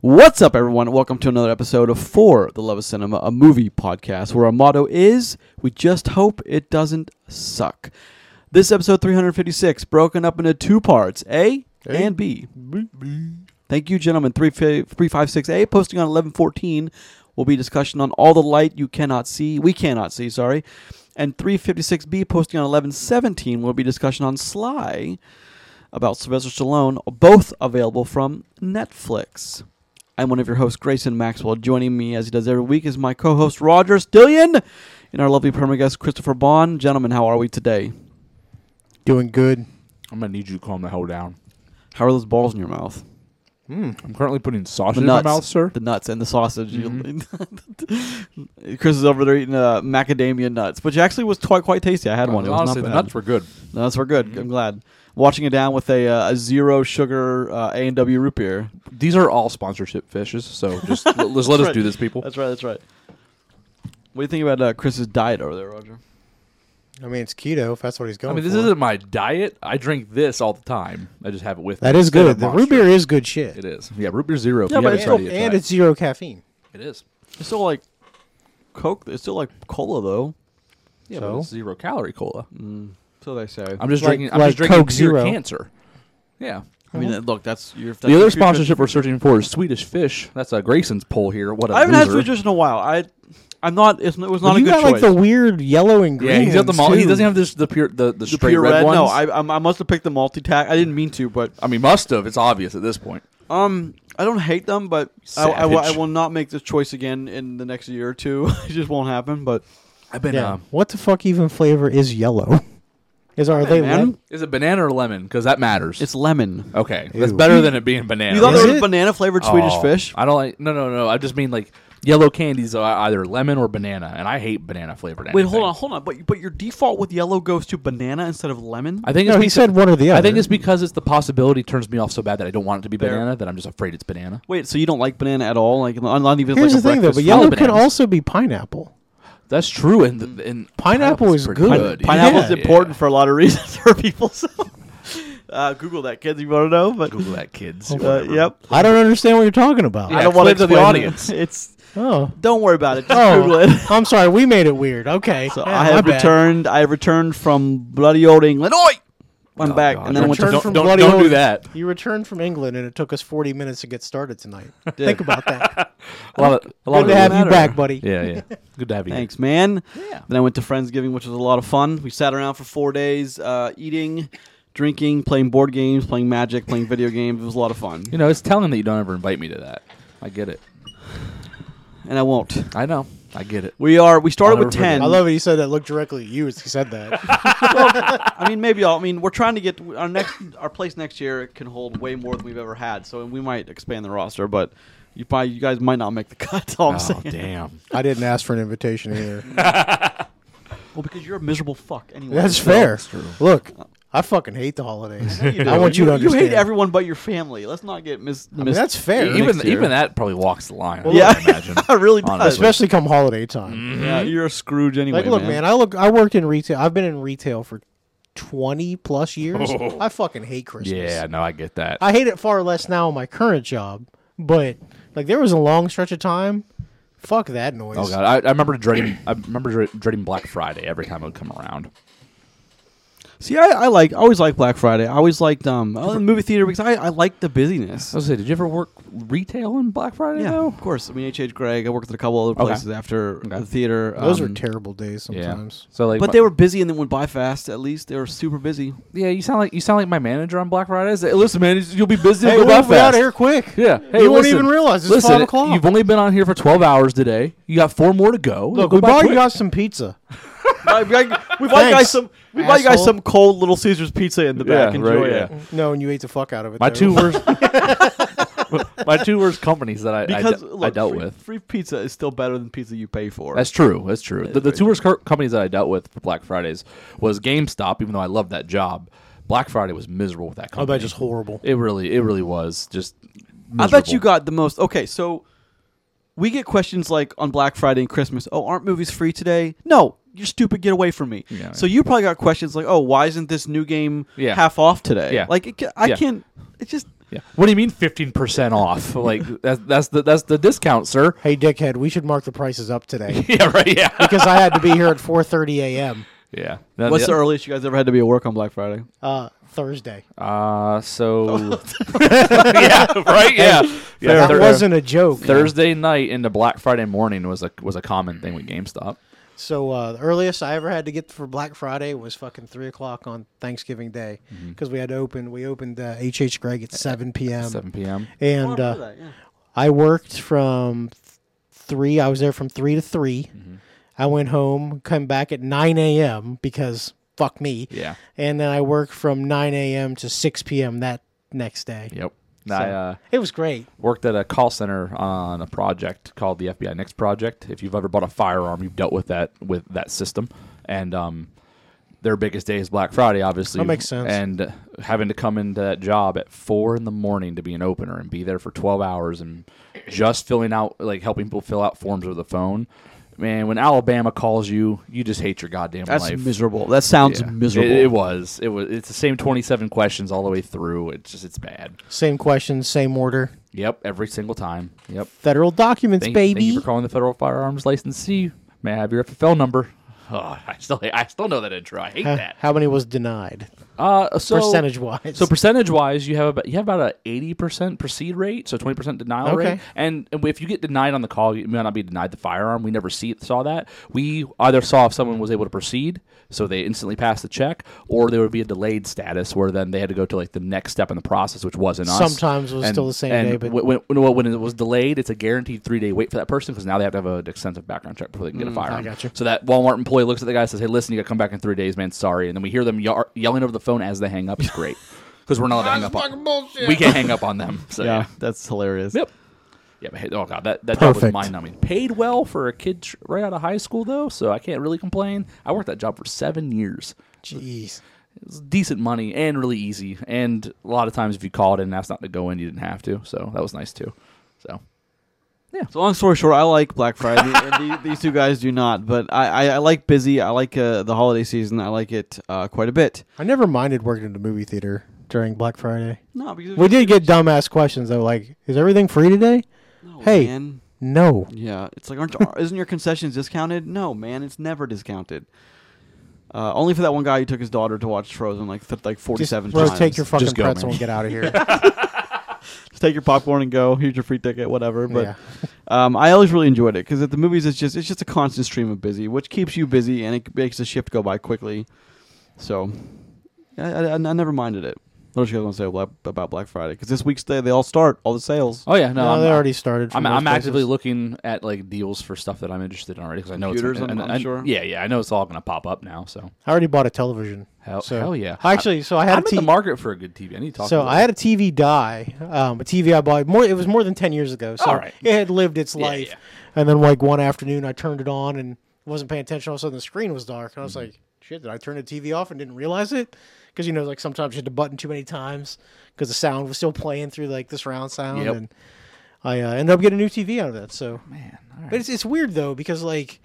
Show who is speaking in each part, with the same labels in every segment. Speaker 1: What's up, everyone? Welcome to another episode of For the Love of Cinema, a movie podcast where our motto is We just hope it doesn't suck. This episode 356, broken up into two parts A, and B. Thank you, gentlemen. 356A, posting on 1114, will be discussion on All the Light You Cannot See, We Cannot See, sorry. And 356B, posting on 1117, will be discussion on Sly about Sylvester Stallone, both available from Netflix. I'm one of your hosts, Grayson Maxwell. Joining me, as he does every week, is my co host, Roger Stillion, and our lovely perma guest, Christopher Bond. Gentlemen, how are we today?
Speaker 2: Doing good.
Speaker 3: I'm gonna need you to calm the hell down.
Speaker 1: How are those balls in your mouth?
Speaker 3: I'm currently putting sausage
Speaker 1: The
Speaker 3: in my
Speaker 1: nuts.
Speaker 3: mouth, sir.
Speaker 1: The nuts and the sausage. You- Chris is over there eating uh, macadamia nuts, which actually was quite quite tasty. I had one. It was
Speaker 3: Honestly,
Speaker 1: not
Speaker 3: the
Speaker 1: bad.
Speaker 3: nuts were good.
Speaker 1: The nuts were good. I'm glad. Watching it down with a, uh, a zero sugar uh, A and W root beer.
Speaker 3: These are all sponsorship fishes, so just l- let's let us
Speaker 1: right.
Speaker 3: do this, people.
Speaker 1: That's right. That's right. What do you think about uh, Chris's diet over there, Roger?
Speaker 2: I mean, it's keto. If that's what he's going.
Speaker 3: I mean, this
Speaker 2: for.
Speaker 3: isn't my diet. I drink this all the time. I just have it with.
Speaker 2: That
Speaker 3: me
Speaker 2: is
Speaker 3: instead of
Speaker 2: good. The root
Speaker 3: Monster.
Speaker 2: beer is good shit.
Speaker 3: It is. Yeah, root beer zero. If
Speaker 1: Yeah,
Speaker 3: you
Speaker 1: but
Speaker 3: haven't
Speaker 1: it's
Speaker 3: tried
Speaker 1: still-
Speaker 3: it yet,
Speaker 2: and
Speaker 3: try it.
Speaker 2: it's zero caffeine.
Speaker 3: it is.
Speaker 1: It's still like Coke. It's still like cola, though.
Speaker 3: Yeah,
Speaker 2: So?
Speaker 3: but it's zero calorie cola.
Speaker 1: So they say.
Speaker 3: I'm just
Speaker 2: Like-
Speaker 3: drinking. I'm
Speaker 2: like
Speaker 3: just drinking
Speaker 2: Coke
Speaker 3: pure
Speaker 2: Zero.
Speaker 3: cancer. Yeah.
Speaker 1: I mean, look, that's your.
Speaker 3: The other sponsorship we're searching for is Swedish Fish. That's a Grayson's pull here. What a
Speaker 1: I haven't had
Speaker 3: loser.
Speaker 1: Swedish Fish in a while. I, I'm not. It's, it was not
Speaker 2: But
Speaker 1: a
Speaker 2: you
Speaker 1: good
Speaker 2: got
Speaker 1: choice.
Speaker 2: like the weird yellow and green.
Speaker 3: Yeah, he's got the
Speaker 2: ones,
Speaker 3: malt. He
Speaker 2: too.
Speaker 3: doesn't have this the pure the, the
Speaker 1: The
Speaker 3: straight
Speaker 1: pure red.
Speaker 3: ones.
Speaker 1: No, I, I I must have picked the multi tack. I didn't mean to, but
Speaker 3: I mean, must have. It's obvious at this point.
Speaker 1: um, I don't hate them, but I, I, will- I
Speaker 3: Savage.
Speaker 1: will not make this choice again in the next year or two. it just won't happen. But
Speaker 3: I've been.
Speaker 2: Yeah.
Speaker 3: um,
Speaker 2: What the fuck even flavor is yellow? Is are they
Speaker 1: man.
Speaker 2: lemon?
Speaker 3: Is it banana or lemon? Because that matters.
Speaker 1: it's lemon.
Speaker 3: okay. That's
Speaker 2: Ew.
Speaker 3: better than it being banana.
Speaker 1: You thought
Speaker 2: Is
Speaker 1: there was
Speaker 2: it?
Speaker 1: banana flavored
Speaker 3: Oh,
Speaker 1: Swedish fish?
Speaker 3: I don't like. No, no, no. I just mean like yellow candies are either lemon or banana, and I hate banana flavored.
Speaker 1: Wait, hold on, hold on. But but your default with yellow goes to banana instead of lemon.
Speaker 3: I think it's
Speaker 2: No, he
Speaker 3: beca-
Speaker 2: said one or the other.
Speaker 3: I think it's because it's the possibility turns me off so bad that I don't want it to be
Speaker 1: Fair.
Speaker 3: banana that I'm just afraid it's banana.
Speaker 1: Wait, so you don't like banana at all? Like not not even
Speaker 2: Here's
Speaker 1: like a
Speaker 2: the thing though,
Speaker 1: breakfast
Speaker 2: but
Speaker 1: food?
Speaker 2: yellow
Speaker 3: fruit.
Speaker 2: can
Speaker 3: Bananas.
Speaker 2: also be pineapple.
Speaker 3: That's true. And, th- and
Speaker 2: Pineapple
Speaker 3: pineapple's
Speaker 2: is
Speaker 3: pretty
Speaker 2: good.
Speaker 1: Pine-
Speaker 2: Good,
Speaker 1: Pineapple's
Speaker 3: Yeah.
Speaker 1: important for a lot of reasons for people. So, uh, Google that, kids. if You want to know? But
Speaker 3: Google that, kids.
Speaker 1: uh, yep.
Speaker 2: I don't understand what you're talking about.
Speaker 1: I
Speaker 3: Yeah.
Speaker 1: don't want
Speaker 3: explain to the
Speaker 1: explain it.
Speaker 3: audience.
Speaker 1: It's
Speaker 2: Oh.
Speaker 1: don't worry about it. Just Google
Speaker 2: Oh,
Speaker 1: it.
Speaker 2: I'm sorry. We made it weird. Okay.
Speaker 1: So
Speaker 2: Yeah,
Speaker 1: I
Speaker 2: my
Speaker 1: have
Speaker 2: bad.
Speaker 1: returned. I have returned from bloody old England. Oi! I'm
Speaker 3: Oh,
Speaker 1: back,
Speaker 3: God.
Speaker 1: and then I went to.
Speaker 2: Returned
Speaker 3: don't
Speaker 2: from
Speaker 3: don't,
Speaker 2: bloody
Speaker 3: don't do
Speaker 2: old-
Speaker 3: that.
Speaker 2: You returned from England, and it took us 40 minutes to get started tonight. Think about that.
Speaker 3: A lot of, a
Speaker 2: Good
Speaker 3: lot of
Speaker 2: to have
Speaker 1: matter.
Speaker 2: you back, buddy.
Speaker 3: Yeah, yeah. Good to have you. here.
Speaker 1: Thanks, man.
Speaker 3: Yeah.
Speaker 1: Then I went to Friendsgiving, which was a lot of fun. We sat around for four days, uh, eating, drinking, playing board games, playing Magic, playing video games. It was a lot of fun,
Speaker 3: You know, it's telling that you don't ever invite me to that. I get it.
Speaker 1: and I won't.
Speaker 3: I know. I get it.
Speaker 1: We are. We started
Speaker 3: I'll
Speaker 1: with
Speaker 3: never forget.
Speaker 1: ten.
Speaker 2: I love it. He said that. Looked directly at you as he said that.
Speaker 1: I mean, maybe I'll, I mean, we're trying to get our next our place next year can hold way more than we've ever had, so we might expand the roster, but you probably you guys might not make the cut. that's All I'm
Speaker 3: Oh,
Speaker 1: saying.
Speaker 3: damn.
Speaker 2: I didn't ask for an invitation either.
Speaker 1: Well, because you're a miserable fuck anyway.
Speaker 2: That's
Speaker 1: so-
Speaker 2: fair. Look, I fucking hate the holidays.
Speaker 1: You do.
Speaker 2: I want you to understand.
Speaker 1: You hate everyone but your family. Let's not get mis.
Speaker 2: I mean,
Speaker 1: mis-
Speaker 2: that's fair.
Speaker 3: even
Speaker 1: next year.
Speaker 3: even that probably walks the line.
Speaker 1: Yeah.
Speaker 3: I would imagine.
Speaker 1: I really does.
Speaker 3: Honestly.
Speaker 2: especially come holiday
Speaker 3: Mm.
Speaker 2: time.
Speaker 1: yeah, you're a Scrooge anyway.
Speaker 2: Like, look, man. I look. I worked in retail. I've been in retail for twenty plus years. I fucking hate Christmas.
Speaker 3: Oh. Yeah, no, I get that.
Speaker 2: I hate it far less now in my current job, but like there was a long stretch of time. Fuck that noise.
Speaker 3: oh god, I, I remember dreading. I remember dre- dreading Black Friday every time it would come around.
Speaker 1: See, I, I like I always like Black Friday. I always liked um I was in the movie theater because I, I like the busyness.
Speaker 3: I was gonna say, did you ever work retail on Black Friday?
Speaker 1: Yeah,
Speaker 3: though?
Speaker 1: of course. I mean, H.H. Gregg. I worked at a couple other
Speaker 3: Okay.
Speaker 1: places after
Speaker 3: Okay.
Speaker 1: the theater.
Speaker 2: Those
Speaker 1: um,
Speaker 2: are terrible days
Speaker 3: yeah.
Speaker 2: sometimes.
Speaker 3: So like,
Speaker 1: But
Speaker 3: my-
Speaker 1: they were busy and then went by fast. At least they were super busy.
Speaker 3: Yeah, you sound like you sound like my manager on Black Fridays. Hey, listen, man, you'll be busy.
Speaker 2: Hey,
Speaker 3: go
Speaker 2: we'll
Speaker 3: by
Speaker 2: be out
Speaker 3: fast.
Speaker 2: of here quick.
Speaker 3: Yeah. Hey,
Speaker 2: you won't
Speaker 3: listen,
Speaker 2: even realize it's
Speaker 3: listen,
Speaker 2: five o'clock.
Speaker 3: You've only been on here for twelve hours today. You got four more to go.
Speaker 2: Look,
Speaker 3: Go
Speaker 2: we
Speaker 3: by
Speaker 2: bought you
Speaker 3: quick.
Speaker 2: guys some pizza.
Speaker 1: I- I- we bought you guys
Speaker 2: Thanks,
Speaker 1: some. We bought you guys
Speaker 2: asshole.
Speaker 1: some cold Little Caesars pizza in the
Speaker 3: Yeah,
Speaker 1: back. Enjoy
Speaker 3: right,
Speaker 1: it.
Speaker 3: yeah.
Speaker 2: No, and you ate the fuck out of it.
Speaker 3: my
Speaker 2: though.
Speaker 3: two worst. my two worst companies that I I de-
Speaker 1: Because
Speaker 3: I,
Speaker 1: look,
Speaker 3: dealt
Speaker 1: free,
Speaker 3: with.
Speaker 1: free pizza is still better than pizza you pay for.
Speaker 3: That's true. That's true. The, the
Speaker 1: very
Speaker 3: two worst co- companies that I dealt with for Black Fridays was GameStop. Even though I loved that job, Black Friday was miserable with that
Speaker 2: I
Speaker 3: company.
Speaker 2: bet just horrible.
Speaker 3: It really, it really was just.
Speaker 1: I bet
Speaker 3: miserable.
Speaker 1: you got the most. Okay, so we get questions like on Black Friday and Christmas. Oh, aren't movies free today? No, you're stupid. Get away from me.
Speaker 3: Yeah,
Speaker 1: so you probably got questions like, oh, why isn't this new game
Speaker 3: Yeah.
Speaker 1: half off today?
Speaker 3: Yeah.
Speaker 1: Like it, ca- I
Speaker 3: Yeah.
Speaker 1: can't. It just
Speaker 3: Yeah. What do you mean fifteen percent off? Like that's that's the that's the discount, sir.
Speaker 2: Hey, dickhead, we should mark the prices up today
Speaker 3: Yeah. Right. Yeah.
Speaker 2: because I had to be here at 4:30 a.m.
Speaker 3: Yeah.
Speaker 1: What's the earliest you guys ever had to be at work on Black Friday?
Speaker 2: Uh, Thursday.
Speaker 3: Uh, so yeah, right, yeah, yeah.
Speaker 2: that
Speaker 3: Thur-
Speaker 2: wasn't a joke.
Speaker 3: Thursday night into Black Friday morning was a was a common thing with GameStop.
Speaker 2: So uh, the earliest I ever had to get for Black Friday was fucking three o'clock on Thanksgiving Day
Speaker 3: Mm-hmm.
Speaker 2: because we had to open. We opened uh, HH Greg at 7 p.m.
Speaker 3: Seven p.m.
Speaker 2: and uh, I worked from th- three. I was there from three to 3 I went home, come back at 9 a.m. because fuck me.
Speaker 3: Yeah.
Speaker 2: And then I worked from 9 a.m. to 6 p.m. that next day.
Speaker 3: Yep. And I uh,
Speaker 2: It was great.
Speaker 3: worked at a call center on a project called the FBI Next Project. If you've ever bought a firearm, you've dealt with that with that system, and um, their biggest day is Black Friday, obviously.
Speaker 2: That makes sense.
Speaker 3: And uh, having to come into that job at four in the morning to be an opener and be there for twelve hours and just filling out like helping people fill out forms over the phone. Man, when Alabama calls you, you just hate your goddamn
Speaker 1: That's
Speaker 3: life.
Speaker 1: miserable. That sounds
Speaker 3: Yeah.
Speaker 1: miserable.
Speaker 3: It, it was. It was. It's the same twenty-seven questions all the way through. It's just. It's bad.
Speaker 2: Same question, same order.
Speaker 3: Yep. Every single time. Yep.
Speaker 2: Federal documents,
Speaker 3: Thank,
Speaker 2: baby.
Speaker 3: thank you for calling the federal firearms licensee. May I have your FFL number? Oh, I still, I still know that intro. I hate
Speaker 2: Huh,
Speaker 3: that.
Speaker 2: How many was denied?
Speaker 3: Uh, so
Speaker 2: Percentage wise.
Speaker 3: So percentage wise, you have about you have about a eighty percent proceed rate, so twenty percent denial
Speaker 2: Okay.
Speaker 3: rate. And if you get denied on the call, you may not be denied the firearm. We never see saw that. We either saw if someone was able to proceed, so they instantly passed the check, or there would be a delayed status where then they had to go to like the next step in the process, which wasn't us.
Speaker 2: Sometimes it was
Speaker 3: And-
Speaker 2: still the same
Speaker 3: and
Speaker 2: day, but-
Speaker 3: when, when, when- when it was delayed, it's a guaranteed three day wait for that person because now they have to have an extensive background check before they can get a firearm.
Speaker 2: Mm, gotcha.
Speaker 3: So that Walmart employee looks at the guy and says, "Hey, listen, you got to come back in three days, man. Sorry." And then we hear them yar- yelling over the phone as they hang up. It's great because we're not allowed to hang up on. We can't hang up on them. So
Speaker 1: yeah,
Speaker 3: uh, yeah.
Speaker 1: that's hilarious.
Speaker 3: Yep. Yeah, but hey, oh god, that that job was
Speaker 2: Perfect.
Speaker 3: mind numbing. Paid well for a kid tr- right out of high school though, so I can't really complain. I worked that job for seven years.
Speaker 2: Jeez.
Speaker 3: It was decent money and really easy. And a lot of times, if you called and asked not to go in, you didn't have to. So that was nice too. So
Speaker 1: So long story short, I like Black Friday, and the, these two guys do not. But I, I, I like busy. I like uh, the holiday season. I like it uh, quite a bit.
Speaker 2: I never minded working in the movie theater during Black Friday.
Speaker 1: No, because
Speaker 2: We did get dumbass questions though, like, "Is everything free today?"
Speaker 1: No,
Speaker 2: hey.
Speaker 1: man.
Speaker 2: No.
Speaker 1: Yeah, it's like aren't isn't your concessions discounted? No, man, it's never discounted. Uh, only for that one guy who took his daughter to watch Frozen like th- like forty
Speaker 2: Just
Speaker 1: seven
Speaker 2: bro,
Speaker 1: times.
Speaker 2: take your fucking
Speaker 3: Just go,
Speaker 2: pretzel
Speaker 3: man.
Speaker 2: and get out of here.
Speaker 1: Just take your popcorn and go. Here's your free ticket, whatever. But
Speaker 2: Yeah.
Speaker 1: um, I always really enjoyed it because at the movies, it's just it's just a constant stream of busy, which keeps you busy and it makes the shift go by quickly. So I, I, I never minded it. What else you guys want to say about, about Black Friday? Because this week's day they all start all the sales.
Speaker 3: oh yeah, no,
Speaker 2: no,
Speaker 3: I'm,
Speaker 2: they
Speaker 3: I'm-
Speaker 2: already started.
Speaker 3: I'm,
Speaker 2: from
Speaker 3: I'm
Speaker 2: those
Speaker 3: actively
Speaker 2: places.
Speaker 3: looking at like deals for stuff that I'm interested in already because I know
Speaker 1: Computers,
Speaker 3: it's
Speaker 1: I'm-
Speaker 3: and-
Speaker 1: I'm
Speaker 3: and-
Speaker 1: sure.
Speaker 3: Yeah, yeah, I know it's all going to pop up now. So
Speaker 2: I already bought a television.
Speaker 3: hell,
Speaker 2: So-
Speaker 3: hell yeah,
Speaker 2: Actually, so I had
Speaker 3: I'm
Speaker 2: a
Speaker 3: in the
Speaker 2: TV.
Speaker 3: market for a good TV. I need to talk.
Speaker 2: so
Speaker 3: about
Speaker 2: I had a TV die, um, a TV I bought more. It was more than ten years ago, so
Speaker 3: All right.
Speaker 2: it had lived its
Speaker 3: Yeah,
Speaker 2: life.
Speaker 3: yeah.
Speaker 2: And then like one afternoon, I turned it on and wasn't paying attention. All of a sudden, the screen was dark, and I was
Speaker 3: Mm-hmm.
Speaker 2: like, "Shit! Did I turn the TV off and didn't realize it?" Because you know, like sometimes you hit the button too many times because the sound was still playing through like the surround sound,
Speaker 3: Yep.
Speaker 2: and I uh, ended up getting a new TV out of that. So
Speaker 3: Oh, man. all right.
Speaker 2: but it's it's weird though because like,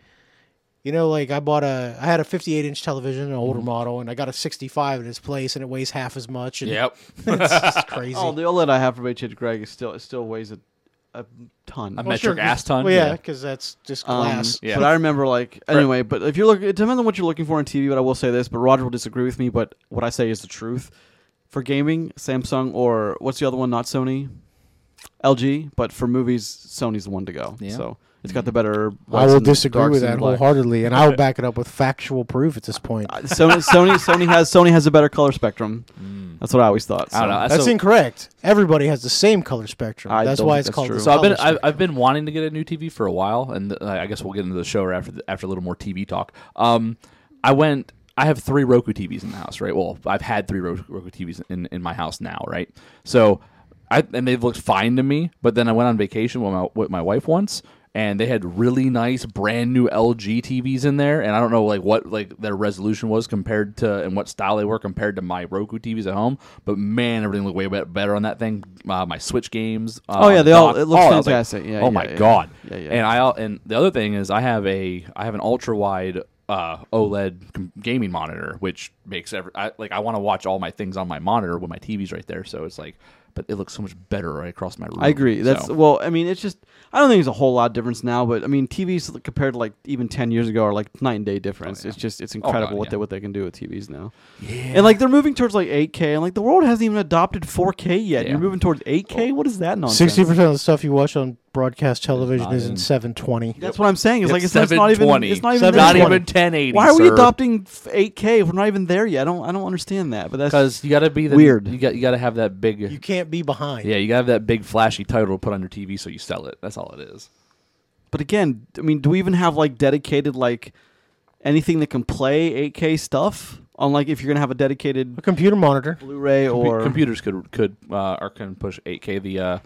Speaker 2: you know, like I bought a I had a 58 inch television, an older
Speaker 3: Mm-hmm.
Speaker 2: model, and I got a 65 in its place, and it weighs half as much. And
Speaker 3: Yep.
Speaker 2: it's, it's crazy.
Speaker 1: Oh, the OLED I have for HH Greg is still it still weighs a, a ton.
Speaker 3: A
Speaker 2: Well,
Speaker 3: metric ass ton.
Speaker 2: Well, yeah,
Speaker 3: Yeah.
Speaker 2: because that's just
Speaker 1: Um,
Speaker 2: glass.
Speaker 3: Yeah.
Speaker 1: But I remember, like, anyway, but if you're looking, it depends on what you're looking for in TV, but I will say this, but Roger will disagree with me, but what I say is the truth. For gaming, Samsung or what's the other one, not Sony? LG, but for movies, Sony's the one to go.
Speaker 3: Yeah.
Speaker 1: So it's got the better.
Speaker 2: I
Speaker 1: whites
Speaker 2: will
Speaker 1: and
Speaker 2: disagree
Speaker 1: darks
Speaker 2: with
Speaker 1: and
Speaker 2: that
Speaker 1: black.
Speaker 2: wholeheartedly, and I will back it up with factual proof at this point.
Speaker 1: Uh, Sony, Sony, Sony has Sony has a better color spectrum. That's what I always thought.
Speaker 3: Mm. I don't
Speaker 1: so.
Speaker 3: know.
Speaker 2: That's
Speaker 3: so,
Speaker 2: incorrect. Everybody has the same color spectrum.
Speaker 1: I
Speaker 2: that's
Speaker 1: don't
Speaker 2: why
Speaker 1: think
Speaker 2: it's
Speaker 1: that's
Speaker 2: called.
Speaker 1: true.
Speaker 2: the
Speaker 3: So I've been
Speaker 2: color
Speaker 3: I've,
Speaker 2: spectrum.
Speaker 3: I've been wanting to get a new TV for a while, and uh, I guess we'll get into the show after the, after a little more TV talk. Um, I went. I have three Roku TVs in the house, right? Well, I've had three Ro- Roku TVs in, in my house now, right? So, I and they've looked fine to me. But then I went on vacation with my with my wife once, and they had really nice brand new LG TVs in there, and I don't know like what like their resolution was compared to and what style they were compared to my Roku TVs at home. But man, everything looked way be- better on that thing. Uh, my Switch games. Uh,
Speaker 1: Oh, yeah,
Speaker 3: on
Speaker 1: they
Speaker 3: the
Speaker 1: all-
Speaker 3: dock.
Speaker 1: it looks
Speaker 3: I was like,
Speaker 1: fantastic. Yeah,
Speaker 3: oh
Speaker 1: yeah,
Speaker 3: my
Speaker 1: yeah.
Speaker 3: god.
Speaker 1: Yeah, yeah.
Speaker 3: And I al- and the other thing is I have a I have an ultra wide uh, OLED com- gaming monitor, which makes every I, like I want to watch all my things on my monitor when my TV's right there. So it's like but it looks so much better right across my room.
Speaker 1: I agree. That's
Speaker 3: Mm-hmm. So,
Speaker 1: well. I mean, it's just I don't think there's a whole lot of difference now, but I mean, TVs compared to like even ten years ago are like night and day difference.
Speaker 3: Oh, yeah.
Speaker 1: It's just it's
Speaker 3: God,
Speaker 1: incredible what
Speaker 3: yeah.
Speaker 1: they what they can do with TVs now.
Speaker 3: yeah.
Speaker 1: And like they're moving towards like 8K, and like the world hasn't even adopted 4K yet.
Speaker 3: Yeah.
Speaker 1: You're moving towards 8K. What is that nonsense?
Speaker 2: Sixty percent of the stuff you watch on broadcast television
Speaker 3: not
Speaker 2: is in
Speaker 3: in-
Speaker 2: seven twenty.
Speaker 1: That's what I'm saying. It's like it's, it's not even
Speaker 3: 720.
Speaker 1: it's not even,
Speaker 2: Seven-
Speaker 3: not
Speaker 1: there yet.
Speaker 3: even 1080.
Speaker 1: Why are we adopting f- 8K? If we're not even there yet. I don't I don't understand that. But that's
Speaker 3: Because you got to be the,
Speaker 1: Weird.
Speaker 3: You got you got to have that big.
Speaker 2: You can't be behind.
Speaker 3: yeah, you got to have that big flashy title to put on your TV so you sell it. That's all it is.
Speaker 1: but again, I mean, do we even have like dedicated like anything that can play 8K stuff? On like if you're gonna have a dedicated
Speaker 2: A computer monitor.
Speaker 1: Blu-ray
Speaker 3: Compu-
Speaker 1: or
Speaker 3: computers could could uh, or can push 8K. The uh,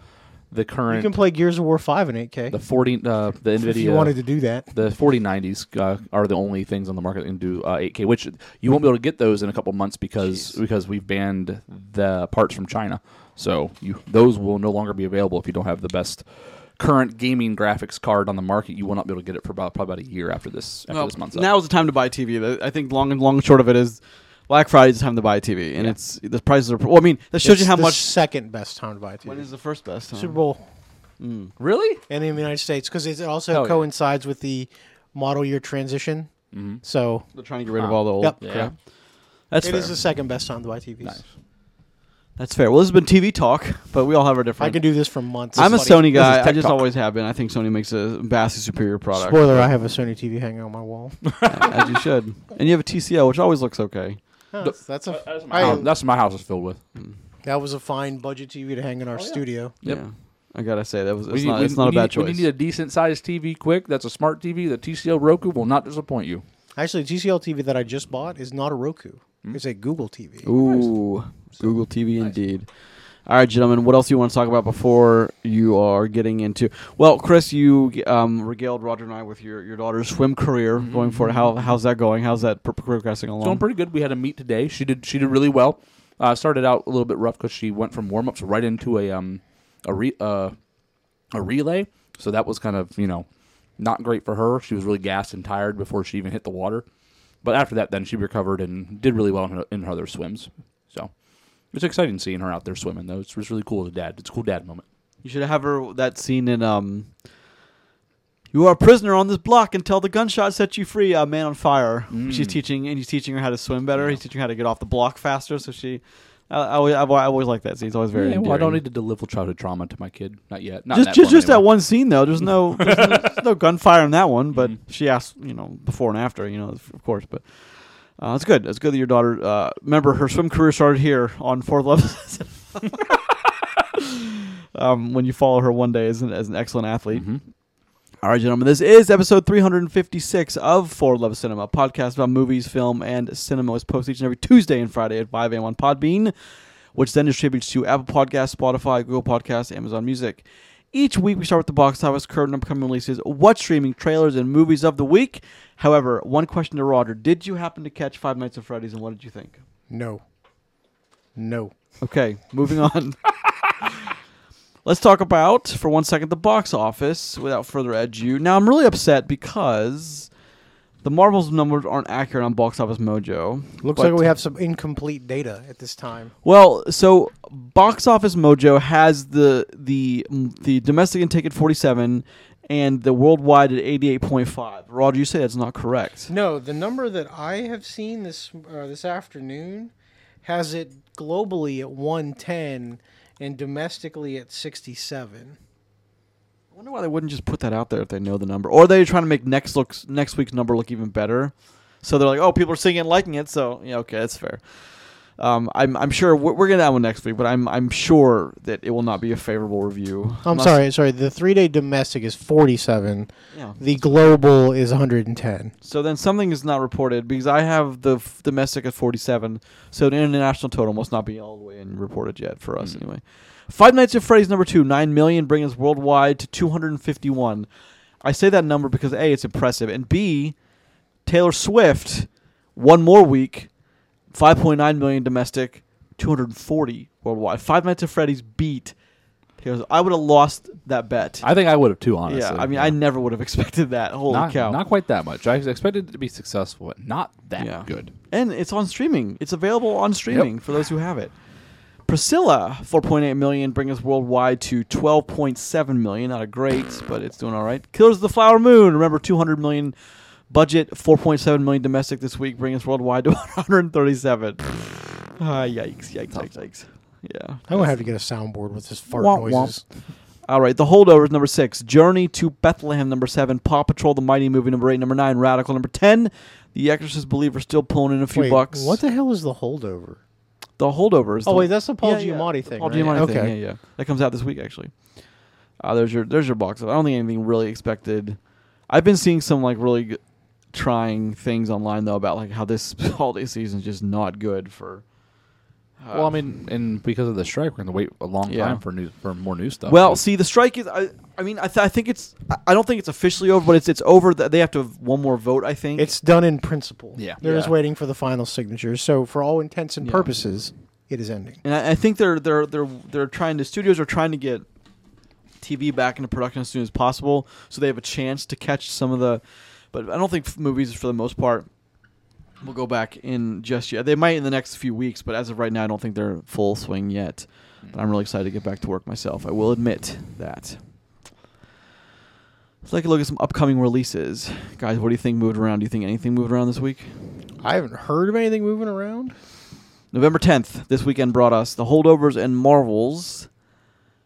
Speaker 3: the
Speaker 2: You
Speaker 3: current
Speaker 2: can play Gears of War five in eight K.
Speaker 3: the 40 uh, the Nvidia
Speaker 2: If you wanted to do that.
Speaker 3: the 4090s uh, are the only things on the market that can do uh, 8K, which you won't be able to get those in a couple months because
Speaker 1: Jeez.
Speaker 3: because we've banned the parts from China. So you those will no longer be available if you don't have the best current gaming graphics card on the market. You will not be able to get it for about probably about a year after this after
Speaker 1: Well,
Speaker 3: this month's up.
Speaker 1: now is the time to buy a TV. The- I think long and long and short of it is Black Friday is the time to buy a TV, and it's the prices are. Well, I mean, that shows
Speaker 2: It's
Speaker 1: you how
Speaker 2: the
Speaker 1: much.
Speaker 2: second best time to buy a TV.
Speaker 1: When is the first best?
Speaker 2: Super Bowl
Speaker 3: really?
Speaker 2: and in the United States because it also
Speaker 3: Hell yeah.
Speaker 2: coincides with the model year transition. So
Speaker 1: They're trying to get rid of all the old.
Speaker 2: Yep.
Speaker 1: crap.
Speaker 3: Yeah. Um,
Speaker 1: That's
Speaker 2: it is
Speaker 1: fair.
Speaker 2: the second best time to buy TVs.
Speaker 3: Nice.
Speaker 1: That's fair. Well, this has been TV talk, but we all have our
Speaker 2: I
Speaker 1: different.
Speaker 2: can do this for months.
Speaker 1: I'm a
Speaker 2: Buddy.
Speaker 1: Sony
Speaker 3: This is
Speaker 1: guy. I
Speaker 3: tech
Speaker 1: just
Speaker 3: talk.
Speaker 1: always have been. I think Sony makes a vastly superior product,
Speaker 2: Spoiler: I have a Sony TV hanging on my wall.
Speaker 1: as you should. And you have a TCL, which always looks okay.
Speaker 2: Huh, that's a
Speaker 3: That's
Speaker 2: I-
Speaker 3: my,
Speaker 1: Um,
Speaker 3: house, that's what my house is filled with.
Speaker 2: that was a fine budget TV to hang in our studio.
Speaker 3: Yep.
Speaker 1: Yeah, I gotta say that was. It's
Speaker 3: We
Speaker 1: not.
Speaker 3: need-
Speaker 1: it's
Speaker 3: we-
Speaker 1: not a
Speaker 3: we
Speaker 1: bad
Speaker 3: need-
Speaker 1: choice.
Speaker 3: We need a decent sized TV quick. That's a smart TV. The TCL Roku will not disappoint you.
Speaker 2: Actually, the TCL TV that I just bought is not a Roku. It's a Google TV.
Speaker 1: Ooh, Google TV indeed. All right, gentlemen, what else do you want to talk about before you are getting into? Well, Chris, you um, regaled Roger and I with your, your daughter's swim career going forward. How how's that going? How's that pro- progressing along?
Speaker 3: It's Mm-hmm, going pretty good. We had a meet today. She did she did really well. Uh, started out a little bit rough because she went from warm ups right into a um a re, uh, a relay. So that was kind of you know not great for her. She was really gassed and tired before she even hit the water. But after that, then she recovered and did really well in her, in her other swims. So it's exciting seeing her out there swimming though. It's, it's really cool as a dad. It's a cool dad moment.
Speaker 1: you should have her that scene in um. You are a prisoner on this block until the gunshot sets you free. A man on fire.
Speaker 3: Mm.
Speaker 1: She's teaching, and he's teaching her how to swim better. He's teaching her how to get off the block faster. So she, I, I, always- I, always like that scene. It's always very.
Speaker 3: Yeah, well, I don't
Speaker 1: endearing.
Speaker 3: need to deliver childhood trauma to my kid. Not yet. Not in
Speaker 1: just
Speaker 3: that
Speaker 1: just,
Speaker 3: form
Speaker 1: just that
Speaker 3: anyway.
Speaker 1: one scene though. There's no there's no, there's no gunfire in that one, but
Speaker 3: Mm-hmm.
Speaker 1: she asked you know before and after you know of course, but. Uh, it's good. It's good that your daughter. Uh, remember, her swim career started here on fourth level. um, when you follow her one day as an, as an excellent athlete.
Speaker 3: Mm-hmm.
Speaker 1: All right, gentlemen, this is episode 356 of Four Love Cinema, a podcast about movies, film, and cinema. It's posted each and every Tuesday and Friday at 5 a.m. on Podbean, which then distributes to Apple Podcasts, Spotify, Google Podcasts, Amazon Music. Each week, we start with the box office, current and upcoming releases, what streaming trailers and movies of the week. However, one question to Roger Did you happen to catch Five Nights at Freddy's, and what did you think?
Speaker 2: No, no.
Speaker 1: Okay, moving on. Let's talk about for one second the box office without further ado. Now I'm really upset because the Marvel's numbers aren't accurate on box office mojo.
Speaker 2: Looks
Speaker 1: But-
Speaker 2: like we have some incomplete data at this time.
Speaker 1: well, so Box Office Mojo has the the mm, the domestic intake at 47 and the worldwide at 88.5. Roger, you say that's not correct.
Speaker 2: No, the number that I have seen this uh, this afternoon has it globally at 110 and domestically at 67.
Speaker 1: I wonder why they wouldn't just put that out there if they know the number, or they're trying to make next looks next week's number look even better. So they're like, oh, people are seeing it and liking it, so yeah, okay, that's fair. Um, I'm I'm sure we're, we're gonna have one next week, but I'm I'm sure that it will not be a favorable review.
Speaker 2: I'm
Speaker 1: Unless-
Speaker 2: sorry, sorry. The three day domestic is 47.
Speaker 1: Yeah.
Speaker 2: The global is 110.
Speaker 1: So then something is not reported because I have the f- domestic at 47, so the international total must not be all the way in reported yet for
Speaker 3: Hmm.
Speaker 1: us anyway. Five Nights at Freddy's number two, nine million, bringing us worldwide to 251. I say that number because a, it's impressive, and b, Taylor Swift, one more week, 5.9 million domestic, 240 worldwide. Five Nights at Freddy's beat. Taylor- I would have lost that bet.
Speaker 3: I think I would have too, honestly.
Speaker 1: yeah, I mean, I never would have expected that. Holy
Speaker 3: not,
Speaker 1: cow!
Speaker 3: Not quite that much. I expected it to be successful, but not that
Speaker 1: Yeah.
Speaker 3: good.
Speaker 1: And it's on streaming. It's available on streaming for those who have it. Priscilla, 4.8 million, bring us worldwide to 12.7 million. Not a great, but it's doing all right. Killers of the Flower Moon, remember 200 million budget, 4.7 million domestic this week, bring us worldwide to 137. Ah, yikes, yikes,
Speaker 2: Oh.
Speaker 1: yikes, yikes. Yeah.
Speaker 2: I'm gonna have to get a soundboard with his fart
Speaker 1: Womp womp.
Speaker 2: noises.
Speaker 1: All right, The Holdovers, number six. Journey to Bethlehem, number seven. Paw Patrol, The Mighty Movie, number eight. Number nine, Radical, number 10. The Exorcist Believer, still pulling in a few
Speaker 2: Wait,
Speaker 1: bucks.
Speaker 2: What the hell is the holdover?
Speaker 1: The Holdovers.
Speaker 2: Oh
Speaker 1: the-
Speaker 2: wait, that's the Paul
Speaker 1: yeah,
Speaker 2: Giamatti
Speaker 1: yeah.
Speaker 2: thing.
Speaker 1: Paul
Speaker 2: right?
Speaker 1: Giamatti
Speaker 2: okay.
Speaker 1: thing. Yeah, yeah. That comes out this week actually. Uh, there's your there's your box. I don't think anything really expected. I've been seeing some like really g- trying things online though about like how this holiday season's just not good for. uh,
Speaker 3: well, I mean, and because of the strike, we're going to wait a long
Speaker 1: Yeah.
Speaker 3: time for new for more new stuff.
Speaker 1: Well, see, the strike is. I, I mean, I, th- I think it's. I- I don't think it's officially over, but it's it's over. That they have to have one more vote. I think
Speaker 2: It's done in principle.
Speaker 3: Yeah.
Speaker 2: They're just
Speaker 1: Yeah.
Speaker 2: waiting for the final signatures. So for all intents and
Speaker 1: Yeah.
Speaker 2: purposes, it is ending.
Speaker 1: and I, I think they're they're they're they're trying to studios are trying to get TV back into production as soon as possible, so they have a chance to catch some of the. But I don't think f- movies, for the most part, will go back in just yet. They might in the next few weeks, but as of right now, I don't think they're full swing yet. But I'm really excited to get back to work myself. I will admit that. Let's take a look at some upcoming releases, guys. What do you think moved around? Do you think anything moved around this week?
Speaker 2: I haven't heard of anything moving around.
Speaker 1: November 10th, this weekend brought us The Holdovers and Marvels.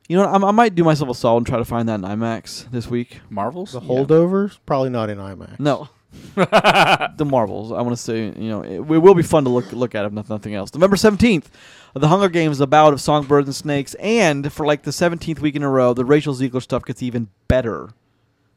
Speaker 1: You know, I, I might do myself a solid and try to find that in IMAX this week.
Speaker 3: Marvels.
Speaker 2: The
Speaker 1: Yeah.
Speaker 2: holdovers probably not in IMAX.
Speaker 1: No. the Marvels. I want to say, you know, it, it will be fun to look look at if noth- nothing else. November 17th, The Hunger Games, The Bout of Songbirds and Snakes, and for like the 17th week in a row, the Rachel Ziegler stuff gets even better.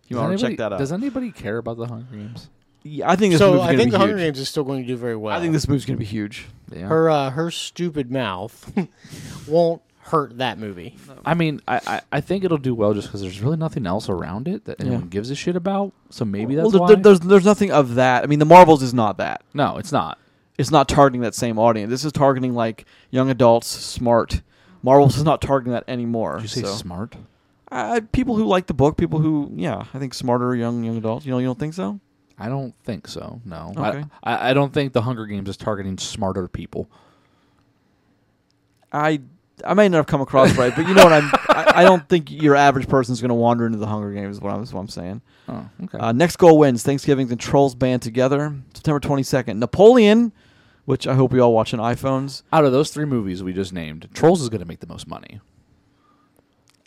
Speaker 1: You
Speaker 3: Does
Speaker 1: want to check
Speaker 3: anybody-
Speaker 1: that out?
Speaker 3: Does anybody care about the Hunger Games?
Speaker 1: yeah, I think this
Speaker 2: So
Speaker 1: movie's
Speaker 2: I
Speaker 1: going to
Speaker 2: think
Speaker 1: be
Speaker 2: the Hunger
Speaker 1: huge.
Speaker 2: Games is still going to do very well.
Speaker 1: I think this movie's going to be huge.
Speaker 3: Yeah.
Speaker 2: her uh, her stupid mouth won't hurt that movie.
Speaker 3: I mean, I, I, I think it'll do well just because there's really nothing else around it that anyone
Speaker 1: Yeah.
Speaker 3: gives a shit about. So maybe that's
Speaker 1: well, there-
Speaker 3: why.
Speaker 1: there- there's there's nothing of that. I mean, The Marvels is not that.
Speaker 3: no, it's not.
Speaker 1: it's not targeting that same audience. This is targeting like young adults, smart. Marvel's is not targeting that anymore.
Speaker 3: Did you say
Speaker 1: so.
Speaker 3: smart?
Speaker 1: Uh, people who like the book, people who, yeah, I think smarter young young adults. You know, you don't think so?
Speaker 3: I don't think so. No,
Speaker 1: Okay.
Speaker 3: I, I I don't think the Hunger Games is targeting smarter people.
Speaker 1: I I may not have come across right, but you know what I'm. I, I don't think your average person's going to wander into the Hunger Games. Is what I'm, is what I'm saying.
Speaker 3: Oh, okay.
Speaker 1: Uh, next goal wins. Thanksgiving's and Trolls band together. September 22nd. Napoleon, which I hope we all watch on iPhones.
Speaker 3: Out of those three movies we just named, Trolls is going to make the most money.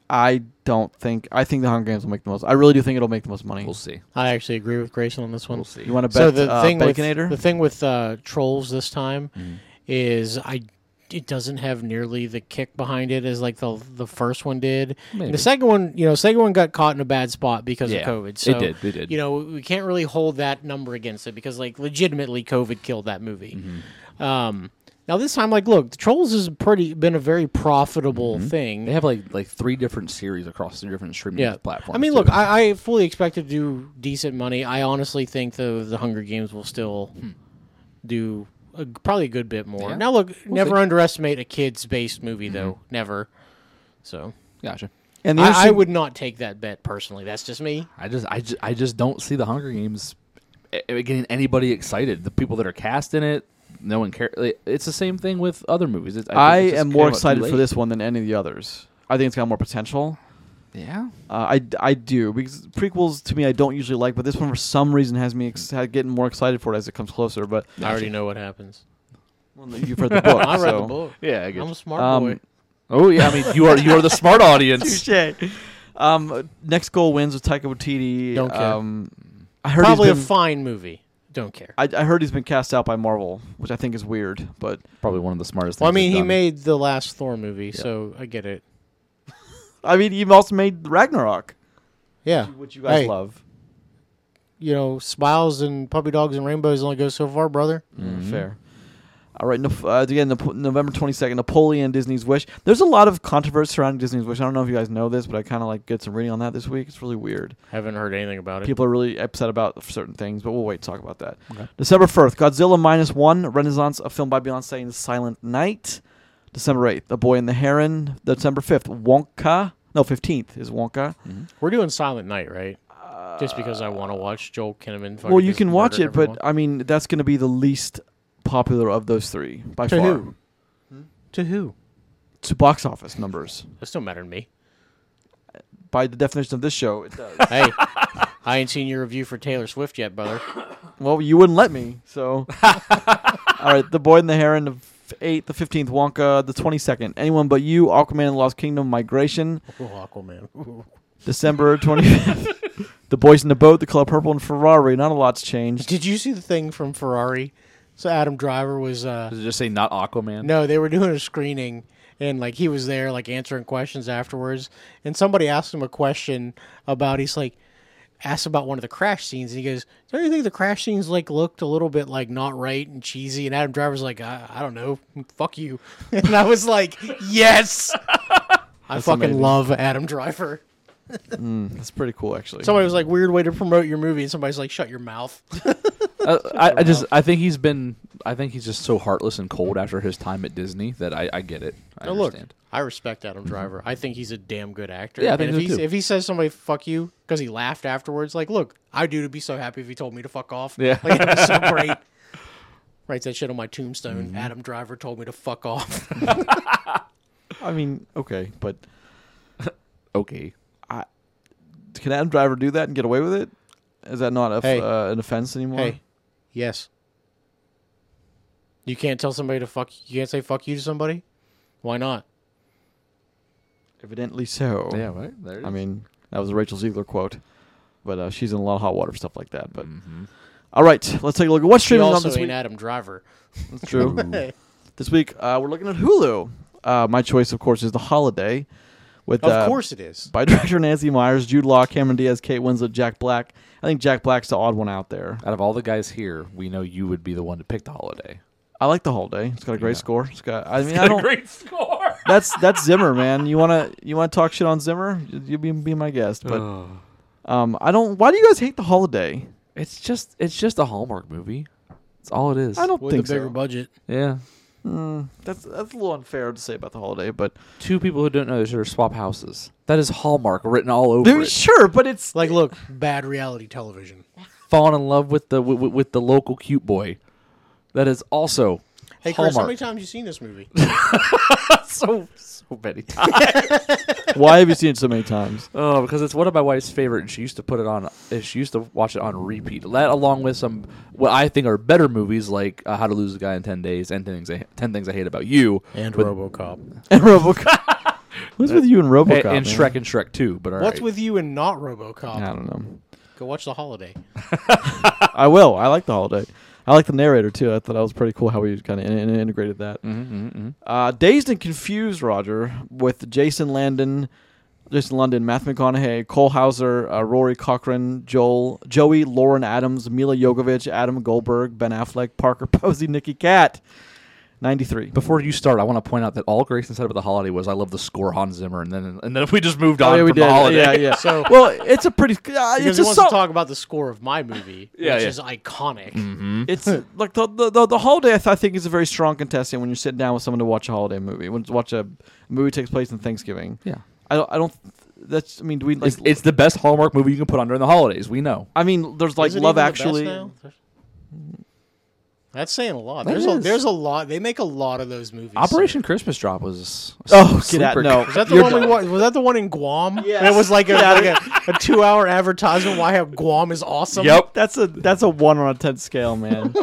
Speaker 1: I don't think. I think the Hunger Games will make the most. I really do think it'll make the most money.
Speaker 3: We'll see.
Speaker 2: I actually agree with Grayson on this one.
Speaker 3: We'll see.
Speaker 1: You want to bet
Speaker 2: So the
Speaker 1: uh,
Speaker 2: thing with
Speaker 1: Baconator?
Speaker 2: the thing with uh, trolls this time
Speaker 3: Mm-hmm.
Speaker 2: is I it doesn't have nearly the kick behind it as like the the first one did. And
Speaker 3: Maybe.
Speaker 2: the second one, you know, second one got caught in a bad spot because
Speaker 3: Yeah,
Speaker 2: of COVID.
Speaker 3: it
Speaker 2: So
Speaker 3: did, it did.
Speaker 2: You know, we can't really hold that number against it because like legitimately COVID killed that movie.
Speaker 3: Mm-hmm.
Speaker 2: Um, now this time, like, look, the trolls has pretty been a very profitable thing.
Speaker 3: Mm-hmm. They have like like three different series across three different streaming
Speaker 2: yeah.
Speaker 3: platforms.
Speaker 2: I mean,
Speaker 3: too.
Speaker 2: look, I, I fully expect to do decent money. I honestly think the the Hunger Games will still do a, probably a good bit more.
Speaker 3: Yeah.
Speaker 2: Now, look, never
Speaker 3: see.
Speaker 2: underestimate a kids based movie though. Never. So
Speaker 3: gotcha.
Speaker 1: and the
Speaker 2: I, I
Speaker 1: interesting-
Speaker 2: would not take that bet personally. That's just me.
Speaker 3: I just, I just, I just don't see the Hunger Games eh, eh, getting anybody excited. The people that are cast in it, no one cares. It's the same thing with other movies. It's,
Speaker 1: I
Speaker 3: think it just
Speaker 1: am more
Speaker 3: came out too
Speaker 1: excited for
Speaker 3: late.
Speaker 1: this one than any of the others. I think it's got more potential.
Speaker 3: Yeah,
Speaker 1: Uh, I, I do because prequels to me I don't usually like, but this one for some reason has me ex- ha- getting more excited for it as it comes closer. But
Speaker 2: I already know what happens.
Speaker 1: well, you've read the book.
Speaker 2: I read
Speaker 1: so-
Speaker 2: the book.
Speaker 3: yeah. I
Speaker 2: I'm a
Speaker 3: guess.
Speaker 2: smart boy.
Speaker 1: Um,
Speaker 3: Oh yeah, I mean, you are you are the smart audience.
Speaker 1: um, next goal wins with Taika Waititi.
Speaker 2: Don't care.
Speaker 1: Um, I heard
Speaker 2: Probably
Speaker 1: he's
Speaker 2: a
Speaker 1: been,
Speaker 2: fine movie. Don't care.
Speaker 1: I, I heard he's been cast out by Marvel, which I think is weird. But
Speaker 3: Probably one of the smartest.
Speaker 2: Well, I
Speaker 3: things
Speaker 2: mean,
Speaker 3: they've
Speaker 2: he
Speaker 3: done.
Speaker 2: made the last Thor movie, so I get it.
Speaker 1: I mean, he also made Ragnarok,
Speaker 2: Yeah,
Speaker 1: which you guys
Speaker 2: Hey,
Speaker 1: love.
Speaker 2: You know, smiles and puppy dogs and rainbows only go so far, brother.
Speaker 1: Mm, Fair. All right. Nov- uh, again, Nap- November twenty second, Napoleon, Disney's Wish. There's a lot of controversy surrounding Disney's Wish. I don't know if you guys know this, but I kind of like did some reading on that this week. It's really weird.
Speaker 2: Haven't heard anything about it.
Speaker 1: People are really upset about certain things, but we'll wait to talk about that.
Speaker 3: Okay.
Speaker 1: December first, Godzilla minus one, Renaissance, a film by Beyonce and Silent Night. December eighth, The Boy and the Heron. December fifth, Wonka. No, fifteenth is Wonka.
Speaker 2: We're doing Silent Night, right? just because I want to watch Joel Kinnaman. fucking
Speaker 1: Well, you
Speaker 2: just
Speaker 1: can watch
Speaker 2: murder
Speaker 1: it, but
Speaker 2: everyone.
Speaker 1: I mean that's going to be the least popular of those three by
Speaker 2: to
Speaker 1: far.
Speaker 2: who? To who?
Speaker 1: to box office numbers.
Speaker 2: That's no matter to me.
Speaker 1: By the definition of this show, it does.
Speaker 2: Hey, I ain't seen your review for Taylor Swift yet, brother.
Speaker 1: well, you wouldn't let me, so. All right, The Boy and the Heron, the 8th, the 15th, Wonka, the 22nd. Anyone but you, Aquaman and the Lost Kingdom, Migration,
Speaker 2: Oh, Aquaman.
Speaker 1: December 25th. the Boys in the Boat, The Color Purple, and Ferrari. Not a lot's changed.
Speaker 2: Did you see the thing from Ferrari? So Adam Driver was uh
Speaker 3: Does it just say not Aquaman?
Speaker 2: no, they were doing a screening and like he was there like answering questions afterwards and somebody asked him a question about he's like asked about one of the crash scenes and he goes, Don't you think the crash scenes like looked a little bit like not right and cheesy? And Adam Driver's like, I, I don't know, fuck you. And I was like, Yes I fucking
Speaker 1: amazing.
Speaker 2: love Adam Driver.
Speaker 1: That's pretty cool, actually.
Speaker 2: Somebody was like, weird way to promote your movie, and somebody's like, shut your mouth.
Speaker 3: Uh, I, I just I think he's been I think he's just so heartless and cold after his time at Disney that I, I get it. I
Speaker 2: Oh, look,
Speaker 3: understand.
Speaker 2: I respect Adam Driver. I think he's a damn good actor.
Speaker 3: Yeah, I
Speaker 2: And
Speaker 3: think
Speaker 2: if,
Speaker 3: so,
Speaker 2: he's,
Speaker 3: too.
Speaker 2: if he says somebody "fuck you" because he laughed afterwards, like, look, I do to be so happy if he told me to fuck off.
Speaker 3: Yeah.
Speaker 2: like that was so great. Writes that shit on my tombstone. Adam Driver told me to fuck off.
Speaker 1: I mean, okay, but
Speaker 3: Okay.
Speaker 1: can Adam Driver do that and get away with it? Is that not a f-
Speaker 2: Hey.
Speaker 1: uh, an offense anymore?
Speaker 2: hey, yes. You can't tell somebody to fuck. You can't say "fuck you" to somebody. Why not?
Speaker 1: Evidently so.
Speaker 3: right. There it
Speaker 1: I
Speaker 3: is.
Speaker 1: mean, that was a Rachel Ziegler quote, but uh, she's in a lot of hot water for stuff like that. But
Speaker 3: Mm-hmm.
Speaker 1: All right, let's take a look at what's
Speaker 2: She
Speaker 1: streaming on
Speaker 2: also
Speaker 1: this
Speaker 2: ain't
Speaker 1: week.
Speaker 2: Adam Driver.
Speaker 1: That's true. this week uh, we're looking at Hulu. Uh, my choice, of course, is The Holiday, with
Speaker 2: Of
Speaker 1: uh,
Speaker 2: course it is.
Speaker 1: by director Nancy Myers, Jude Law, Cameron Diaz, Kate Winslet, Jack Black. I think Jack Black's the odd one out there.
Speaker 3: Out of all the guys here, we know you would be the one to pick the holiday.
Speaker 1: I like The Holiday. It's got a great
Speaker 3: Yeah.
Speaker 1: score. It's got. I mean, I don't.
Speaker 3: great score.
Speaker 1: that's that's Zimmer, man. You wanna you wanna talk shit on Zimmer? You be be my guest, but um, I don't. Why do you guys hate the holiday?
Speaker 3: It's just it's just a Hallmark movie. It's all it is.
Speaker 1: I don't
Speaker 2: With a
Speaker 1: think
Speaker 2: bigger
Speaker 1: so.
Speaker 2: budget.
Speaker 3: Yeah.
Speaker 1: That's that's a little unfair to say about the holiday, but
Speaker 3: Two people who don't know each other swap houses. That is Hallmark written all over
Speaker 1: They're-
Speaker 3: it.
Speaker 1: sure, but it's
Speaker 2: Like, look, bad reality television.
Speaker 3: Falling in love with the with, with the local cute boy. That is also
Speaker 2: Hey, Chris, how many
Speaker 3: Hallmark.
Speaker 2: times you seen this movie?
Speaker 3: so so many times.
Speaker 1: why have you seen it so many times?
Speaker 3: oh, because it's one of my wife's favorite, and she used to put it on. uh, She used to watch it on repeat. That along with some what I think are better movies like uh, How to Lose a Guy in Ten Days and Ten Things I, Ten Things I Hate About You
Speaker 2: And
Speaker 3: But-
Speaker 2: RoboCop.
Speaker 1: And RoboCop. What's with you and
Speaker 3: a-
Speaker 1: RoboCop?
Speaker 3: and,
Speaker 1: man?
Speaker 3: Shrek and Shrek Two. But all right.
Speaker 2: What's with you and not RoboCop?
Speaker 1: I don't know.
Speaker 2: Go watch The Holiday.
Speaker 1: I will. I like the holiday. I like the narrator too. I thought that was pretty cool how we kind of in- in- integrated that. Uh, Dazed and confused, Roger, with Jason Landon, Jason London, Matthew McConaughey, Cole Hauser, uh, Rory Cochrane, Joel, Joey, Lauren Adams, Mila Jovovich, Adam Goldberg, Ben Affleck, Parker Posey, Nikki Cat, ninety three.
Speaker 3: Before you start, I want to point out that all Grayson said about the holiday was, "I love the score Hans Zimmer," and then and then we just moved on
Speaker 1: Oh, yeah,
Speaker 3: from
Speaker 1: we
Speaker 3: the
Speaker 1: did.
Speaker 3: holiday.
Speaker 1: Yeah, yeah.
Speaker 2: So-
Speaker 1: well, it's a pretty. Uh,
Speaker 2: Because
Speaker 1: it's
Speaker 2: he
Speaker 1: a
Speaker 2: wants
Speaker 1: so-
Speaker 2: to talk about the score of my movie,
Speaker 3: Yeah,
Speaker 2: which
Speaker 3: yeah.
Speaker 2: is iconic.
Speaker 1: It's like the the, the, the holiday. I, th- I think is a very strong contestant when you're sitting down with someone to watch a holiday movie. When to watch a movie takes place in Thanksgiving.
Speaker 3: Yeah.
Speaker 1: I don't. I don't. That's. I mean, do we like?
Speaker 3: It's, it's the best Hallmark movie you can put on during the holidays. We know.
Speaker 1: I mean, there's like
Speaker 2: Is it
Speaker 1: Love
Speaker 2: even the best
Speaker 1: Actually.
Speaker 2: now? That's saying a lot.
Speaker 3: That
Speaker 2: There's a,
Speaker 3: is.
Speaker 2: there's a lot. They make a lot of those movies.
Speaker 3: Operation Christmas Drop was a
Speaker 1: Oh,
Speaker 3: s-
Speaker 1: get out!
Speaker 3: sleeper
Speaker 1: No,
Speaker 2: Was that the
Speaker 1: You're
Speaker 2: one we
Speaker 1: done.
Speaker 2: watched? Was that the one in Guam?
Speaker 1: Yes.
Speaker 2: And it was like a, like a, a two hour advertisement why how Guam is awesome.
Speaker 3: Yep.
Speaker 1: That's a that's a one on a ten scale, man.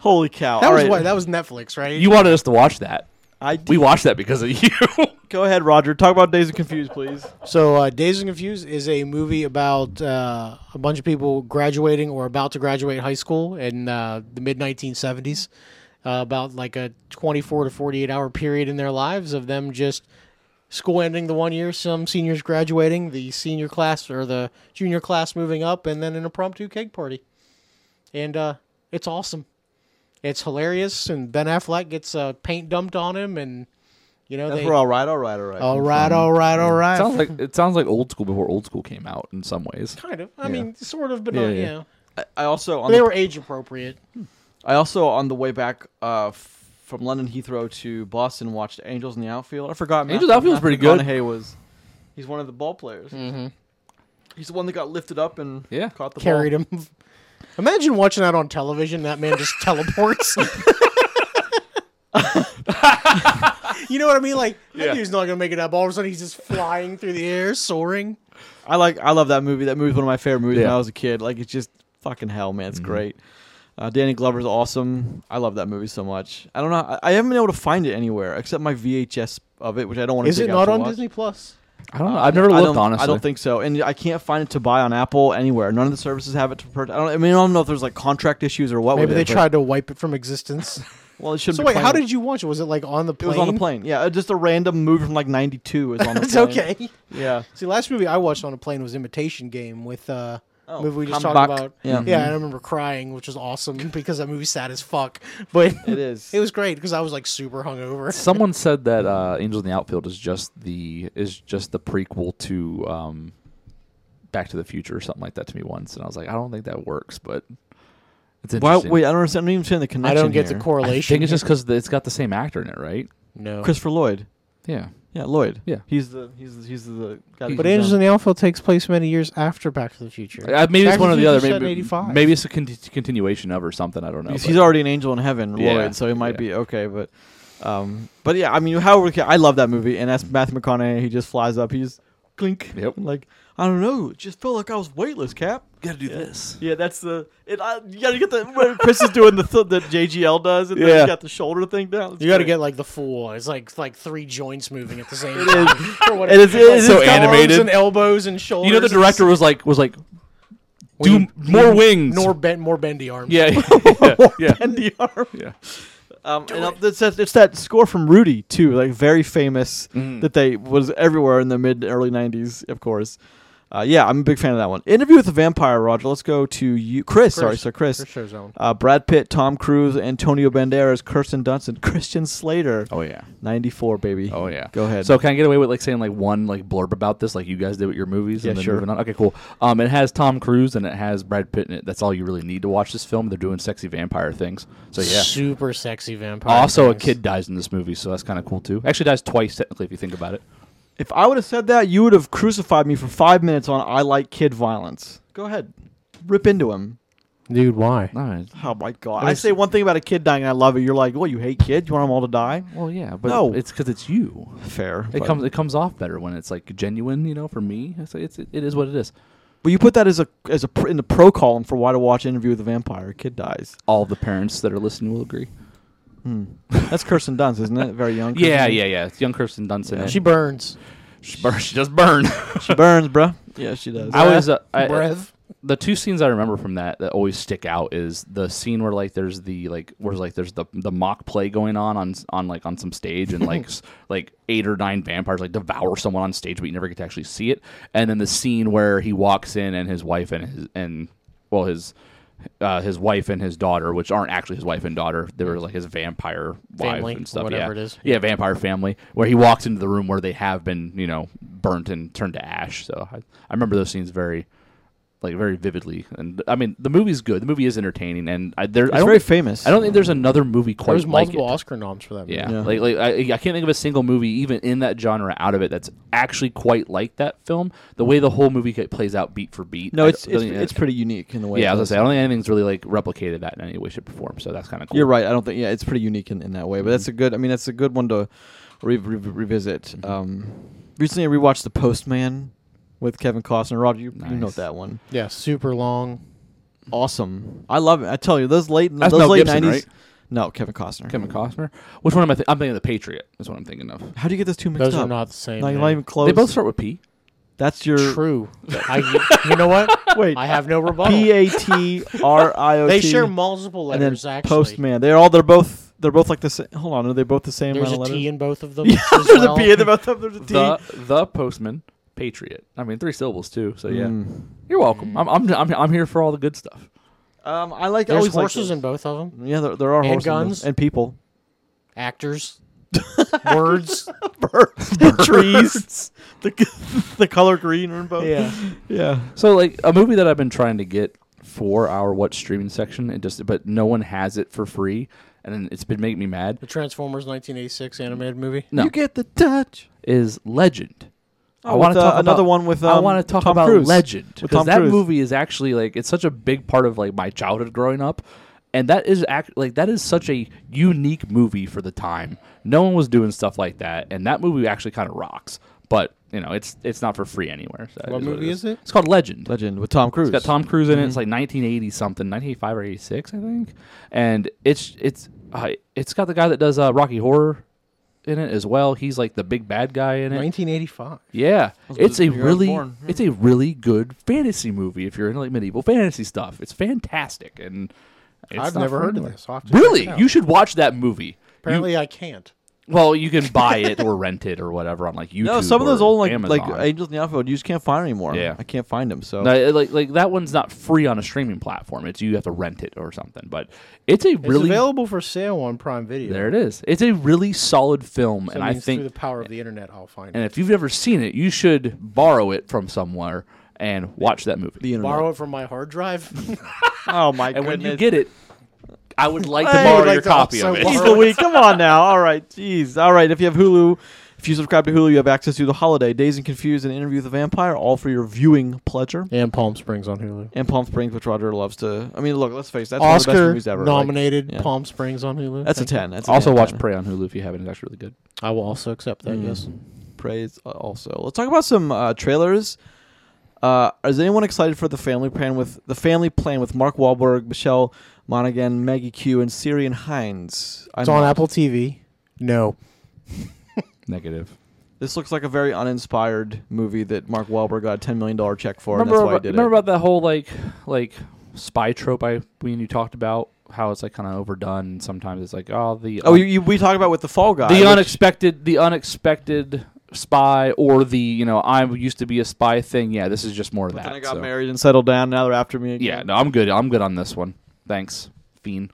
Speaker 1: Holy cow!
Speaker 2: That
Speaker 1: All
Speaker 2: was
Speaker 1: right.
Speaker 2: what that was Netflix, right?
Speaker 3: You wanted us to watch that.
Speaker 1: I did.
Speaker 3: We watched that because of you.
Speaker 1: Go ahead, Roger. Talk about Days of Confused, please.
Speaker 2: So, uh, Days and Confused is a movie about uh, a bunch of people graduating or about to graduate high school in uh, the mid 1970s. Uh, about like a 24 to 48 hour period in their lives of them just school ending the one year, some seniors graduating, the senior class or the junior class moving up, and then an impromptu keg party. And uh, it's awesome. It's hilarious, and Ben Affleck gets uh, paint dumped on him, and you know
Speaker 1: That's
Speaker 2: they.
Speaker 1: for all right, all right, all right.
Speaker 3: Oh.
Speaker 2: All right, all right, all right.
Speaker 3: sounds like it sounds like old school before old school came out in some ways.
Speaker 2: Kind of. I mean, sort of, but
Speaker 3: Yeah,
Speaker 2: not,
Speaker 3: yeah.
Speaker 2: you know.
Speaker 1: I, I also on
Speaker 2: They
Speaker 1: the-
Speaker 2: were age appropriate.
Speaker 1: I also on the way back uh, f- from London Heathrow to Boston watched Angels in the Outfield. I forgot.
Speaker 3: Angels Outfield's pretty good. Mm-hmm.
Speaker 1: Hay was he's one of the ball players. He's the one that got lifted up and
Speaker 3: Yeah.
Speaker 1: caught the
Speaker 2: Carried him. Imagine watching that on television. That man just teleports. You know what I mean? Like that
Speaker 3: Yeah.
Speaker 2: dude's not gonna make it up. All of a sudden, he's just flying through the air, soaring.
Speaker 1: I like I love that movie. That movie's one of my favorite movies when
Speaker 3: Yeah. Mm-hmm.
Speaker 1: I was a kid. Like it's just fucking hell, man. It's great. Uh, Danny Glover's awesome. I love that movie so much. I don't know. I, I haven't been able to find it anywhere except my VHS of it, which I don't want to.
Speaker 2: Is it not on Disney Plus?
Speaker 3: I don't know. I've never looked
Speaker 1: I don't,
Speaker 3: honestly.
Speaker 1: I don't think so, and I can't find it to buy on Apple anywhere. None of the services have it to purchase. I, don't, I mean, I don't know if there's like contract issues or what.
Speaker 2: Maybe
Speaker 1: with
Speaker 2: they
Speaker 1: it, but-
Speaker 2: tried to wipe it from existence.
Speaker 1: Well, it shouldn't.
Speaker 2: so
Speaker 1: be
Speaker 2: wait, how
Speaker 1: playing-
Speaker 2: did you watch it? Was it like on the
Speaker 1: It
Speaker 2: plane?
Speaker 1: was on the plane. Yeah, uh, just a random movie from like '92 is on the
Speaker 2: It's
Speaker 1: plane.
Speaker 2: okay.
Speaker 1: Yeah.
Speaker 2: See, last movie I watched on a plane was Imitation Game with uh
Speaker 1: Oh,
Speaker 2: movie we just
Speaker 1: Come
Speaker 2: talked
Speaker 1: back.
Speaker 2: about.
Speaker 1: Yeah.
Speaker 2: yeah,
Speaker 3: Mm-hmm.
Speaker 2: and I remember crying, which was awesome because that movie's sad as fuck. But
Speaker 1: It is.
Speaker 2: it was great because I was like super hungover.
Speaker 3: Someone said that uh, Angels in the Outfield is just the is just the prequel to um, Back to the Future or something like that to me once, and I was like, I don't think that works, but it's
Speaker 1: Why,
Speaker 3: interesting.
Speaker 1: wait, I don't understand. I don't even understand the
Speaker 2: I
Speaker 1: connection.
Speaker 2: don't get
Speaker 1: here.
Speaker 2: the
Speaker 3: I
Speaker 2: correlation.
Speaker 3: think it's just because it's got the same actor in it, right?
Speaker 2: no.
Speaker 1: Christopher Lloyd.
Speaker 3: Yeah.
Speaker 1: Yeah, Lloyd.
Speaker 3: Yeah.
Speaker 1: he's the he's the, he's the guy. that
Speaker 2: But
Speaker 1: comes
Speaker 2: Angels
Speaker 1: down.
Speaker 2: in the Outfield takes place many years after Back to the Future.
Speaker 3: Uh, maybe
Speaker 2: Back
Speaker 3: it's
Speaker 2: to
Speaker 3: one or
Speaker 2: the
Speaker 3: the other.
Speaker 2: Future set in
Speaker 3: Maybe,
Speaker 2: 85.
Speaker 3: maybe it's a con- continuation of or something. I don't know.
Speaker 1: Because
Speaker 3: but-
Speaker 1: he's already an angel in heaven,
Speaker 3: Yeah.
Speaker 1: Lloyd, so he might
Speaker 3: Yeah.
Speaker 1: be okay. But, um, but yeah, I mean, how we I love that movie, and that's Matthew McConaughey. He just flies up. He's clink.
Speaker 3: Yep.
Speaker 1: Like I don't know, it just felt like I was weightless. Cap.
Speaker 3: gotta do this.
Speaker 1: Yeah, that's the. It, I, you gotta get the when Chris is doing the th- that JGL does, and then
Speaker 3: Yeah.
Speaker 1: you got the shoulder thing down. It's
Speaker 2: You got to
Speaker 1: great.
Speaker 2: get like the full. It's like it's like three joints moving at the same
Speaker 1: It
Speaker 2: time.
Speaker 1: is-
Speaker 2: or
Speaker 1: it is- it is
Speaker 2: It's
Speaker 3: So
Speaker 2: got arms
Speaker 3: animated.
Speaker 2: and elbows and shoulders.
Speaker 3: You know, the director was like, was like,
Speaker 2: We
Speaker 3: do
Speaker 2: need-
Speaker 3: more wings.
Speaker 2: nor bent more bendy arms.
Speaker 3: yeah, yeah, yeah,
Speaker 1: and the arm.
Speaker 3: yeah.
Speaker 1: Um, and uh, it's, that, it's that score from Rudy too, like very famous
Speaker 3: Mhm.
Speaker 1: that they was everywhere in the mid to early '90s, of course. Uh, yeah, I'm a big fan of that one. Interview with the Vampire, Roger. Let's go to you, Chris. Sorry,
Speaker 2: Chris.
Speaker 1: so Chris,
Speaker 2: For sure, zone.
Speaker 1: uh, Brad Pitt, Tom Cruise, Antonio Banderas, Kirsten Dunst, and Christian Slater.
Speaker 3: Oh yeah.
Speaker 1: '94, baby.
Speaker 3: Oh yeah.
Speaker 1: Go ahead.
Speaker 3: So can I get away with like saying like one like blurb about this, like you guys did with your movies,
Speaker 1: Yeah,
Speaker 3: and then
Speaker 1: sure.
Speaker 3: moving on? Okay, cool. Um, it has Tom Cruise and it has Brad Pitt in it. That's all you really need to watch this film. They're doing sexy vampire things. So yeah.
Speaker 2: Super sexy vampire.
Speaker 3: Also, a
Speaker 2: things.
Speaker 3: kid dies in this movie, so that's kind of cool too. Actually, dies twice technically if you think about it.
Speaker 1: if I would have said that, you would have crucified me for five minutes on "I like kid violence." Go ahead, rip into him.
Speaker 2: Dude, why?
Speaker 3: No,
Speaker 1: Oh my god!
Speaker 2: But
Speaker 1: I
Speaker 2: it's-
Speaker 1: say one thing about a kid dying, and I love it. You're like, "Well, you hate kids. You want them all to die."
Speaker 3: well, yeah, but
Speaker 1: No.
Speaker 3: it's because it's you.
Speaker 1: Fair.
Speaker 3: It
Speaker 1: but-
Speaker 3: comes it comes off better when it's like genuine, you know. For me, it's it's it is what it is.
Speaker 1: Well, you put that as a as a pr- in the pro column for why to watch interview with a vampire. A kid dies.
Speaker 3: All the parents that are listening will agree.
Speaker 1: Hmm. That's Kirsten Dunst, isn't it? Very young. Kirsten
Speaker 3: Yeah,
Speaker 1: Dunst.
Speaker 3: yeah, yeah. It's young Kirsten Dunst. in it.
Speaker 2: She burns.
Speaker 3: she, burn, she does burn.
Speaker 1: She burns, bruh. Yeah, she does.
Speaker 3: I was uh, I,
Speaker 2: Breath.
Speaker 3: the two scenes I remember from that that always stick out is the scene where like there's the like where like there's the the mock play going on on on like on some stage and like s- like eight or nine vampires like devour someone on stage but you never get to actually see it and then the scene where he walks in and his wife and his and well his uh, his wife and his daughter which aren't actually his wife and daughter they were like his vampire wife
Speaker 2: Family,
Speaker 3: and stuff
Speaker 2: whatever
Speaker 3: yeah.
Speaker 2: it is.
Speaker 3: yeah vampire family where he walks into the room where they have been you know burnt and turned to ash so I, I remember those scenes very like very vividly. And I mean, the movie's good. The movie is entertaining, and I, there, I
Speaker 1: it's
Speaker 3: don't,
Speaker 1: very famous.
Speaker 3: I don't think there's another movie quite
Speaker 2: There was
Speaker 3: like it.
Speaker 2: multiple Oscar noms for that. Movie.
Speaker 3: Yeah,
Speaker 1: Yeah.
Speaker 3: like like I, I can't think of a single movie even in that genre out of it that's actually quite like that film. The way the whole movie ca- plays out beat for beat.
Speaker 1: No,
Speaker 3: I
Speaker 1: it's
Speaker 3: don't
Speaker 1: it's,
Speaker 3: think
Speaker 1: it's
Speaker 3: it-
Speaker 1: pretty unique in the way.
Speaker 3: yeah. I
Speaker 1: it
Speaker 3: was gonna
Speaker 1: is.
Speaker 3: say I don't think anything's really like replicated that in any way, shape, or form. So that's kind of cool.
Speaker 1: You're right. I don't think. Yeah, it's pretty unique in, in that way. But that's a good. I mean, that's a good one to re- re- revisit. Um, recently, I rewatched The Postman with Kevin Costner. Roger, you, you know
Speaker 3: Nice.
Speaker 1: that one.
Speaker 2: Yeah, super long.
Speaker 1: Awesome. I love it. I tell you, those late
Speaker 3: That's
Speaker 1: those
Speaker 3: Mel
Speaker 1: late
Speaker 3: Gibson,
Speaker 1: 90s.
Speaker 3: right?
Speaker 1: No, Kevin Costner.
Speaker 3: Kevin Costner. Which one am I? Th- I'm thinking of the Patriot. Is what I'm thinking of.
Speaker 1: How do you get those two mixed
Speaker 2: Those
Speaker 1: up?
Speaker 2: are not the same.
Speaker 1: no, you're
Speaker 2: man.
Speaker 1: not even close.
Speaker 3: They both start with P.
Speaker 1: That's your
Speaker 2: True. I, you know what?
Speaker 1: Wait.
Speaker 2: I have no rebuttal.
Speaker 1: P A T R I O T.
Speaker 2: They share multiple
Speaker 1: and then
Speaker 2: letters. actually,
Speaker 1: Postman. They're all. They're both. They're both like the same. Hold on. Are they both the same
Speaker 2: There's a
Speaker 1: amount of
Speaker 2: T
Speaker 1: letters?
Speaker 2: in both of them.
Speaker 1: Yeah,
Speaker 2: as
Speaker 1: there's
Speaker 2: well.
Speaker 1: a P in both of them. There's a T.
Speaker 3: The the postman. Patriot. I mean, three syllables too. So yeah,
Speaker 1: Mm.
Speaker 3: you're welcome. I'm, I'm I'm I'm here for all the good stuff.
Speaker 1: Um, I like. I always
Speaker 2: There's
Speaker 1: liked
Speaker 2: Oh, horses
Speaker 1: those.
Speaker 2: in both of them.
Speaker 1: Yeah, there, there are
Speaker 2: and
Speaker 1: horses
Speaker 2: guns.
Speaker 1: and people,
Speaker 2: Actors. Words.
Speaker 1: birds, trees. The the color green are in both.
Speaker 2: Yeah.
Speaker 1: yeah.
Speaker 3: So like a movie that I've been trying to get for our what streaming section, it just but no one has it for free, and then it's been making me mad.
Speaker 2: The Transformers 1986 animated movie.
Speaker 3: No,
Speaker 1: You get the touch.
Speaker 3: is Legend.
Speaker 1: Oh, with, uh, another
Speaker 3: about-
Speaker 1: one with,
Speaker 3: I
Speaker 1: um,
Speaker 3: want to talk
Speaker 1: Tom
Speaker 3: about
Speaker 1: Cruise.
Speaker 3: Legend
Speaker 1: With
Speaker 3: because
Speaker 1: Tom
Speaker 3: that
Speaker 1: Cruise.
Speaker 3: movie is actually like it's such a big part of like my childhood growing up, and that is act like that is such a unique movie for the time. No one was doing stuff like that, and that movie actually kind of rocks. But you know, it's it's not for free anywhere. So
Speaker 2: What
Speaker 3: it
Speaker 2: movie is it?
Speaker 3: It's called Legend.
Speaker 1: Legend with Tom Cruise.
Speaker 3: It's got Tom Cruise in it. It's like 1980 something, 1985 or 86, I think. And it's it's uh, it's got the guy that does uh, Rocky Horror in it as well. He's like the big bad guy in it.
Speaker 2: 1985.
Speaker 3: Yeah,
Speaker 1: was
Speaker 3: it's
Speaker 1: the
Speaker 3: a
Speaker 1: year I was
Speaker 3: really
Speaker 1: born, yeah.
Speaker 3: it's a really good fantasy movie if you're into like medieval fantasy stuff. It's fantastic and it's
Speaker 2: I've
Speaker 3: not
Speaker 2: never
Speaker 3: for
Speaker 2: heard of
Speaker 3: anyone.
Speaker 2: this. I'll have to check it
Speaker 3: Really,
Speaker 2: out.
Speaker 3: you should watch that movie.
Speaker 2: Apparently, I can't.
Speaker 3: Well, you can buy it or rent it or whatever on like YouTube.
Speaker 1: no, some of
Speaker 3: or
Speaker 1: those old like like
Speaker 3: Amazon.
Speaker 1: Angels in the Outfield, you just can't find anymore.
Speaker 3: Yeah.
Speaker 1: I can't find them. So
Speaker 3: No, it- like like that one's not free on a streaming platform. It's you have to rent it or something. But it's a
Speaker 2: It's
Speaker 3: really
Speaker 2: available for sale on Prime Video.
Speaker 3: there it is. It's a really solid film,
Speaker 2: So
Speaker 3: and
Speaker 2: that
Speaker 3: I
Speaker 2: means
Speaker 3: think
Speaker 2: through the power of the internet, I'll find
Speaker 3: and
Speaker 2: it.
Speaker 3: if you've ever seen it, you should borrow it from somewhere and watch that movie.
Speaker 1: the internet.
Speaker 2: Borrow it from my hard drive.
Speaker 1: oh my
Speaker 3: and when
Speaker 1: goodness!
Speaker 3: you get it, I would like to
Speaker 1: I would
Speaker 3: borrow
Speaker 2: like
Speaker 3: your
Speaker 2: to
Speaker 3: copy of
Speaker 2: also
Speaker 3: it.
Speaker 1: Jeez
Speaker 2: Borrow it.
Speaker 1: Louise, come on now. All right, jeez. All right, if you have Hulu, if you subscribe to Hulu, you have access to The Holiday, Days and Confused, and Interview with the Vampire, all for your viewing pleasure.
Speaker 2: and Palm Springs on Hulu.
Speaker 1: And Palm Springs, which Roger loves to. I mean, look, let's face it, that's one of the best
Speaker 2: Oscar
Speaker 1: movies ever. Like,
Speaker 2: nominated
Speaker 1: yeah.
Speaker 2: Palm Springs on Hulu.
Speaker 1: that's a
Speaker 2: Thank you.
Speaker 1: ten. That's a
Speaker 3: Also
Speaker 1: 10,
Speaker 3: watch
Speaker 1: ten.
Speaker 3: Prey on Hulu if you haven't. It's actually really good.
Speaker 2: I will also accept that. Yes.
Speaker 1: Mm. praise also. Let's talk about some uh, trailers. Uh, is anyone excited for the family plan with the family plan with Mark Wahlberg, Michelle Monaghan, Maggie Q, and Syrian Hines?
Speaker 2: It's on Apple TV. No.
Speaker 3: Negative.
Speaker 1: This looks like a very uninspired movie that Mark Wahlberg got a ten million dollar check for,
Speaker 3: Remember,
Speaker 1: and that's why
Speaker 3: about,
Speaker 1: he did
Speaker 3: remember
Speaker 1: it.
Speaker 3: about that whole like like spy trope I we and you talked about how it's like kind of overdone. and Sometimes it's like oh the
Speaker 1: Oh, you, you, we talked about with the Fall Guy.
Speaker 3: the
Speaker 1: which-
Speaker 3: unexpected the unexpected spy or the you know I used to be a spy thing. Yeah, this is just more of
Speaker 1: But
Speaker 3: that.
Speaker 1: then I got
Speaker 3: so.
Speaker 1: married and settled down. Now they're after me. Again.
Speaker 3: Yeah, no, I'm good. I'm good on this one. Thanks, fiend.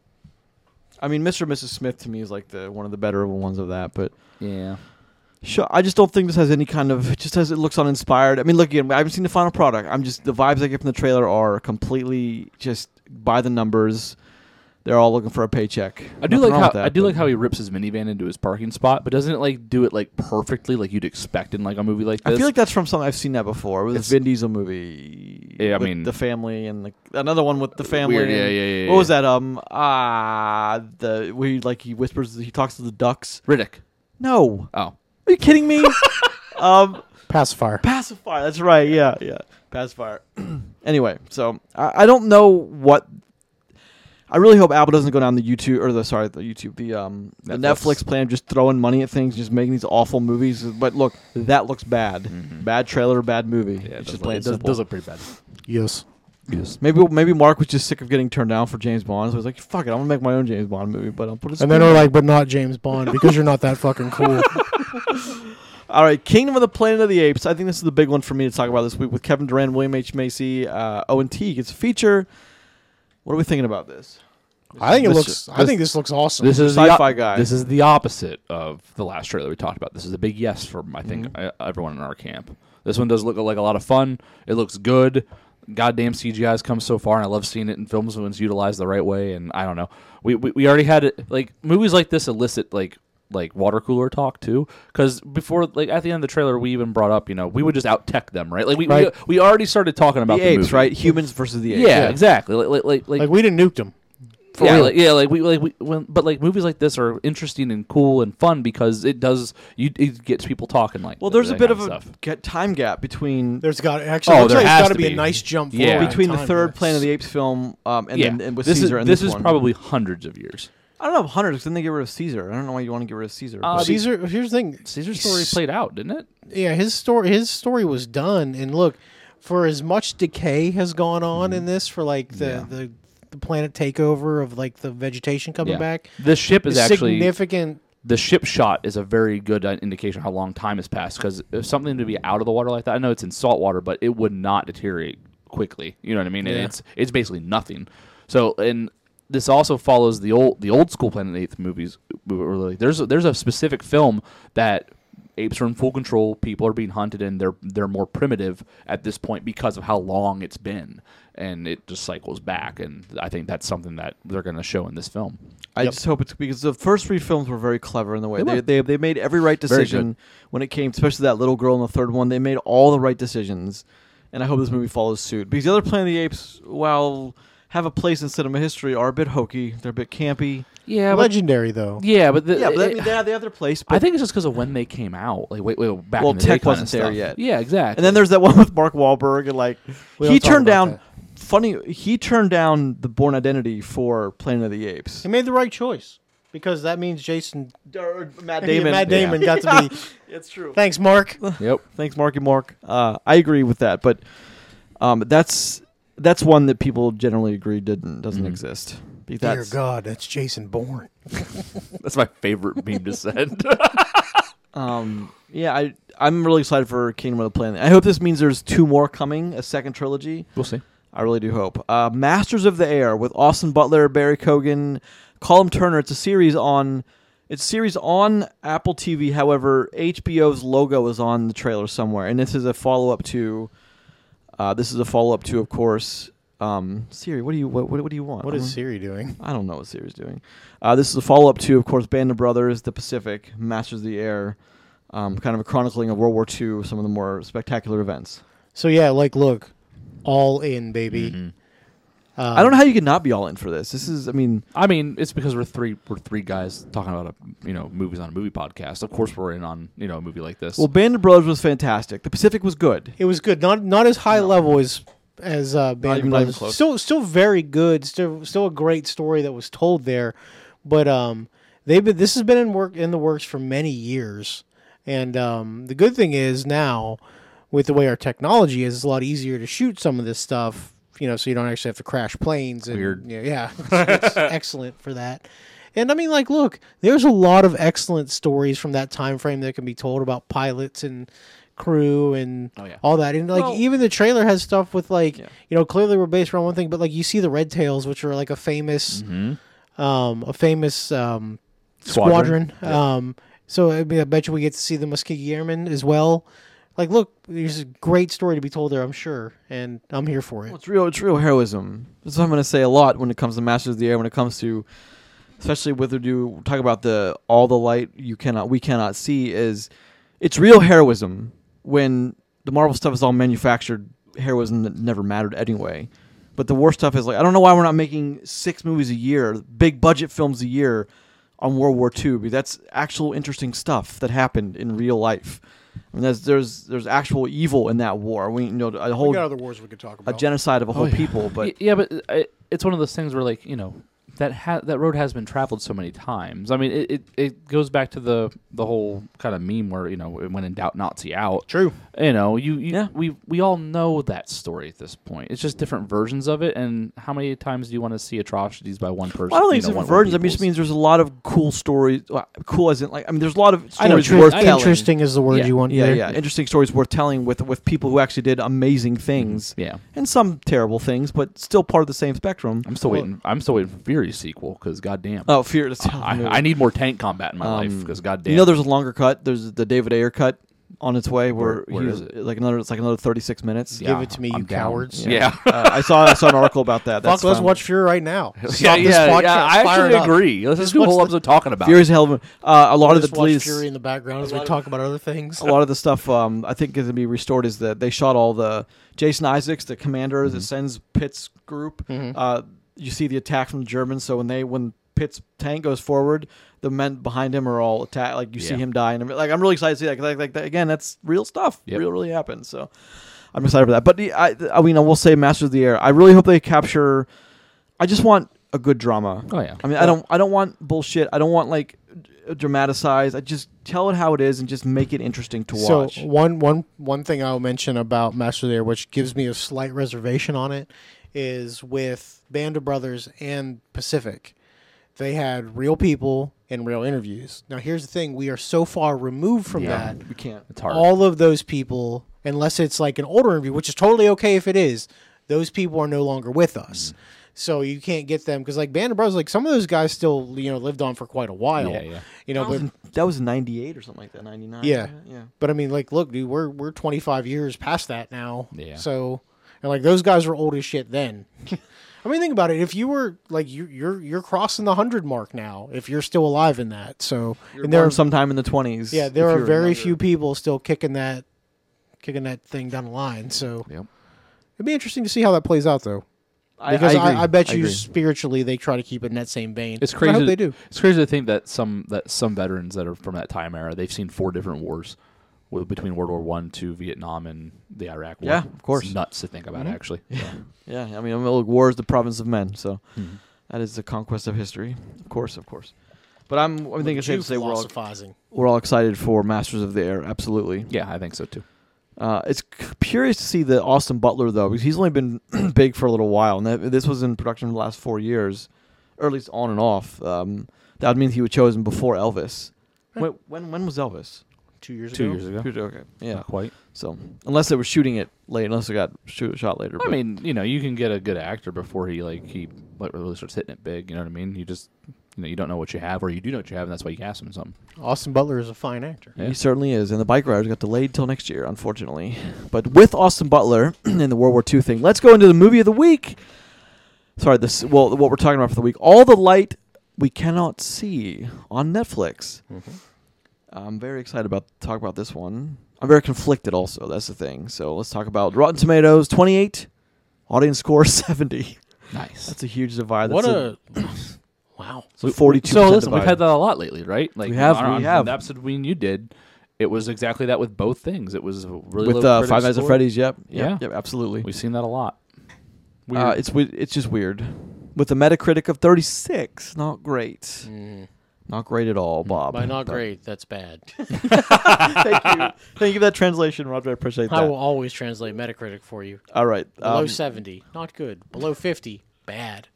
Speaker 1: I mean, Mr. and Mrs. Smith to me is like the one of the better ones of that, but.
Speaker 3: Yeah.
Speaker 1: Sure. I just don't think this has any kind of. it Just as it looks uninspired. I mean, look again. I haven't seen the final product. I'm just the vibes I get from the trailer are completely just by the numbers. They're all looking for a paycheck.
Speaker 3: I do
Speaker 1: Nothing
Speaker 3: like
Speaker 1: wrong
Speaker 3: how
Speaker 1: with that,
Speaker 3: I do
Speaker 1: but-
Speaker 3: like how he rips his minivan into his parking spot, but doesn't it like do it like perfectly like you'd expect in like a movie like this?
Speaker 1: I feel like that's from something I've seen that before. With this
Speaker 3: It's-
Speaker 1: Vin Diesel movie.
Speaker 3: Yeah, I
Speaker 1: with
Speaker 3: mean-
Speaker 1: the family and the, another one with the family.
Speaker 3: Weird, yeah,
Speaker 1: and-
Speaker 3: yeah, yeah,
Speaker 1: What was
Speaker 3: yeah.
Speaker 1: that? Um, ah, the where he like he whispers, he talks to the ducks.
Speaker 3: Riddick.
Speaker 1: No,
Speaker 3: Oh,
Speaker 1: are you kidding me? um,
Speaker 2: Pacifier.
Speaker 1: pacifier. That's right. Yeah, yeah, pacifier. anyway, so I, I don't know what. I really hope Apple doesn't go down the YouTube or the sorry the YouTube the um the
Speaker 3: Netflix.
Speaker 1: Netflix plan of just throwing money at things, just making these awful movies. But look, that looks bad. Bad trailer, bad movie.
Speaker 3: Mm-hmm. yeah.
Speaker 1: it's
Speaker 3: does
Speaker 1: just
Speaker 3: look,
Speaker 1: plain
Speaker 3: it does,
Speaker 1: simple.
Speaker 3: does look pretty bad.
Speaker 2: Yes.
Speaker 3: Yes.
Speaker 1: maybe maybe Mark was just sick of getting turned down for James Bond, so he's like, "Fuck it, I'm gonna make my own James Bond movie." But I'll put it.
Speaker 2: And then we're like, but not James Bond because you're not that fucking cool.
Speaker 1: All right, Kingdom of the Planet of the Apes. I think this is the big one for me to talk about this week with Kevin Durant, William H. Macy, uh, Owen Teague. It's a feature. What are we thinking about this?
Speaker 2: I think it
Speaker 3: This-
Speaker 2: looks. I
Speaker 3: this-
Speaker 2: think this looks awesome.
Speaker 3: This is the
Speaker 1: Sci-fi
Speaker 3: op-
Speaker 1: guy.
Speaker 3: This is the opposite of the last trailer we talked about. This is a big yes from I think
Speaker 1: Mm-hmm.
Speaker 3: uh everyone in our camp. This one does look like a lot of fun. It looks good. Goddamn CGI's come so far, and I love seeing it in films when it's utilized the right way. And I don't know, we we, we already had it like movies like this elicit like like water cooler talk too because before like at the end of the trailer we even brought up you know we would just out tech them right like we,
Speaker 2: Right.
Speaker 3: we we already started talking
Speaker 1: The
Speaker 3: about the,
Speaker 1: apes,
Speaker 3: movie.
Speaker 1: right? Humans versus the apes.
Speaker 3: yeah, exactly like like like, like
Speaker 2: like we didn't nuked him. For
Speaker 3: yeah,
Speaker 2: real.
Speaker 3: like, yeah, like we like we when, but like movies like this are interesting and cool and fun because it does you it gets people talking like
Speaker 1: Well,
Speaker 3: that-
Speaker 1: there's a
Speaker 3: that
Speaker 1: bit of
Speaker 3: kind
Speaker 1: a
Speaker 3: stuff.
Speaker 1: ga- time gap between
Speaker 2: There's got actually.
Speaker 3: Oh,
Speaker 2: looks
Speaker 3: there
Speaker 2: like
Speaker 3: has
Speaker 2: got
Speaker 3: to
Speaker 2: be a
Speaker 3: be.
Speaker 2: nice jump.
Speaker 3: Yeah.
Speaker 2: forward in
Speaker 1: between the
Speaker 2: time
Speaker 1: third
Speaker 2: with
Speaker 1: Planet of
Speaker 2: this.
Speaker 1: the Apes film um, and
Speaker 3: yeah.
Speaker 1: then and with
Speaker 3: this
Speaker 1: Caesar
Speaker 3: is
Speaker 1: and
Speaker 3: this,
Speaker 1: this,
Speaker 3: is
Speaker 1: one.
Speaker 3: probably hundreds of years.
Speaker 1: I don't know if hundreds because then they get rid of Caesar. I don't know why you want to get rid of Caesar.
Speaker 3: Uh, the-
Speaker 2: Caesar. Here's the thing.
Speaker 3: Caesar's story
Speaker 2: S-
Speaker 3: played out, didn't it?
Speaker 2: yeah, his story his story was done and look, for as much decay has gone on
Speaker 1: Mm-hmm.
Speaker 2: in this for like the
Speaker 3: Yeah.
Speaker 2: the, the planet takeover of like the vegetation coming back.
Speaker 3: The ship is
Speaker 2: the
Speaker 3: actually
Speaker 2: significant
Speaker 3: the ship shot is a very good uh, indication of how long time has passed because if something to be out of the water like that, I know it's in salt water, but it would not deteriorate quickly. You know what I mean? And
Speaker 2: Yeah.
Speaker 3: It's it's basically nothing. So and this also follows the old the old school Planet of the Apes movies. Really, there's a, there's a specific film that apes are in full control, people are being hunted, and they're they're more primitive at this point because of how long it's been, and it just cycles back. And I think that's something that they're going to show in this film.
Speaker 1: I
Speaker 2: Yep.
Speaker 1: just hope it's because the first three films were very clever in the way
Speaker 3: They
Speaker 1: they
Speaker 3: were.
Speaker 1: they, they made every right
Speaker 3: Very
Speaker 1: decision when it came, especially that little girl in the third one. They made all the right decisions, and I hope this movie follows suit because the other Planet of the Apes, while have a place in cinema history are a bit hokey. They're a bit campy.
Speaker 3: Yeah, but,
Speaker 2: Legendary though.
Speaker 3: yeah, but the,
Speaker 1: Yeah, but I
Speaker 3: it-
Speaker 1: mean they have the other place. But
Speaker 3: I think it's just because of when they came out. Like, wait, wait, back
Speaker 1: Well,
Speaker 3: in the day
Speaker 1: tech
Speaker 3: kinda
Speaker 1: wasn't there
Speaker 3: stuff.
Speaker 1: yet.
Speaker 3: Yeah, exactly.
Speaker 1: And then there's that one with Mark Wahlberg and like
Speaker 2: We
Speaker 1: he
Speaker 2: don't talk
Speaker 1: turned
Speaker 2: about
Speaker 1: down funny he turned down the Born Identity for Planet of the Apes.
Speaker 2: He made the right choice because that means Jason
Speaker 1: Or Matt
Speaker 2: Matt Damon
Speaker 1: Yeah.
Speaker 2: got to be.
Speaker 1: It's true.
Speaker 2: Thanks, Mark.
Speaker 3: yep.
Speaker 1: Thanks, Marky Mark. Uh, I agree with that, but um, that's that's one that people generally agree didn't doesn't exist. Be-
Speaker 2: Dear
Speaker 1: That's,
Speaker 2: God, that's Jason Bourne.
Speaker 3: That's my favorite meme to send.
Speaker 1: um, yeah, I I'm really excited for Kingdom of the Planet. I hope this means there's two more coming, a second trilogy.
Speaker 3: we'll see.
Speaker 1: I really do hope. Uh, Masters of the Air with Austin Butler, Barry Cogan, Colin Turner. It's a series on. It's a series on Apple TV. However, HBO's logo is on the trailer somewhere, and this is a follow up to. Uh, this is a follow up to, of course, um, Siri. What do you what, what, what do you want?
Speaker 2: What
Speaker 1: I
Speaker 2: is
Speaker 1: don't-
Speaker 2: Siri doing?
Speaker 1: I don't know what Siri's doing. Uh, this is a follow up to, of course, Band of Brothers, The Pacific, Masters of the Air, um, kind of a chronicling of World War II, some of the more spectacular events.
Speaker 2: So yeah, like look, all in, baby. Uh,
Speaker 1: Mm-hmm. I don't know how you could not be all in for this. This is, I mean,
Speaker 3: I mean, it's because we're three we're three guys talking about a you know movies on a movie podcast. Of course, we're in on you know a movie like this.
Speaker 1: Well, Band of Brothers was fantastic. The Pacific was good.
Speaker 2: It was good. Not not as high level as as uh, Band
Speaker 1: even-
Speaker 2: of
Speaker 1: not even
Speaker 2: Brothers.
Speaker 1: close.
Speaker 2: Still still very good. Still still a great story that was told there, but um, they've been this has been in work in the works for many years, and um, the good thing is now with the way our technology is, it's a lot easier to shoot some of this stuff. You know, so you don't actually have to crash planes. And,
Speaker 3: Weird.
Speaker 2: Yeah, yeah. it's, it's excellent for that. And I mean, like, look, there's a lot of excellent stories from that time frame that can be told about pilots and crew and
Speaker 3: Oh, yeah.
Speaker 2: all that. And like,
Speaker 1: Well-
Speaker 2: even the trailer has stuff with like,
Speaker 1: Yeah.
Speaker 2: you know, clearly we're based around one thing, but like, you see the Red Tails, which are like a famous, um, a famous um,
Speaker 3: Squadron.
Speaker 2: squadron. Um, so I, mean, I bet you we get to see the Muskegee Airmen as well. Like, look, there's a great story to be told there, I'm sure, and I'm here for it.
Speaker 1: It's real. It's real heroism. That's what I'm going to say a lot when it comes to Masters of the Air. When it comes to, especially with the do talk about the all the light you cannot we cannot see is, it's real heroism when the Marvel stuff is all manufactured heroism that never mattered anyway. But the worst stuff is like I don't know why we're not making six movies a year, big budget films a year, on World War II. Because that's actual interesting stuff that happened in real life. I mean, there's there's there's actual evil in that war. We you know a whole
Speaker 2: other wars we could talk
Speaker 1: a genocide of a whole people,
Speaker 3: Y-
Speaker 1: but
Speaker 3: Oh. yeah, but uh, it's one of those things where like you know that ha- that road has been traveled so many times. I mean, it, it, it goes back to the the whole kind of meme where you know when in doubt, Nazi out.
Speaker 2: True.
Speaker 3: You know, you, you
Speaker 1: Yeah.
Speaker 3: we we all know that story at this point. It's just different versions of it. And how many times do you want to see atrocities by one person?
Speaker 1: I don't think
Speaker 3: you
Speaker 1: it's
Speaker 3: know,
Speaker 1: different
Speaker 3: one- one
Speaker 1: versions. I mean, it just
Speaker 3: people's?
Speaker 1: means there's a lot of cool stories. well, Cool as in like I mean, there's a lot of
Speaker 3: I know,
Speaker 1: stories
Speaker 3: true.
Speaker 1: worth
Speaker 3: I-
Speaker 1: telling.
Speaker 2: Interesting is the word
Speaker 3: Yeah.
Speaker 2: you want.
Speaker 1: Yeah,
Speaker 2: there.
Speaker 1: yeah, interesting stories worth telling with with people who actually did amazing things.
Speaker 3: Yeah.
Speaker 1: and some terrible things, but still part of the same spectrum.
Speaker 3: I'm still waiting. I'm still waiting for Fury's sequel because goddamn,
Speaker 1: Oh, fear to tell.
Speaker 3: I, I need more tank combat in my life
Speaker 2: Um,
Speaker 3: because goddamn.
Speaker 1: you know, there's a longer cut. There's the David Ayer cut on its way, where,
Speaker 3: Where- where
Speaker 1: he
Speaker 3: is
Speaker 1: was, like another. It's like another 36 minutes.
Speaker 3: Yeah,
Speaker 2: Give it to me,
Speaker 3: I'm
Speaker 2: you
Speaker 3: down.
Speaker 2: cowards.
Speaker 3: yeah.
Speaker 1: uh, I saw I saw an article about that.
Speaker 2: Fuck,
Speaker 1: That's
Speaker 2: let's
Speaker 1: fun.
Speaker 2: watch Fury right now. Stop
Speaker 3: yeah,
Speaker 2: this
Speaker 3: yeah,
Speaker 2: podcast.
Speaker 3: yeah, I
Speaker 2: fire it
Speaker 3: actually
Speaker 2: up.
Speaker 3: agree. Let's just do a
Speaker 2: watch
Speaker 3: whole
Speaker 2: the-
Speaker 3: episode talking about. it.
Speaker 1: Fury's a hell of a, uh, a lot of the
Speaker 2: Just watch
Speaker 1: deleted
Speaker 2: Fury in the background as we talk about other things.
Speaker 1: a lot of the stuff um, I think is gonna be restored is that they shot all the Jason Isaacs, the commander
Speaker 3: Mm-hmm.
Speaker 1: that sends Pitt's group. Uh, you see the attack from the Germans. So when they when Pitt's tank goes forward, the men behind him are all attacked. Like you see
Speaker 3: Yeah.
Speaker 1: him die, and I'm- like I'm really excited to see that. 'cause, Like, like that, again, that's real stuff.
Speaker 3: Yep.
Speaker 1: Real really happened. So I'm excited for that. But the- I, I mean, I will say Masters of the Air. I really hope they capture. I just want a good drama.
Speaker 3: Oh, yeah.
Speaker 1: I mean, I don't I don't want bullshit. I don't want like d- dramatized. I just tell it how it is and just make it interesting to watch.
Speaker 2: So one one one thing I'll mention about Master There, which gives me a slight reservation on it, is with Band of Brothers and Pacific. They had real people and real interviews. Now here's the thing: we are so far removed from
Speaker 3: Yeah.
Speaker 2: that.
Speaker 1: we can't.
Speaker 3: It's hard.
Speaker 2: All of those people, unless it's like an older interview, which is totally okay if it is, those people are no longer with
Speaker 3: Mm-hmm.
Speaker 2: us. So you can't get them because like Band of Brothers, like some of those guys still you know lived on for quite a while.
Speaker 3: Yeah, yeah.
Speaker 2: You know,
Speaker 1: That was,
Speaker 2: but
Speaker 1: in, that was in 98 or something like that, 99.
Speaker 2: Yeah.
Speaker 1: Yeah.
Speaker 2: But I mean, like, look, dude, we're we're 25 years past that now.
Speaker 3: Yeah.
Speaker 2: So, and like those guys were old as shit then. I mean, think about it. If you were like you, you're you're crossing the hundred mark now. If you're still alive in that, so and there
Speaker 1: Born
Speaker 2: are,
Speaker 1: sometime in the 20s.
Speaker 2: yeah, there
Speaker 1: if
Speaker 2: are
Speaker 1: you
Speaker 2: very
Speaker 1: remember.
Speaker 2: few people still kicking that kicking that thing down the line. So
Speaker 3: Yep.
Speaker 2: it'd be interesting to see how that plays out, though.
Speaker 1: I,
Speaker 2: Because
Speaker 1: I,
Speaker 2: I,
Speaker 1: agree.
Speaker 2: I, bet you
Speaker 3: agree.
Speaker 2: spiritually they try to keep it in that same vein.
Speaker 3: It's
Speaker 2: But I
Speaker 3: crazy.
Speaker 2: hope
Speaker 3: to-
Speaker 2: they do.
Speaker 3: It's crazy to think that some that some veterans that are from that time era they've seen four different wars, with, between World War One, to Vietnam, and the Iraq War.
Speaker 1: Yeah, of course. Mm-hmm.
Speaker 3: It's nuts to think about actually.
Speaker 1: Yeah, I mean, I mean, look, war is the province of men, so
Speaker 3: Mm-hmm.
Speaker 1: that is the conquest of history, of course, of course. But I'm, I think it's safe
Speaker 2: You
Speaker 1: to say we're all,
Speaker 2: philosophizing.
Speaker 1: we're all excited for Masters of the Air, absolutely.
Speaker 3: Yeah, I think so too.
Speaker 1: Uh, it's c- curious to see the Austin Butler though, because he's only been big for a little while, and that, this was in production for the last four years, or at least on and off. Um, that would mean he was chosen before Elvis. When, when when was Elvis?
Speaker 2: Two years ago.
Speaker 3: Two years ago.
Speaker 1: Two- Okay, yeah.
Speaker 3: Not quite.
Speaker 1: So unless they were shooting it late, unless they got shoot, shot later.
Speaker 3: I
Speaker 1: but-
Speaker 3: mean, you know, you can get a good actor before he like he like, really starts hitting it big. You know what I mean? You just you know you don't know what you have, or you do know what you have, and that's why you cast him in something.
Speaker 2: Austin Butler is a fine actor.
Speaker 3: Yeah.
Speaker 1: He certainly is, and the bike riders got delayed till next year, unfortunately. But with Austin Butler and the World War II thing, let's go into the movie of the week. Sorry, this well, what we're talking about for the week, all the light we cannot see on Netflix. I'm very excited about talk about this one. I'm very conflicted, also. That's the thing. So let's talk about Rotten Tomatoes 28, audience score 70.
Speaker 3: Nice.
Speaker 1: That's a huge divide.
Speaker 2: what
Speaker 1: That's
Speaker 2: a, wow.
Speaker 1: so 42.
Speaker 3: So listen, we've had that a lot lately, right? Like
Speaker 1: We have,
Speaker 3: on-
Speaker 1: we
Speaker 3: on
Speaker 1: have.
Speaker 3: The episode when you did, it was exactly that with both things. It was a really
Speaker 1: with
Speaker 3: low
Speaker 1: uh,
Speaker 3: critic
Speaker 1: Five Nights at
Speaker 3: score.
Speaker 1: Freddy's. Yep, yep,
Speaker 3: Yeah.
Speaker 1: yep absolutely.
Speaker 3: We've seen that a lot. Weird.
Speaker 1: Uh, it's we- it's just weird. With a Metacritic of 36, not great. Not great at all, Bob.
Speaker 2: By
Speaker 1: Mm.
Speaker 2: not
Speaker 1: But-
Speaker 2: great, that's bad.
Speaker 1: Thank you. Thank you for that translation, Roger. I appreciate
Speaker 2: I
Speaker 1: that.
Speaker 2: will always translate Metacritic for you.
Speaker 1: All right.
Speaker 2: Below
Speaker 1: um,
Speaker 2: 70, not good. Below 50, bad.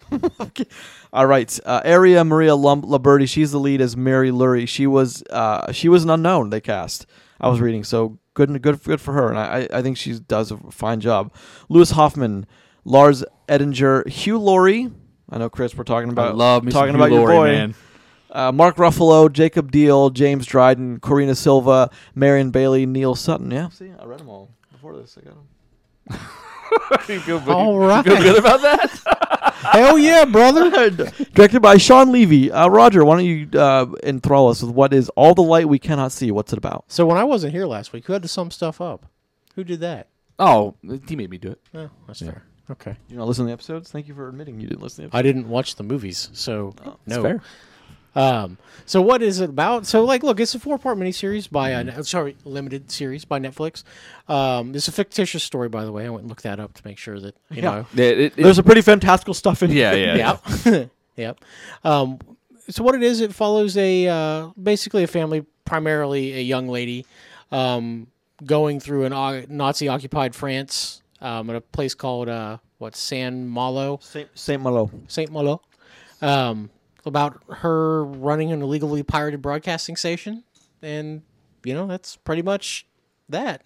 Speaker 1: all right. Uh, Aria Maria Lum- Liberti, she's the lead as Mary Lurie. She was uh, she was an unknown they cast. I was reading, so good good good for her, and I I I think she does a fine job. Lewis Hoffman, Lars Edinger, Hugh Laurie. I know Chris, we're talking
Speaker 3: I
Speaker 1: about
Speaker 3: love me some
Speaker 1: talking
Speaker 3: Hugh
Speaker 1: about your
Speaker 3: Laurie,
Speaker 1: boy.
Speaker 3: man.
Speaker 1: Uh, Mark Ruffalo, Jacob Deal, James Dryden, Corina Silva, Marion Bailey, Neil Sutton. Yeah, see, I read them all before this. I got them.
Speaker 3: Oh,
Speaker 2: All right.
Speaker 3: Good about that?
Speaker 2: Hell yeah, brother.
Speaker 1: Directed by Sean Levy. Uh, Roger, why don't you uh, enthrall us with what is All the Light We Cannot See? What's it about?
Speaker 2: So when I wasn't here last week, who had to sum stuff up? Who did that?
Speaker 3: Oh, he made me do it.
Speaker 2: No, that's fair. Okay.
Speaker 1: You not listen to the episodes? Thank you for admitting you didn't listen to the
Speaker 2: I didn't watch the movies, so no.
Speaker 3: fair.
Speaker 2: Um, so what is it about? So like, look, it's a four-part miniseries by uh, Net- sorry, limited series by Netflix. Um, it's a fictitious story, by the way. I went and looked that up to make sure that
Speaker 1: Yeah.
Speaker 2: you know.
Speaker 3: It, it,
Speaker 1: There's a pretty fantastical stuff in
Speaker 3: yeah,
Speaker 1: here.
Speaker 3: yeah, yeah.
Speaker 2: Yep. yep. Um, so what it is, it follows a uh, basically a family, primarily a young lady, um, going through an o- Nazi-occupied France um, at a place called uh, what San Malo.
Speaker 1: Saint, Saint Malo.
Speaker 2: Saint Malo, um, about her running an illegally pirated broadcasting station, and you know that's pretty much that.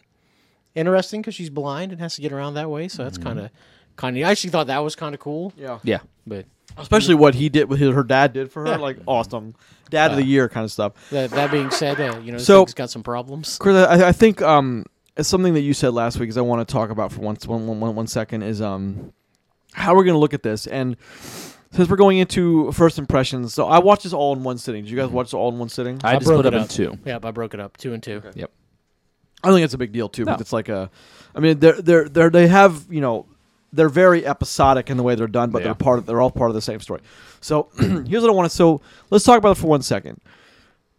Speaker 2: Interesting because she's blind and has to get around that way, so that's
Speaker 3: Mm-hmm.
Speaker 2: kind of kind of. I actually thought that was kind of cool,
Speaker 1: Yeah.
Speaker 3: Yeah.
Speaker 2: but
Speaker 1: Especially what he did with his, her dad did for her.
Speaker 2: Yeah.
Speaker 1: Like, awesome. Dad of the year kind of stuff.
Speaker 2: that, that being said, uh, you know,
Speaker 1: So-
Speaker 2: so, has got some problems.
Speaker 1: Chris, I, I think um, it's something that you said last week is I want to talk about for once one, one, one, one second is um, how we're going to look at this and since we're going into first impressions. So I watched this all in one sitting. Did you guys watch this all in one sitting?
Speaker 3: Mm-hmm. I,
Speaker 2: I
Speaker 3: just
Speaker 2: broke
Speaker 3: put up
Speaker 2: it
Speaker 3: in
Speaker 2: up.
Speaker 3: two.
Speaker 2: Yeah, I broke it up two and two.
Speaker 3: Yep.
Speaker 1: I think it's a big deal too.
Speaker 3: No.
Speaker 1: But it's like a, I mean, they're they're they are they have you know, they're very episodic in the way they're done, but
Speaker 3: They
Speaker 1: they're
Speaker 3: are.
Speaker 1: part of they're all part of the same story. So here's what I want to. So let's talk about it for one second.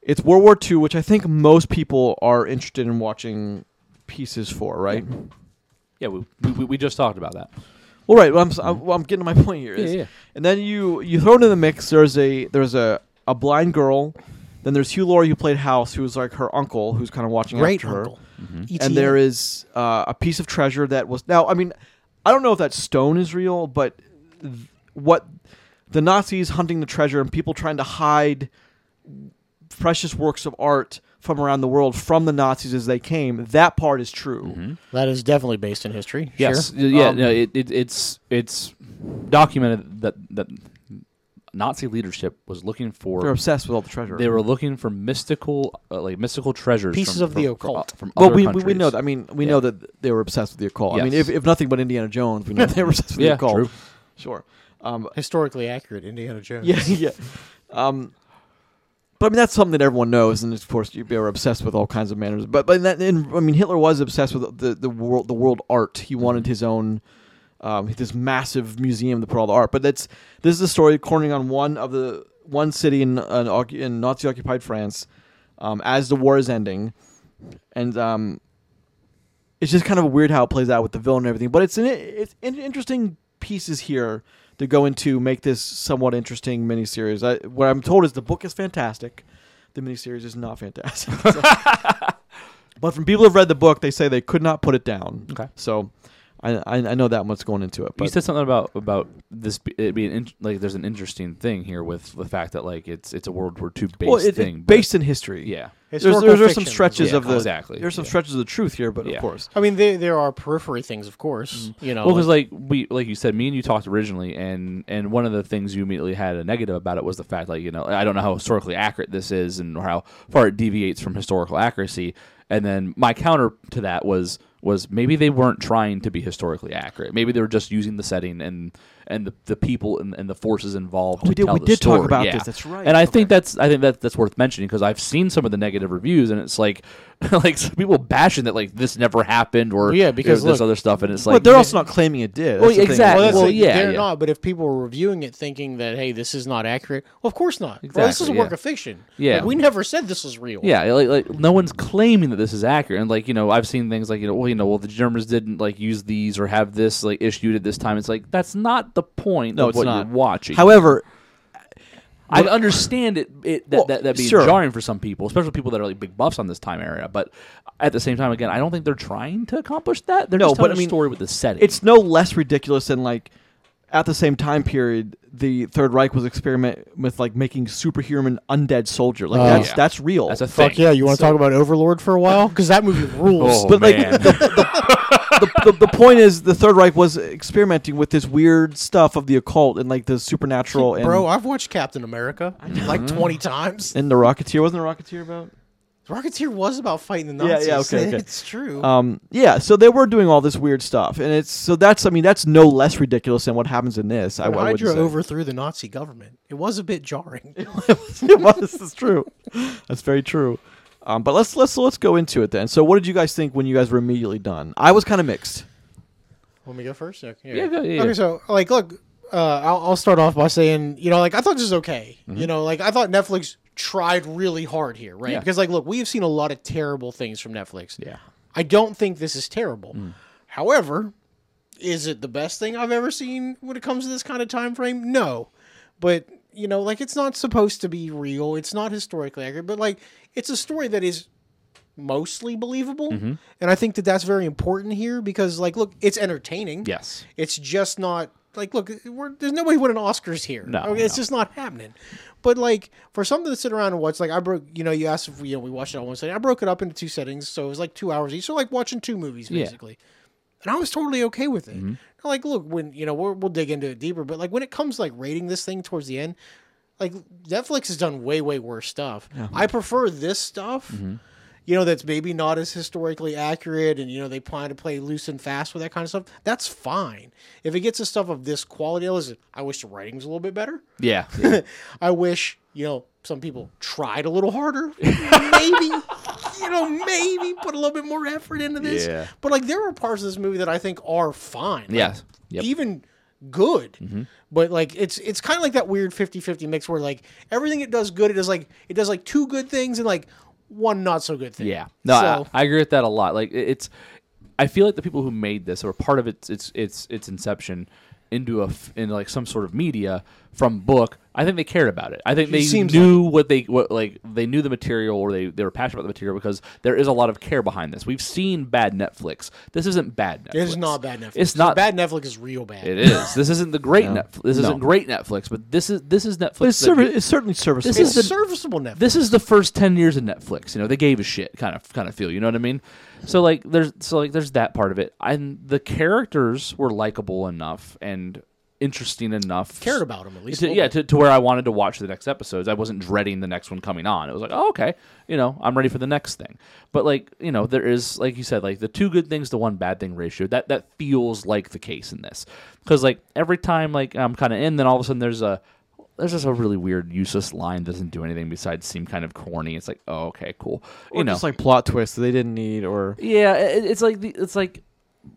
Speaker 1: It's World War II, which I think most people are interested in watching pieces for, right?
Speaker 3: Yeah, we, we, we just talked about that.
Speaker 1: Well, right. Well, I'm, s- I'm, well, I'm getting to my point here. is-
Speaker 3: Mm-hmm. Yeah, yeah.
Speaker 1: And then you you throw into the mix. There's a there's a, a blind girl. Then there's Hugh Laurie who played House, who's like her uncle, who's kind of watching
Speaker 2: Great
Speaker 1: after her.
Speaker 2: uncle.
Speaker 3: Mm-hmm.
Speaker 2: E
Speaker 1: And there is uh, a piece of treasure that was now. I mean, I don't know if that stone is real, but th- what the Nazis hunting the treasure and people trying to hide precious works of art from around the world from the Nazis as they came. That part is true.
Speaker 3: Mm-hmm.
Speaker 2: that is definitely based in history.
Speaker 3: Yes.
Speaker 2: sure.
Speaker 3: Y- Yeah.
Speaker 1: Um,
Speaker 3: no, it, it, it's it's documented that that Nazi leadership was looking for.
Speaker 1: They're obsessed with all the treasure.
Speaker 3: they were looking for mystical, uh, like mystical treasures,
Speaker 2: Pieces
Speaker 3: from,
Speaker 2: of the
Speaker 3: from- from-
Speaker 2: occult.
Speaker 3: From,
Speaker 1: Well,
Speaker 3: other
Speaker 1: we, we,
Speaker 3: countries.
Speaker 1: we know that. I mean, we
Speaker 3: Yeah.
Speaker 1: know that they were obsessed with the occult. I mean,
Speaker 3: Yes.
Speaker 1: if, if nothing but Indiana Jones, we know they were obsessed with
Speaker 3: Yeah,
Speaker 1: the occult.
Speaker 3: true.
Speaker 1: Sure. Um,
Speaker 2: historically accurate Indiana Jones.
Speaker 1: yeah, yeah. Um, but I mean, that's something that everyone knows, and of course, you- they were obsessed with all kinds of manners.
Speaker 3: Mm-hmm.
Speaker 1: But but in that, in, I mean, Hitler was obsessed with the, the world, the world art. He wanted his own um, this massive museum to put all the art. But that's this is a story cornering on one of the one city in uh, in, oc- in Nazi occupied France um, as the war is ending, and um, it's just kind of weird how it plays out with the villain and everything. But it's an it's in, interesting pieces here to go into make this somewhat interesting miniseries. I, what I'm told is the book is fantastic, the miniseries is not fantastic. So- but from people who've read the book, they say they could not put it down.
Speaker 3: Okay.
Speaker 1: so. I, I I know that much going into it,
Speaker 3: you
Speaker 1: but
Speaker 3: said something about about this be- it being in, like there's an interesting thing here with the fact that like it's it's a World War II based
Speaker 1: well, it- it-
Speaker 3: thing. but-
Speaker 1: based in history.
Speaker 3: yeah,
Speaker 1: there's,
Speaker 2: Historical
Speaker 1: there's, there's some
Speaker 2: fiction is
Speaker 1: stretches
Speaker 3: Yeah,
Speaker 1: of the
Speaker 3: exactly.
Speaker 1: There's some
Speaker 3: Yeah.
Speaker 1: stretches of the truth here, but
Speaker 3: Yeah.
Speaker 1: of course,
Speaker 2: I mean, there there are periphery things, of course.
Speaker 1: Mm-hmm.
Speaker 2: You know,
Speaker 3: Well, because like we, like you said, me and you talked originally, and and one of the things you immediately had a negative about it was the fact, like you know, I don't know how historically accurate this is, and how far it deviates from historical accuracy. And then my counter to that was was maybe they weren't trying to be historically accurate. Maybe they were just using the setting and and the, the people and, and the forces involved.
Speaker 1: Oh,
Speaker 3: to
Speaker 1: we did-
Speaker 3: tell
Speaker 1: we
Speaker 3: the
Speaker 1: did talk
Speaker 3: story.
Speaker 1: about
Speaker 3: Yeah.
Speaker 1: this. That's right.
Speaker 3: And I
Speaker 1: Okay.
Speaker 3: think that's I think that that's worth mentioning because I've seen some of the negative reviews, and it's like like some people bashing that like this never happened or
Speaker 2: Yeah, because
Speaker 3: this
Speaker 2: look-
Speaker 3: other stuff, and it's like
Speaker 1: but they're also not claiming it did.
Speaker 3: Well,
Speaker 1: That's the thing.
Speaker 3: exactly.
Speaker 2: Well, that's
Speaker 3: Well,
Speaker 2: the-
Speaker 3: yeah,
Speaker 2: they're
Speaker 3: yeah.
Speaker 2: not. But if people were reviewing it thinking that, hey, this is not accurate, well, of course not. Well, this is a
Speaker 3: Exactly,
Speaker 2: work
Speaker 3: yeah.
Speaker 2: of fiction.
Speaker 3: Yeah.
Speaker 2: Like, we never said this was real.
Speaker 3: Yeah, like, like no one's claiming that this is accurate. And like you know, I've seen things like you know, well, you know, well the Germans didn't like use these or have this like issued at this time. It's like that's not the point
Speaker 1: No,
Speaker 3: of
Speaker 1: it's
Speaker 3: what
Speaker 1: not.
Speaker 3: you're watching.
Speaker 1: However,
Speaker 3: I understand it, it that,
Speaker 1: Well,
Speaker 3: that that being
Speaker 1: sure.
Speaker 3: jarring for some people, especially people that are like big buffs on this time area. But at the same time, again, I don't think they're trying to accomplish that. They're
Speaker 1: No,
Speaker 3: just
Speaker 1: but
Speaker 3: telling
Speaker 1: I mean,
Speaker 3: a story with the setting.
Speaker 1: it's no less ridiculous than like at the same time period the Third Reich was experiment with like making superhuman undead soldier. Like
Speaker 2: Oh.
Speaker 1: that's
Speaker 3: Yeah.
Speaker 1: that's real.
Speaker 3: that's a thing.
Speaker 2: Fuck yeah! You want to talk about Overlord for a while? Because that movie rules.
Speaker 3: Oh,
Speaker 1: but like
Speaker 3: man.
Speaker 1: the, the, the, the, the point is the Third Reich was experimenting with this weird stuff of the occult and like the supernatural Oh, and Mm-hmm.
Speaker 2: Bro, I've watched Captain America like twenty times.
Speaker 1: and the Rocketeer wasn't the Rocketeer about
Speaker 2: Rocketeer was about fighting the
Speaker 1: Yeah,
Speaker 2: Nazis.
Speaker 1: yeah, okay, okay.
Speaker 2: it's true.
Speaker 1: Um, yeah, so they were doing all this weird stuff, and it's so that's I mean that's no less ridiculous than what happens in this. I, I
Speaker 2: When
Speaker 1: would
Speaker 2: Hydra
Speaker 1: say.
Speaker 2: overthrew the Nazi government. It was a bit jarring.
Speaker 1: it was. It's true. That's very true. Um, but let's let's let's go into it then. So what did you guys think when you guys were immediately done? I was kind of mixed.
Speaker 2: Want me to go first? Okay.
Speaker 3: Yeah, go- yeah, yeah.
Speaker 2: Okay, so like, look, uh, I'll, I'll start off by saying, you know, like I thought this was okay. You know, like I thought Netflix tried really hard here, right?
Speaker 3: Mm-hmm. Yeah.
Speaker 2: Because like, look, we have seen a lot of terrible things from Netflix.
Speaker 3: yeah, Mm.
Speaker 2: I don't think this is terrible. However, is it the best thing I've ever seen when it comes to this kind of time frame? No. But, you know, like it's not supposed to be real. It's not historically accurate, but like it's a story that is mostly believable.
Speaker 3: Mm-hmm.
Speaker 2: And I think that that's very important here because like look, it's entertaining.
Speaker 3: yes,
Speaker 2: It's just not like look, we're, there's nobody winning Oscars here.
Speaker 3: No,
Speaker 2: okay, it's
Speaker 3: no.
Speaker 2: just not happening. But like for something to sit around and watch, like I broke, you know, you asked if we, you know, we watched it on one setting. I broke it up into two settings, so it was like two hours each. So like watching two movies
Speaker 3: Yeah. Mm-hmm.
Speaker 2: basically, and I was totally okay with it. Like look, when you know we're, we'll dig into it deeper, but like when it comes to, like rating this thing towards the end, like Netflix has done way way worse stuff. I prefer this stuff.
Speaker 3: Mm-hmm.
Speaker 2: You know that's maybe not as historically accurate, and you know they plan to play loose and fast with that kind of stuff. That's fine if it gets to stuff of this quality. Listen, I wish the writing was a little bit better.
Speaker 3: yeah.
Speaker 2: I wish, you know, some people tried a little harder. maybe, you know, maybe put a little bit more effort into this.
Speaker 3: Yeah.
Speaker 2: But like there are parts of this movie that I think are fine. Like,
Speaker 3: Yes. Yep. Mm-hmm.
Speaker 2: Even good. But like it's it's kind of like that weird 50-50 mix where like everything it does good, it does like it does like two good things and like one not so good thing.
Speaker 3: Yeah, no,
Speaker 2: So-
Speaker 3: I, I agree with that a lot. Like it- it's, I feel like the people who made this or part of its its its its inception into a f- in like some sort of media from book. I think they cared about it. I think they
Speaker 2: seems
Speaker 3: knew what they what like they knew the material or they they were passionate about the material because there is a lot of care behind this. We've seen bad Netflix. This isn't bad Netflix.
Speaker 2: it is not bad Netflix.
Speaker 3: It's not
Speaker 2: bad Netflix is real bad.
Speaker 3: It is. This isn't the great Netflix. This
Speaker 1: No.
Speaker 3: isn't great Netflix. But this is this is Netflix.
Speaker 1: But it's,
Speaker 3: that
Speaker 1: servi-
Speaker 3: gi-
Speaker 1: it's certainly serviceable.
Speaker 3: this
Speaker 2: It's
Speaker 3: is the-
Speaker 2: serviceable Netflix.
Speaker 3: this is the first 10 years of Netflix, you know, they gave a shit kind of kind of feel, you know what I mean? So like there's so like there's that part of it. And the characters were likable enough and interesting enough.
Speaker 2: cared about them at least. a
Speaker 3: to,
Speaker 2: little
Speaker 3: yeah,
Speaker 2: bit.
Speaker 3: to, to where I wanted to watch the next episodes. I wasn't dreading the next one coming on. It was like, oh, okay, you know, I'm ready for the next thing. But like, you know, there is, like you said, like the two good things to one bad thing ratio. That that feels like the case in this, because like every time like I'm kind of in, then all of a sudden there's a there's just a really weird, useless line that doesn't do anything besides seem kind of corny. It's like, oh, okay, cool.
Speaker 1: Or
Speaker 3: you know,
Speaker 1: just like plot twists that they didn't need, or
Speaker 3: yeah, it, it's like the, it's like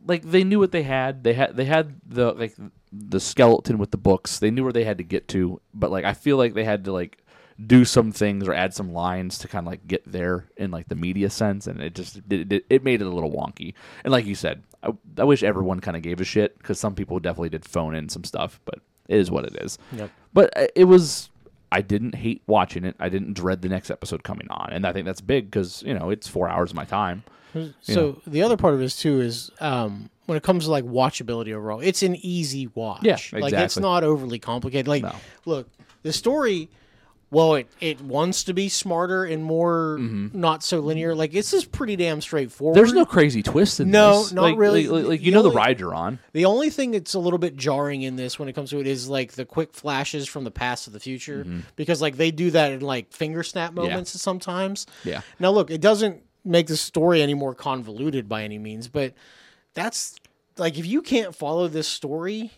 Speaker 3: like they knew what they had. They had they had the like the skeleton with the books. They knew where they had to get to, but like I feel like they had to like do some things or add some lines to kind of like get there in like the media sense, and it just it, it, it made it a little wonky. And like you said, I, I wish everyone kind of gave a shit because some people definitely did phone in some stuff, but it is what it is.
Speaker 2: Yep.
Speaker 3: But I- it was. I didn't hate watching it. I didn't dread the next episode coming on, and I think that's big because you know it's four hours of my time.
Speaker 2: So the other part of this too is um, when it comes to like watchability overall, it's an easy watch.
Speaker 3: Yeah,
Speaker 2: Like it's
Speaker 3: exactly.
Speaker 2: not overly complicated. Like
Speaker 3: No.
Speaker 2: look, the story well, it, it wants to be smarter and more not so linear. Like it's just pretty damn straightforward.
Speaker 3: Mm-hmm. There's no crazy twist in
Speaker 2: No,
Speaker 3: this.
Speaker 2: not
Speaker 3: Like-
Speaker 2: really.
Speaker 3: Like, like, you
Speaker 2: The
Speaker 3: know the
Speaker 2: only-
Speaker 3: ride you're on.
Speaker 2: The only thing that's a little bit jarring in this when it comes to it is like the quick flashes from the past to the future
Speaker 3: Mm-hmm.
Speaker 2: because like they do that in like finger snap moments sometimes.
Speaker 3: Yeah.
Speaker 2: Now look, it doesn't make the story any more convoluted by any means, but that's like if you can't follow this story,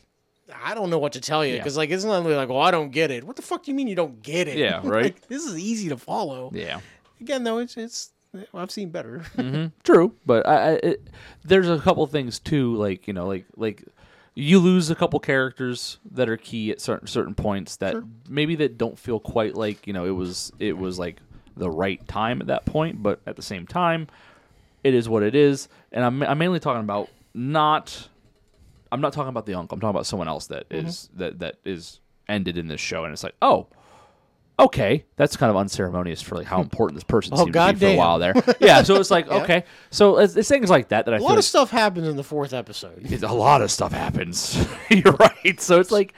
Speaker 2: I don't know what to tell you because like it's not really like, well, I don't get it. What the fuck do you mean you don't get it?
Speaker 3: Yeah,
Speaker 2: Like,
Speaker 3: right.
Speaker 2: this is easy to follow.
Speaker 3: Yeah. Mm-hmm.
Speaker 2: Again, though, it's it's I've seen better.
Speaker 3: True, but I, I it, there's a couple things too. Like you know, like like you lose a couple characters that are key at certain certain points that maybe that don't feel quite like you know it was it was like the right time at that point, but at the same time, it is what it is. And I'm I'm mainly talking about not. I'm not talking about the uncle. I'm talking about someone else that is- that that is ended in this show, and it's like oh. Okay, that's kind of unceremonious for like how important this person seemed to be for a
Speaker 2: goddamn.
Speaker 3: while there. Yeah, so it's like okay, so it's, it's things like that that I
Speaker 2: A
Speaker 3: feel
Speaker 2: lot
Speaker 3: like
Speaker 2: of stuff happens in the fourth episode.
Speaker 3: it's- a lot of stuff happens. You're right. So it's like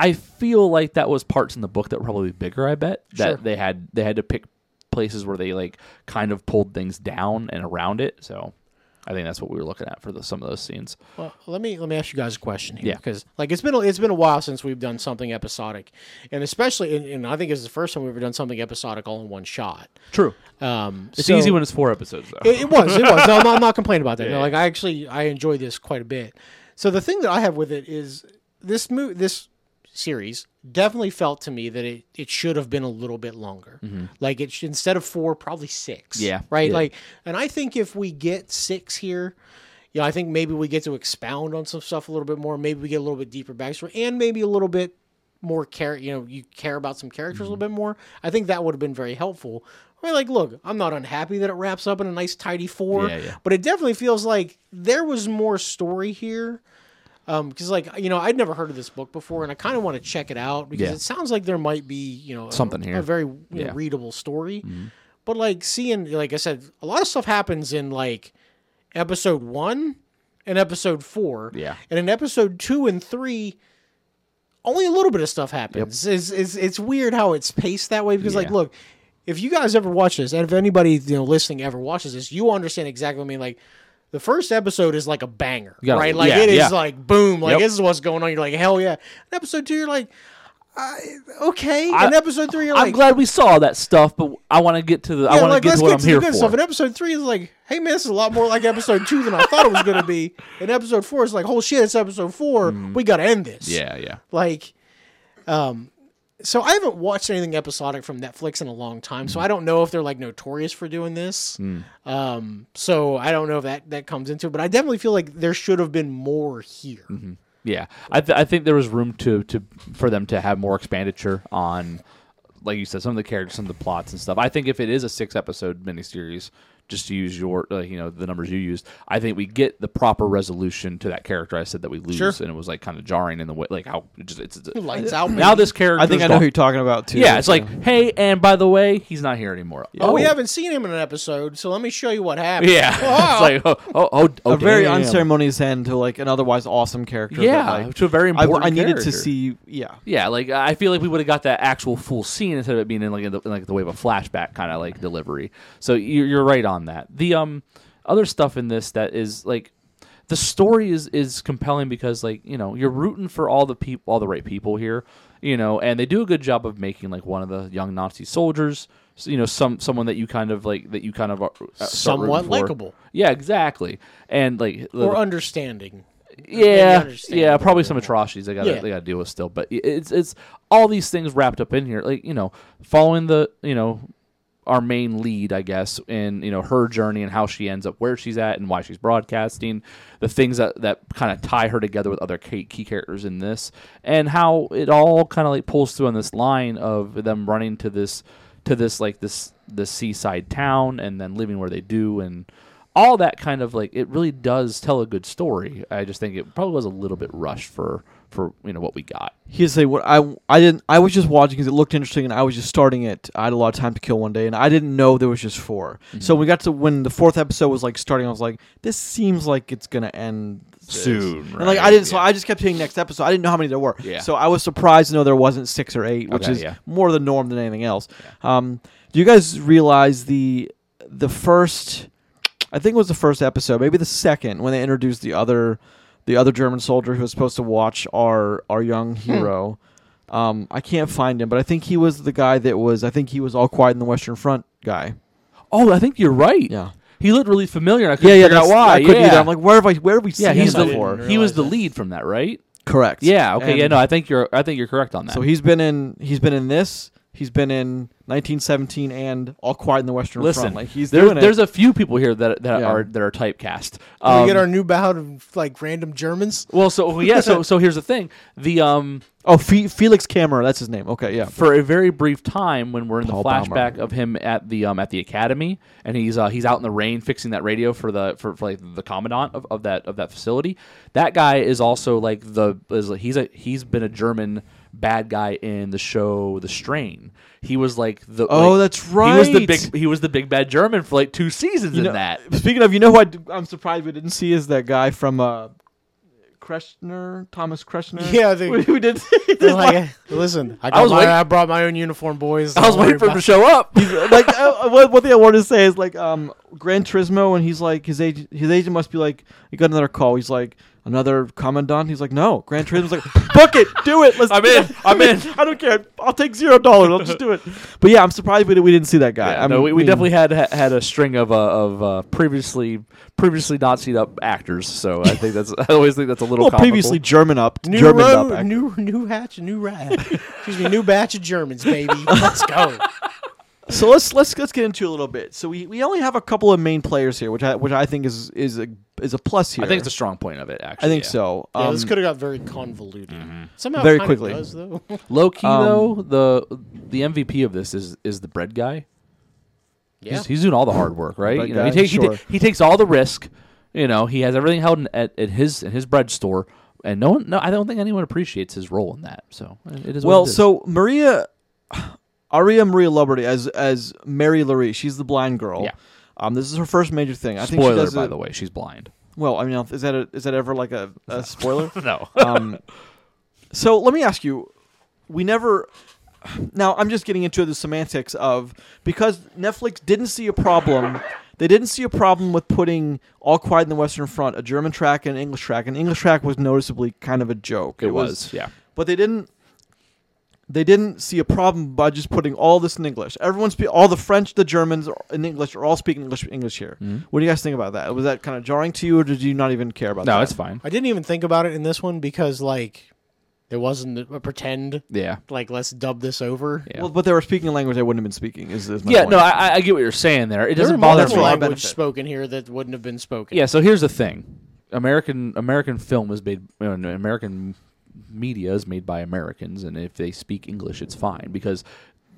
Speaker 3: I feel like that was parts in the book that were probably bigger. I bet that
Speaker 2: Sure.
Speaker 3: they had they had to pick places where they like kind of pulled things down and around it. So I think that's what we were looking at for the, some of those scenes.
Speaker 2: Well, let me let me ask you guys a question here,
Speaker 3: Yeah.
Speaker 2: because like it's been a, it's been a while since we've done something episodic, and especially and, and I think it's the first time we've ever done something episodic all in one shot.
Speaker 3: True.
Speaker 2: Um,
Speaker 3: It's
Speaker 2: so-
Speaker 3: easy when it's four episodes though.
Speaker 2: it, it was it was. No, I'm, not, I'm not complaining about that. No, like I actually I enjoy this quite a bit. So the thing that I have with it is this mo- this series definitely felt to me that it, it should have been a little bit longer. Like it should, instead of four, probably six.
Speaker 3: Mm-hmm. Yeah.
Speaker 2: Right.
Speaker 3: Yeah.
Speaker 2: Like, and I think if we get six here. You know, I think maybe we get to expound on some stuff a little bit more. Maybe we get a little bit deeper backstory, and maybe a little bit more care. You know, you care about some characters a little
Speaker 3: Mm-hmm.
Speaker 2: bit more. I think that would have been very helpful. I mean, like, look, I'm not unhappy that it wraps up in a nice, tidy four,
Speaker 3: Yeah, yeah.
Speaker 2: but it definitely feels like there was more story here. Um, because like you know, I'd never heard of this book before, and I kind of want to check it out because
Speaker 3: Yeah.
Speaker 2: it sounds like there might be you know a-
Speaker 3: Something
Speaker 2: a
Speaker 3: here.
Speaker 2: very you know,
Speaker 3: Yeah. Mm-hmm.
Speaker 2: readable story. But like seeing, like I said, a lot of stuff happens in like episode one and episode four.
Speaker 3: Yeah.
Speaker 2: And in episode two and three, only a little bit of stuff happens. It's, it's, it's weird how it's paced that way because, like,
Speaker 3: Yeah.
Speaker 2: look, if you guys ever watch this, and if anybody you know listening ever watches this, you understand exactly what I mean. Like, the first episode is like a banger,
Speaker 3: gotta-
Speaker 2: right? Like
Speaker 3: yeah,
Speaker 2: it is
Speaker 3: yeah.
Speaker 2: like boom, like
Speaker 3: Yep.
Speaker 2: this is what's going on. You're like hell yeah. And episode two, you're like, I, okay. And episode three, you're
Speaker 3: I'm
Speaker 2: like,
Speaker 3: glad we saw that stuff, but I want to get to the I
Speaker 2: yeah,
Speaker 3: want
Speaker 2: like,
Speaker 3: to get
Speaker 2: let's
Speaker 3: to what
Speaker 2: get
Speaker 3: I'm
Speaker 2: to
Speaker 3: here
Speaker 2: the good
Speaker 3: for.
Speaker 2: stuff. And episode three is like, hey man, this is a lot more like episode two than I thought it was going to be. And episode four is like, oh shit, it's episode four. We got to end this.
Speaker 3: Mm. yeah, yeah.
Speaker 2: Like, um, so I haven't watched anything episodic from Netflix in a long time,
Speaker 3: Mm.
Speaker 2: so I don't know if they're like notorious for doing this. Um, so I don't know if that that comes into it, but I definitely feel like there should have been more here.
Speaker 3: Mm-hmm. Yeah, I, th- I think there was room to, to for them to have more expenditure on, like you said, some of the characters, some of the plots and stuff. I think if it is a six episode miniseries, just to use your uh, you know the numbers you used, I think we get the proper resolution to that character. I said that we lose,
Speaker 2: Sure.
Speaker 3: and it was like kind of jarring in the way, like how it just it's, it's
Speaker 2: Lights out.
Speaker 3: now this character.
Speaker 1: I think I know who you're talking about too.
Speaker 3: Yeah, it's like hey, and by the way, he's not here anymore.
Speaker 2: Oh, we haven't seen him in an episode, so let me show you what happened.
Speaker 3: Yeah, it's like oh, oh, oh,
Speaker 1: a very
Speaker 3: damn.
Speaker 1: unceremonious end to like an otherwise awesome character. that,
Speaker 3: Yeah,
Speaker 1: like,
Speaker 3: to a very
Speaker 1: I,
Speaker 3: important
Speaker 1: I needed to
Speaker 3: character.
Speaker 1: see. Yeah,
Speaker 3: Yeah, like I feel like we would have got that actual full scene instead of it being in like in the, in like the way of a flashback kind of like delivery. So you're, you're right on that. The um other stuff in this that is like the story is is compelling because like you know you're rooting for all the people all the right people here, you know, and they do a good job of making like one of the young Nazi soldiers, so, you know, some someone that you kind of like that you kind of are, start
Speaker 2: Somewhat
Speaker 3: rooting for.
Speaker 2: likable.
Speaker 3: Yeah, exactly. And like
Speaker 2: Or understanding.
Speaker 3: yeah,
Speaker 2: understand a
Speaker 3: yeah,
Speaker 2: little
Speaker 3: probably some atrocities they got
Speaker 2: Yeah.
Speaker 3: to they got to deal with still. But i- it's it's all these things wrapped up in here. Like you know, following the you know our main lead, I guess, in you know her journey and how she ends up where she's at and why she's broadcasting, the things that that kind of tie her together with other key, key characters in this, and how it all kind of like pulls through on this line of them running to this to this like this this seaside town and then living where they do and all that kind of like it really does tell a good story. I just think it probably was a little bit rushed for for you know what we got.
Speaker 1: Here's the thing: what I I didn't I was just watching because it looked interesting, and I was just starting it. I had a lot of time to kill one day, and I didn't know there was just 4
Speaker 3: Mm-hmm.
Speaker 1: So when we got to when the fourth episode was like starting, I was like, "This seems like it's gonna end this.
Speaker 3: Soon,
Speaker 1: And like I
Speaker 3: right,
Speaker 1: didn't, so
Speaker 3: yeah.
Speaker 1: I just kept hitting next episode. I didn't know how many there were.
Speaker 3: Yeah.
Speaker 1: So I was surprised to know there wasn't six or eight, which
Speaker 3: Okay,
Speaker 1: is
Speaker 3: yeah.
Speaker 1: more the norm than anything else. Um, do you guys realize the the first? I think it was the first episode, maybe the second, when they introduced the other the other German soldier who was supposed to watch our our young hero. Um, I can't find him, but I think he was the guy that was. I think he was all quiet in the Western Front guy.
Speaker 3: Oh, I think you're right.
Speaker 1: Yeah.
Speaker 3: He looked really familiar. And I couldn't
Speaker 1: Yeah, yeah,
Speaker 3: figure out
Speaker 1: that's
Speaker 3: why.
Speaker 1: I couldn't
Speaker 3: yeah.
Speaker 1: either. I'm like, where have I? Where have we
Speaker 3: yeah,
Speaker 1: seen
Speaker 3: he's
Speaker 1: him
Speaker 3: the
Speaker 1: before?
Speaker 2: didn't
Speaker 3: he was the
Speaker 2: realize
Speaker 3: lead from that, right?
Speaker 1: Correct.
Speaker 3: Yeah. Okay. yeah.
Speaker 1: And-
Speaker 3: No, I think you're. I think you're correct on that.
Speaker 1: So he's been in he's been in this. He's been in 1917 and All Quiet in the Western
Speaker 3: Listen,
Speaker 1: Front. Like he's
Speaker 3: there-
Speaker 1: doing it.
Speaker 3: there's a few people here that that
Speaker 1: Yeah.
Speaker 3: are that are typecast.
Speaker 2: Can we
Speaker 3: Um,
Speaker 2: get our new bout of like random Germans.
Speaker 3: well, so yeah. So so here's the thing. The um
Speaker 1: oh Fe- Felix Kammerer, that's his name. Okay, yeah.
Speaker 3: for a very brief time when we're in
Speaker 1: Paul
Speaker 3: the flashback
Speaker 1: Baumer.
Speaker 3: of him at the um at the academy and he's uh, he's out in the rain fixing that radio for the for, for like the commandant of, of that of that facility. That guy is also like the is he's a he's been a German bad guy in the show The Strain. He was like the
Speaker 1: Oh,
Speaker 3: like-
Speaker 1: that's
Speaker 3: He was the
Speaker 1: right.
Speaker 3: big he was the big bad German for like two seasons
Speaker 1: You know-
Speaker 3: in that.
Speaker 1: Speaking of, you know who I, am surprised we didn't see is that guy from uh, Kreshner, Thomas Kreshner.
Speaker 2: Yeah, the-
Speaker 1: we, we did.
Speaker 2: They're like, "Eh, listen, I, got
Speaker 3: was
Speaker 2: my,
Speaker 3: waiting-
Speaker 2: I brought my own uniform, boys.
Speaker 3: I was
Speaker 2: Don't
Speaker 3: waiting
Speaker 2: worry
Speaker 3: for him
Speaker 2: about
Speaker 3: to show up.
Speaker 1: like uh, one, one thing I wanted to say is like um Gran Turismo and he's like his agent his agent must be like he got another call he's like another commandant he's like no Gran Turismo's like book it do it let's
Speaker 3: I'm in. I'm in.
Speaker 1: I don't care I'll take zero dollars I'll just do it but yeah I'm surprised we, di- we didn't see that guy
Speaker 3: Yeah,
Speaker 1: I
Speaker 3: no, we, we
Speaker 1: mean,
Speaker 3: definitely had ha- had a string of uh, of uh, previously previously Nazi up actors. So I think that's I always think that's a little
Speaker 1: well
Speaker 3: comical.
Speaker 1: previously German up
Speaker 2: it. New
Speaker 1: German
Speaker 2: road,
Speaker 1: up actor.
Speaker 2: new new hatch, new rat. Excuse me, new batch of Germans, baby. Let's go.
Speaker 1: so let's let's let's get into it a little bit so we, we only have a couple of main players here which I which I think is is a is a plus here
Speaker 3: I think it's a strong point of it. Actually,
Speaker 1: I think
Speaker 3: yeah.
Speaker 1: so
Speaker 2: Yeah,
Speaker 1: um,
Speaker 2: this could have got very convoluted.
Speaker 3: Mm-hmm.
Speaker 2: Somehow,
Speaker 1: Very
Speaker 2: it kinda
Speaker 1: quickly.
Speaker 2: Does, though.
Speaker 3: Low key
Speaker 1: Um,
Speaker 3: though, the the MVP of this is is the bread guy.
Speaker 2: yeah.
Speaker 3: He's, he's doing all the hard work, right?
Speaker 1: Bread
Speaker 3: You know,
Speaker 1: guy,
Speaker 3: he takes he,
Speaker 1: sure.
Speaker 3: ta- he takes all the risk. You know, he has everything held in, at, at his in his bread store, and no one, no, I don't think anyone appreciates his role in that. So uh, it is. what
Speaker 1: Well,
Speaker 3: it is.
Speaker 1: so Maria, Aria Maria Luberty as as Mary Laurie, she's the blind girl.
Speaker 3: Yeah.
Speaker 1: Um, this is her first major thing. I think she
Speaker 3: spoiler
Speaker 1: does
Speaker 3: by
Speaker 1: it,
Speaker 3: the way, she's blind.
Speaker 1: Well, I mean, is that a, is that ever like a, a spoiler?
Speaker 3: No,
Speaker 1: um, so let me ask you. We never. Now I'm just getting into the semantics of because Netflix didn't see a problem. They didn't see a problem with putting All Quiet in the Western Front, a German track and an English track. And English track was noticeably kind of a joke.
Speaker 3: it was yeah.
Speaker 1: but they didn't they didn't see a problem by just putting all this in English. Everyone's spe- all the French, the Germans, are- in English are all speaking English English here.
Speaker 3: Mm-hmm.
Speaker 1: What do you guys think about that? Was that kind of jarring to you, or did you not even care about that?
Speaker 3: No, it's fine.
Speaker 2: I didn't even think about it in this one because like there wasn't a pretend
Speaker 3: Yeah.
Speaker 2: like let's dub this over.
Speaker 3: Yeah.
Speaker 1: Well, but they were speaking a language they wouldn't have been speaking. Is, is my
Speaker 3: yeah,
Speaker 1: point.
Speaker 3: no, I, I- I get what you're saying there. It
Speaker 2: There
Speaker 3: doesn't
Speaker 2: are
Speaker 3: bother
Speaker 1: a
Speaker 2: multiple
Speaker 3: me.
Speaker 1: lot of
Speaker 2: language
Speaker 1: benefit.
Speaker 2: spoken here that wouldn't have been spoken.
Speaker 3: Yeah, so here's the thing: American American film is made, you know, American media is made by Americans, and if they speak English, it's fine because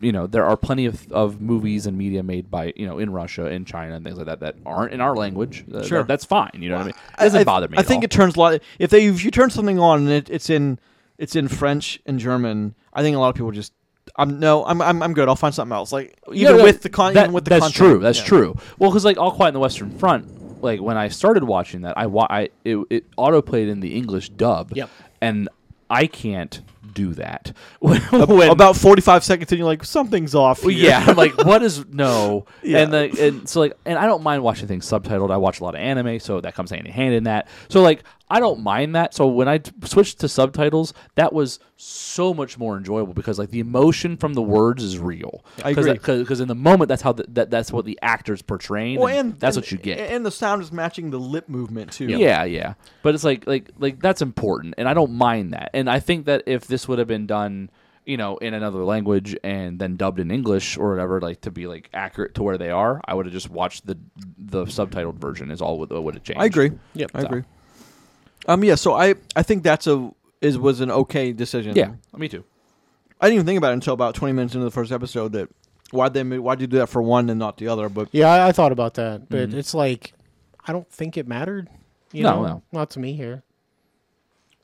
Speaker 3: you know there are plenty of, of movies and media made by you know in Russia and China and things like that that aren't in our language. Uh,
Speaker 1: Sure.
Speaker 3: that- that's fine. You know what I mean? It
Speaker 1: I-
Speaker 3: doesn't
Speaker 1: I-
Speaker 3: bother me.
Speaker 1: I
Speaker 3: at
Speaker 1: think
Speaker 3: all.
Speaker 1: it turns a lot. If they if you turn something on and it, it's in it's in French and German, I think a lot of people just I'm no, I'm I'm, I'm good. I'll find something else. Like even
Speaker 3: Yeah,
Speaker 1: with
Speaker 3: that-
Speaker 1: the con,
Speaker 3: that-
Speaker 1: even with the
Speaker 3: that's
Speaker 1: content.
Speaker 3: true. That's
Speaker 1: Yeah.
Speaker 3: true. Well, because like All Quiet on the Western Front, like when I started watching that, I wa- I it, it auto played in the English dub.
Speaker 2: Yep.
Speaker 3: And I can't do that. when,
Speaker 1: About 45 seconds, and you're like something's off.
Speaker 3: well,
Speaker 1: here.
Speaker 3: yeah, I'm like, what is no?
Speaker 1: Yeah.
Speaker 3: And like, and so like, and I don't mind watching things subtitled. I watch a lot of anime, so that comes hand in hand in that. So like, I don't mind that. So when I t- switched to subtitles, that was so much more enjoyable because like the emotion from the words is real.
Speaker 1: I agree.
Speaker 3: Because in the moment, that's how the, that that's what the actors portraying.
Speaker 1: Well,
Speaker 3: and
Speaker 1: and
Speaker 3: that's
Speaker 1: and-
Speaker 3: what you get.
Speaker 1: And the sound is matching the lip movement too.
Speaker 3: Yeah, yeah. But it's like like like that's important and I don't mind that. And I think that if this would have been done you know, in another language and then dubbed in English or whatever, like to be like accurate to where they are, I would have just watched the the subtitled version. Is all what would have changed.
Speaker 1: I agree.
Speaker 2: Yep.
Speaker 1: I agree. Um, yeah. So I, I think that's a is was an okay decision.
Speaker 3: Yeah, me too.
Speaker 1: I didn't even think about it until about twenty minutes into the first episode that why they why do you do that for one and not the other? But
Speaker 2: Yeah, I, I thought about that, but it's like I don't think it mattered. You
Speaker 3: Mm-hmm. No,
Speaker 2: know,
Speaker 3: no.
Speaker 2: not to me here.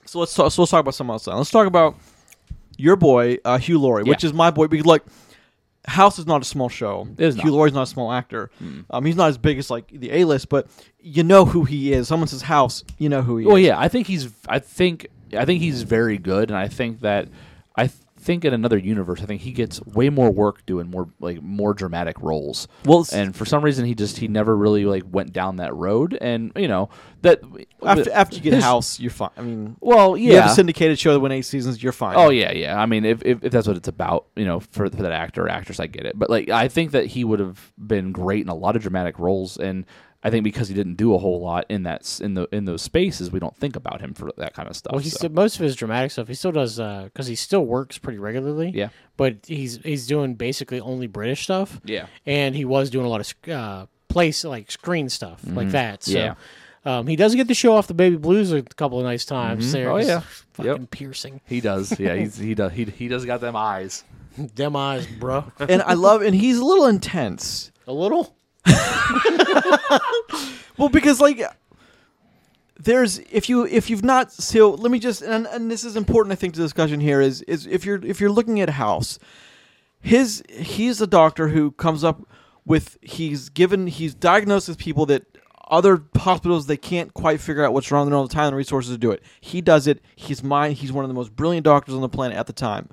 Speaker 1: so let's talk, so let's talk about something else. Then. Let's talk about your boy uh, Hugh Laurie, which
Speaker 3: Yeah.
Speaker 1: is my boy. Because like House is not a small show.
Speaker 3: It is
Speaker 1: Hugh
Speaker 3: not. Mm.
Speaker 1: Laurie's not a small actor. Um, he's not as big as like the A list, but you know who he is. Someone says House, you know who he
Speaker 3: Well,
Speaker 1: is.
Speaker 3: yeah, I think he's. I think. I think he's very good, and I think that. I think in another universe, I think he gets way more work doing more like more dramatic roles.
Speaker 1: Well, it's-
Speaker 3: and for some reason, he just he never really like went down that road, and you know that
Speaker 1: After, after you get
Speaker 3: his-
Speaker 1: House, you're fine. I mean,
Speaker 3: Well,
Speaker 1: you have
Speaker 3: yeah.
Speaker 1: a syndicated show that went eight seasons. You're fine.
Speaker 3: Oh yeah, yeah. I mean, if, if, if that's what it's about, you know, for for that actor or actress, I get it. But like, I think that he would have been great in a lot of dramatic roles, and I think because he didn't do a whole lot in that s- in the in those spaces, we don't think about him for that kind of stuff.
Speaker 2: Well, he's
Speaker 3: Oh, so.
Speaker 2: still, most of his dramatic stuff. He still does because he still works pretty regularly.
Speaker 3: Yeah.
Speaker 2: but he's he's doing basically only British stuff.
Speaker 3: Yeah.
Speaker 2: and he was doing a lot of sc- uh, place like screen stuff like that. So,
Speaker 3: Mm-hmm. Yeah.
Speaker 2: um, he does get to show off the baby blues a couple of nice times there.
Speaker 3: Oh,
Speaker 2: It's
Speaker 3: yeah.
Speaker 2: fucking
Speaker 3: Yep.
Speaker 2: piercing
Speaker 3: He does. Yeah, he's, he does. He he does got them eyes.
Speaker 2: them eyes, bro.
Speaker 1: and I love, and he's a little intense.
Speaker 2: a little.
Speaker 1: Well, because like there's if you if you've not so let me just and, and this is important I think to the discussion here is is if you're if you're looking at House, his he's a doctor who comes up with he's given he's diagnosed with people that other hospitals they can't quite figure out what's wrong they don't have the time and resources to do it. He does it. He's mine. He's one of the most brilliant doctors on the planet at the time.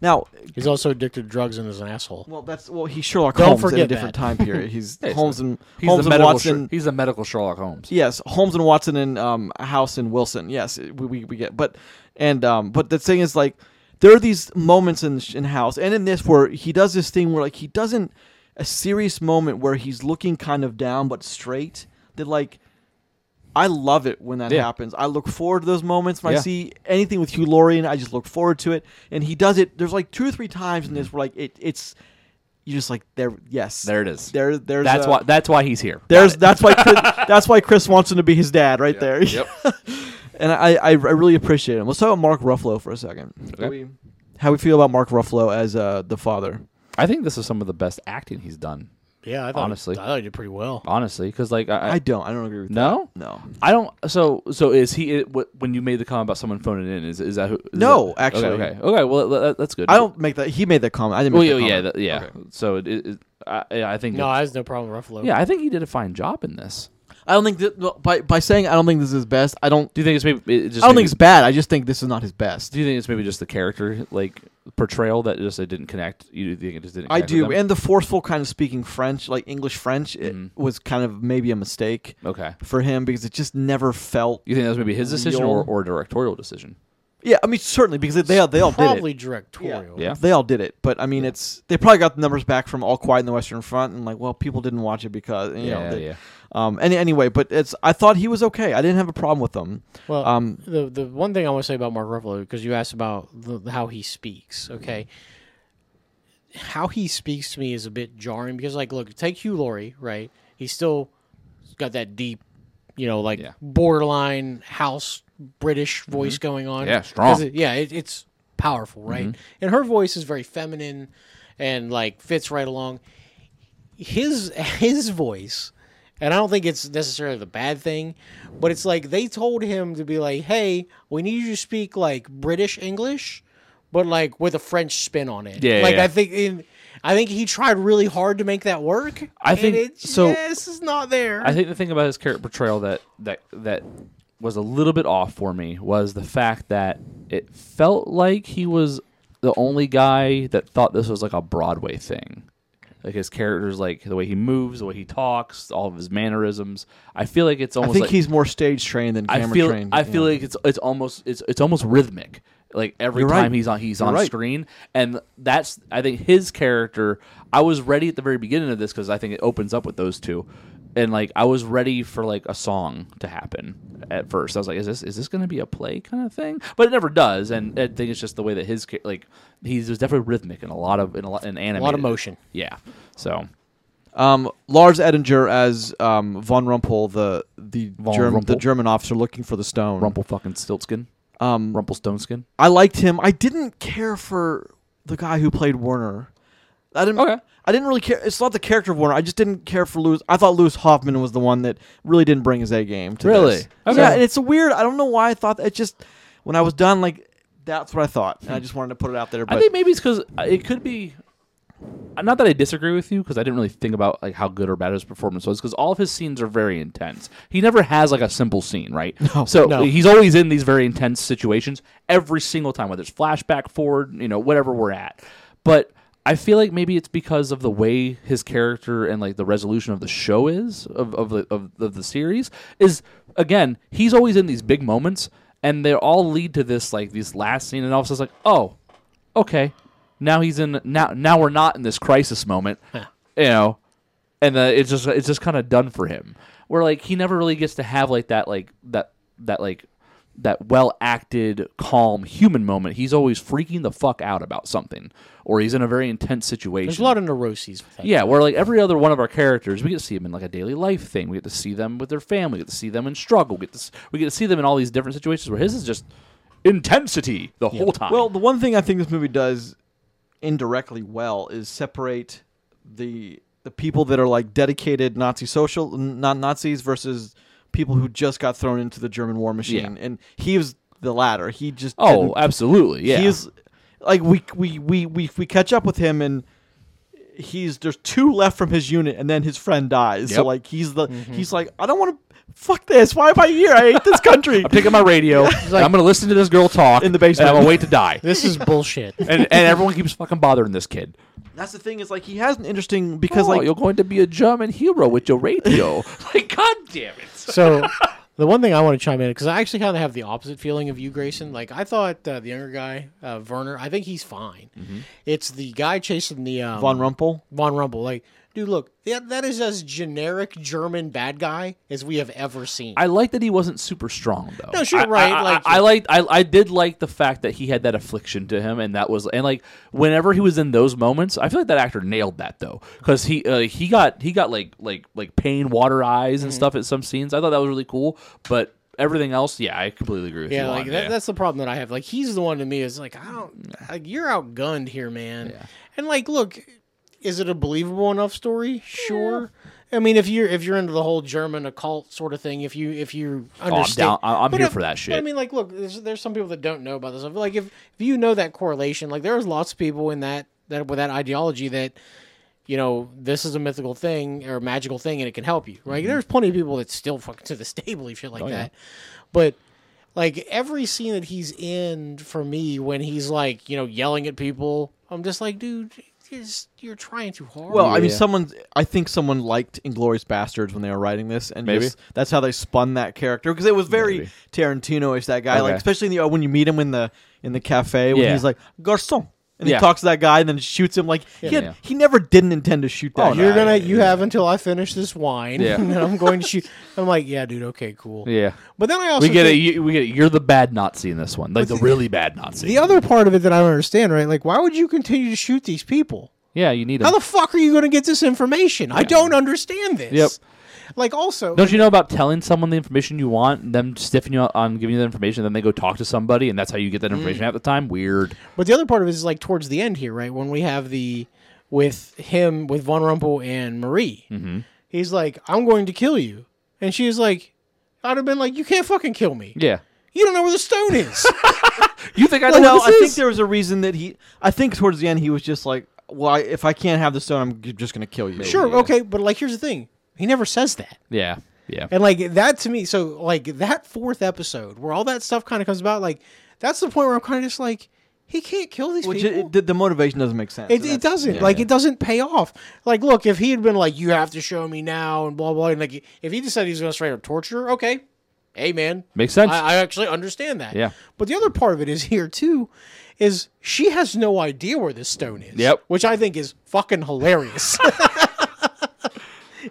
Speaker 1: Now,
Speaker 2: He's also addicted to drugs and is an asshole.
Speaker 1: well, that's well. He's Sherlock
Speaker 2: Don't
Speaker 1: Holmes in a
Speaker 2: forget
Speaker 1: different
Speaker 2: that.
Speaker 1: time period. He's
Speaker 3: Yeah, he's
Speaker 1: Holmes
Speaker 3: the-
Speaker 1: and
Speaker 3: He's
Speaker 1: Holmes
Speaker 3: the
Speaker 1: and
Speaker 3: medical.
Speaker 1: Watson.
Speaker 3: Sher- he's the medical Sherlock Holmes.
Speaker 1: Yes, Holmes and Watson and um, House and Wilson. Yes, we, we, we get, but and um, but the thing is, like, there are these moments in in House and in this where he does this thing where like he doesn't a serious moment where he's looking kind of down but straight. That like, I love it when that
Speaker 3: Yeah.
Speaker 1: happens. I look forward to those moments when I
Speaker 3: Yeah.
Speaker 1: see anything with Hugh Laurie, and I just look forward to it. And he does it. There's like two or three times in this where like it it's. You're just like there. Yes,
Speaker 3: Mm-hmm. There it is.
Speaker 1: There, there's uh,
Speaker 3: that's
Speaker 1: a-
Speaker 3: why. That's why he's here.
Speaker 1: there's that's why Chris, that's why Chris wants him to be his dad right there.
Speaker 3: Yep.
Speaker 1: and I, I I really appreciate him. Let's talk about Mark Ruffalo for a second.
Speaker 3: Okay.
Speaker 1: We- How we feel about Mark Ruffalo as uh, the father?
Speaker 3: I think this is some of the best acting he's done.
Speaker 2: Yeah, I thought
Speaker 3: Honestly.
Speaker 2: I thought he did pretty well.
Speaker 3: Honestly, because like I,
Speaker 1: I don't. I don't agree with
Speaker 3: no
Speaker 1: that. No.
Speaker 3: I don't. So so is he? it- wh- When you made the comment about someone phoning in, is is that who? is
Speaker 1: No,
Speaker 3: that-
Speaker 1: actually.
Speaker 3: Okay, okay, okay. Well, that- that, that's good.
Speaker 1: I don't make that. He made that comment. I didn't.
Speaker 3: Well,
Speaker 1: Make
Speaker 3: yeah,
Speaker 1: that
Speaker 3: yeah,
Speaker 1: comment.
Speaker 3: that- yeah. So it, it, it- I, I think.
Speaker 2: No, I has no problem with Ruffalo.
Speaker 3: yeah, I think he did a fine job in this.
Speaker 1: I don't think that, well, by by saying I don't think this is his best. I don't.
Speaker 3: Do you think it's maybe? It just
Speaker 1: I don't
Speaker 3: maybe-
Speaker 1: think it's bad. I just think this is not his best.
Speaker 3: Do you think it's maybe just the character like portrayal that just it didn't connect? You think it just didn't?
Speaker 1: I
Speaker 3: connect with
Speaker 1: do,
Speaker 3: them?
Speaker 1: and the forceful kind of speaking French, like English French, it
Speaker 3: Mm-hmm.
Speaker 1: was kind of maybe a mistake
Speaker 3: okay.
Speaker 1: for him because it just never felt.
Speaker 3: You think that was maybe his decision
Speaker 1: Real-
Speaker 3: or, or directorial decision?
Speaker 1: Yeah, I mean certainly because they they all did it.
Speaker 2: probably directorial.
Speaker 3: Yeah.
Speaker 1: They all did it, but I mean, it's they probably got the numbers back from All Quiet in the Western Front, and like, well, people didn't watch it because you know,
Speaker 3: Yeah,
Speaker 1: they-
Speaker 3: yeah.
Speaker 1: Um, any anyway, but it's I thought he was okay. I didn't have a problem with him.
Speaker 3: Uh,
Speaker 2: Well,
Speaker 1: Um,
Speaker 2: the the one thing I want to say about Mark Ruffalo because you asked about the, how he
Speaker 3: Mm-hmm.
Speaker 2: speaks, okay? How he speaks to me is a bit jarring because, like, look, take Hugh Laurie, right? He's still got that deep, you know, like
Speaker 3: Yeah. Mm-hmm.
Speaker 2: borderline house British voice going on.
Speaker 3: Yeah, strong. Mm-hmm.
Speaker 2: 'Cause it- yeah, it, it's powerful, right? And her voice is very feminine and like fits right along his his voice and i don't think it's necessarily the bad thing but it's like they told him to be like hey we need you to speak like british english but like with a french spin on it
Speaker 3: Yeah,
Speaker 2: like
Speaker 3: yeah,
Speaker 2: i think in i think he tried really hard to make that work
Speaker 3: I
Speaker 2: and
Speaker 3: think-
Speaker 2: it
Speaker 3: so-
Speaker 2: yes is not there
Speaker 3: I think the thing about his character portrayal that that that was a little bit off for me was the fact that it felt like he was the only guy that thought this was like a Broadway thing. Like his character's like the way he moves, the way he talks, all of his mannerisms. I feel like it's
Speaker 1: I
Speaker 3: almost
Speaker 1: think
Speaker 3: like,
Speaker 1: he's more stage trained than
Speaker 3: I
Speaker 1: camera
Speaker 3: feel
Speaker 1: trained.
Speaker 3: I feel like it's it's almost it's it's almost rhythmic. Like every
Speaker 1: You're right.
Speaker 3: time he's on he's
Speaker 1: You're
Speaker 3: on
Speaker 1: right.
Speaker 3: screen, and that's I think his character. I was ready at the very beginning of this because I think it opens up with those two. and like I was ready for like a song to happen at first. I was like, is this is this going to be a play kind of thing? But it never does, and I think it's just the way that his ca- like he was definitely rhythmic and a lot of in a lot in
Speaker 2: A
Speaker 3: animated.
Speaker 2: lot of motion.
Speaker 3: Yeah. So
Speaker 1: Um, Lars Edinger as um, von Rumpel, the the
Speaker 3: Von
Speaker 1: Germ- the
Speaker 3: Rumpel.
Speaker 1: German officer looking for the stone.
Speaker 3: Rumple fucking Stiltskin,
Speaker 1: Um,
Speaker 3: Rumple Stoneskin.
Speaker 1: I liked him. I didn't care for the guy who played Werner. I didn't.
Speaker 3: Okay.
Speaker 1: I didn't really care. It's not the character of Werner. I just didn't care for Lewis. I thought Lewis Hoffman was the one that really didn't bring his A game to
Speaker 3: Really?
Speaker 1: this.
Speaker 3: Okay.
Speaker 1: Yeah, and it's a weird. I don't know why I thought that. It just when I was done, like that's what I thought, and I just wanted to put it out there. But
Speaker 3: I think maybe it's because it could be. uh, Not that I disagree with you, because I didn't really think about like how good or bad his performance was, because all of his scenes are very intense. He never has like a simple scene, right? No, so
Speaker 2: No.
Speaker 3: he's always in these very intense situations every single time, whether it's flashback, forward, you know, whatever we're at. But I feel like maybe it's because of the way his character and like the resolution of the show is of of the, of, of the series is again he's always in these big moments, and they all lead to this like this last scene, and all of a sudden it's like oh okay, now he's in now now we're not in this crisis moment, you know, and uh, it's just it's just kind of done for him. Where like he never really gets to have like that like that that like that well acted calm human moment. He's always freaking the fuck out about something, or he's in a very intense situation.
Speaker 2: There's a lot of neuroses with that.
Speaker 3: Yeah, where like every other one of our characters, we get to see them in like a daily life thing. We get to see them with their family. We get to see them in struggle. We get to s- we get to see them in all these different situations. Where his is just intensity the whole time.
Speaker 1: Well, the one thing I think this movie does indirectly well is separate the the people that are like dedicated Nazi social not Nazis versus people who just got thrown into the German war machine. And he was the latter. He just
Speaker 3: oh,
Speaker 1: didn't-
Speaker 3: absolutely, yeah.
Speaker 1: he's like we we we we we catch up with him and he's there's two left from his unit and then his friend dies. So
Speaker 3: Yep. Mm-hmm.
Speaker 1: like he's the he's like I don't want to fuck this. Why am I here? I hate this country.
Speaker 3: I'm taking my radio. and I'm going to listen to this girl talk
Speaker 1: In the basement.
Speaker 3: And I'm going to wait to die.
Speaker 2: This is bullshit.
Speaker 3: and, and everyone keeps fucking bothering this kid.
Speaker 1: That's the thing is like he has an interesting because
Speaker 3: oh,
Speaker 1: like
Speaker 3: you're going to be a German hero with your radio. like, god damn it.
Speaker 2: So, the one thing I want to chime in because I actually kind of have the opposite feeling of you, Grayson. Like I thought uh, the younger guy, uh, Werner, I think he's fine. It's the guy chasing the um,
Speaker 1: Von Rumpel.
Speaker 2: Von Rumble. Like, dude, look, that, that is as generic German bad guy as we have ever seen.
Speaker 3: I like that he wasn't super strong though.
Speaker 2: No, sure,
Speaker 3: I-
Speaker 2: right,
Speaker 3: I,
Speaker 2: like-
Speaker 3: I, I liked, I, I did like the fact that he had that affliction to him, and that was, and like whenever he was in those moments, I feel like that actor nailed that though, because he, uh, he got, he got like, like, like pain, water eyes,
Speaker 1: Mm-hmm.
Speaker 3: and stuff at some scenes. I thought that was really cool, but everything else, yeah, I completely agree with you.
Speaker 2: yeah, like
Speaker 3: on,
Speaker 2: that,
Speaker 3: yeah.
Speaker 2: that's the problem that I have. Like, he's the one to me is like, I don't, like, you're outgunned here, man. And like, look, is it a believable enough story? Sure. I mean, if you're if you're into the whole German occult sort of thing, if you if you
Speaker 3: Oh, I'm
Speaker 2: understand,
Speaker 3: down. I- I'm
Speaker 2: But
Speaker 3: here
Speaker 2: if-
Speaker 3: for that
Speaker 2: but
Speaker 3: shit.
Speaker 2: I mean, like, look, there's, there's some people that don't know about this. I feel like if, if you know that correlation, like there's lots of people in that that with that ideology that, you know, this is a mythical thing or a magical thing and it can help you. Right?
Speaker 3: Mm-hmm.
Speaker 2: There's plenty of people that still fucking to this day believe shit like
Speaker 3: Oh,
Speaker 2: that. But like every scene that he's in for me when he's like, you know, yelling at people, I'm just like, dude, it's- you're trying too hard.
Speaker 1: Well, I mean,
Speaker 3: Yeah.
Speaker 1: someone. I think someone liked Inglorious Bastards when they were writing this, and
Speaker 3: Maybe.
Speaker 1: just- that's how they spun that character because it was very
Speaker 3: Maybe.
Speaker 1: Tarantino-ish. That guy, like
Speaker 3: Okay.
Speaker 1: especially in the oh, when you meet him in the in the cafe when
Speaker 3: Yeah.
Speaker 1: he's like garçon, and he
Speaker 3: Yeah.
Speaker 1: talks to that guy and then shoots him. Like he, had,
Speaker 3: Yeah.
Speaker 1: he never didn't intend to shoot that.
Speaker 3: Oh,
Speaker 1: guy.
Speaker 2: you're
Speaker 3: Nah,
Speaker 2: gonna
Speaker 3: yeah,
Speaker 2: you
Speaker 3: yeah.
Speaker 2: have until I finish this wine,
Speaker 3: Yeah.
Speaker 2: and I'm going to shoot. I'm like, yeah, dude, okay, cool.
Speaker 3: yeah.
Speaker 2: But then I also
Speaker 3: We get it.
Speaker 2: think
Speaker 3: You, we get it. You're the bad Nazi in this one, like the really bad Nazi.
Speaker 2: the other part of it that I don't understand, right? Like, why would you continue to shoot these people?
Speaker 3: yeah, you need.
Speaker 2: How
Speaker 3: Him.
Speaker 2: the fuck are you going to get this information? I don't understand this.
Speaker 3: Yep.
Speaker 2: Like, also,
Speaker 3: Don't you know about telling someone the information you want, and them stiffing you out on giving you the information, then they go talk to somebody, and that's how you get that information half the time? Weird.
Speaker 2: but the other part of it is like towards the end here, right? When we have the with him with Von Rumpel and Marie,
Speaker 3: Mm-hmm.
Speaker 2: he's like, "I'm going to kill you," and she's like, "I'd have been like, you can't fucking kill me.
Speaker 3: Yeah.
Speaker 2: You don't know where the stone is."
Speaker 3: You think I know
Speaker 1: Well, no,
Speaker 3: what
Speaker 1: I
Speaker 3: this
Speaker 1: think
Speaker 3: is?
Speaker 1: there was a reason that he. I think towards the end he was just like, "Well, I, if I can't have the stone, I'm g- just gonna kill you."
Speaker 2: sure,
Speaker 3: Yeah.
Speaker 2: okay, but like, here's the thing: he never says that.
Speaker 3: yeah. Yeah.
Speaker 2: And like that to me, so like that fourth episode where all that stuff kind of comes about, like that's the point where I'm kind of just like, he can't kill these
Speaker 1: Which
Speaker 2: people.
Speaker 1: it, the, the motivation doesn't make sense.
Speaker 2: it,
Speaker 1: and
Speaker 2: it
Speaker 1: that's-
Speaker 2: doesn't
Speaker 1: yeah.
Speaker 2: like it doesn't pay off. Like, look, if he had been like, you have to show me now and blah blah, and like if he decided he was going to straight up torture, her, okay, hey man,
Speaker 3: Makes sense.
Speaker 2: I, I actually understand that.
Speaker 3: Yeah.
Speaker 2: But the other part of it is here too, is she has no idea where this stone is.
Speaker 3: Yep.
Speaker 2: Which I think is fucking hilarious.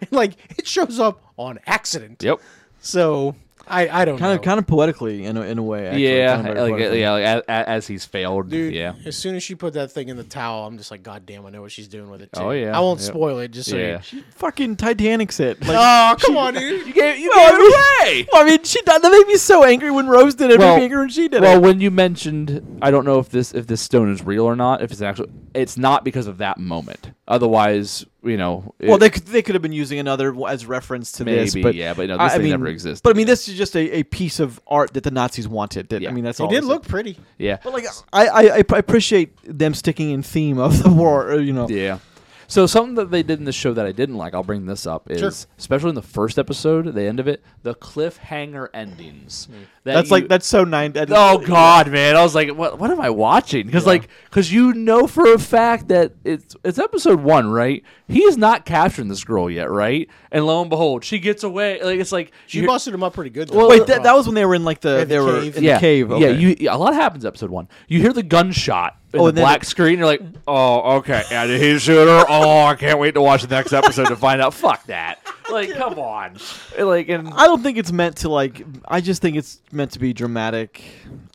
Speaker 2: like it shows up on accident.
Speaker 3: Yep.
Speaker 2: So I I don't
Speaker 1: Kind
Speaker 2: know.
Speaker 1: of, kind of poetically in a, in a way. Actually.
Speaker 3: yeah,
Speaker 1: Kind of
Speaker 3: like
Speaker 1: poetically.
Speaker 3: yeah, like, as, as he's failed.
Speaker 2: Dude,
Speaker 3: yeah.
Speaker 2: as soon as she put that thing in the towel, I'm just like, God damn, I know what she's doing with it. Too.
Speaker 3: Oh, yeah.
Speaker 2: I won't
Speaker 3: Yep.
Speaker 2: spoil it. Just so
Speaker 3: yeah.
Speaker 2: you.
Speaker 1: Fucking Titanic set. Like,
Speaker 2: Oh come on, dude.
Speaker 3: You gave, you
Speaker 1: No,
Speaker 3: gave
Speaker 1: I mean-
Speaker 3: it away.
Speaker 1: I mean, she that made me so angry when Rose did it.
Speaker 3: Well-
Speaker 1: made me angry when she did
Speaker 3: Well,
Speaker 1: it.
Speaker 3: when you mentioned, I don't know if this if this stone is real or not. If it's actually, it's not because of that moment. Otherwise, you know.
Speaker 1: Well,
Speaker 3: it-
Speaker 1: they could, they could have been using another w- as reference to this,
Speaker 3: Maybe,
Speaker 1: but
Speaker 3: yeah, but no,
Speaker 1: I-
Speaker 3: this
Speaker 1: I
Speaker 3: thing
Speaker 1: mean-
Speaker 3: never existed.
Speaker 1: But I mean, this is just a, a piece of art that the Nazis wanted. That,
Speaker 3: Yeah.
Speaker 1: I mean, that's
Speaker 2: It
Speaker 1: all.
Speaker 2: did
Speaker 1: this
Speaker 2: look
Speaker 1: is.
Speaker 2: pretty.
Speaker 3: yeah,
Speaker 1: But like, I, I I I appreciate them sticking in theme of the war. uh, You know,
Speaker 3: Yeah. So something that they did in the show that I didn't like, I'll bring this up, is
Speaker 2: Sure.
Speaker 3: especially in the first episode, the end of it, the cliffhanger endings. That
Speaker 1: that's
Speaker 3: you-
Speaker 1: like that's so nine. that-
Speaker 3: Oh God, man! I was like, "What? What am I watching?" Because, like, because you know for a fact that it's it's episode one, right? He's not capturing this girl yet, right? And lo and behold, she gets away. Like, it's like
Speaker 2: She
Speaker 3: you're-
Speaker 2: busted him up pretty good. Though,
Speaker 1: Well, uh,
Speaker 2: No
Speaker 1: wait, that, that
Speaker 2: problem.
Speaker 1: was when they were in like the
Speaker 2: Yeah, the
Speaker 1: they were
Speaker 2: cave.
Speaker 1: in the cave.
Speaker 3: Yeah,
Speaker 1: okay.
Speaker 3: you, a lot happens in episode one. You hear the gunshot in
Speaker 1: Oh,
Speaker 3: the
Speaker 1: and then
Speaker 3: black
Speaker 1: it-
Speaker 3: screen. You're like, oh, okay. And he shoot her. Oh, I can't wait to watch the next episode to find out. Fuck that. Like, come on. Like, and
Speaker 1: I don't think it's meant to like. I just think it's meant to be dramatic.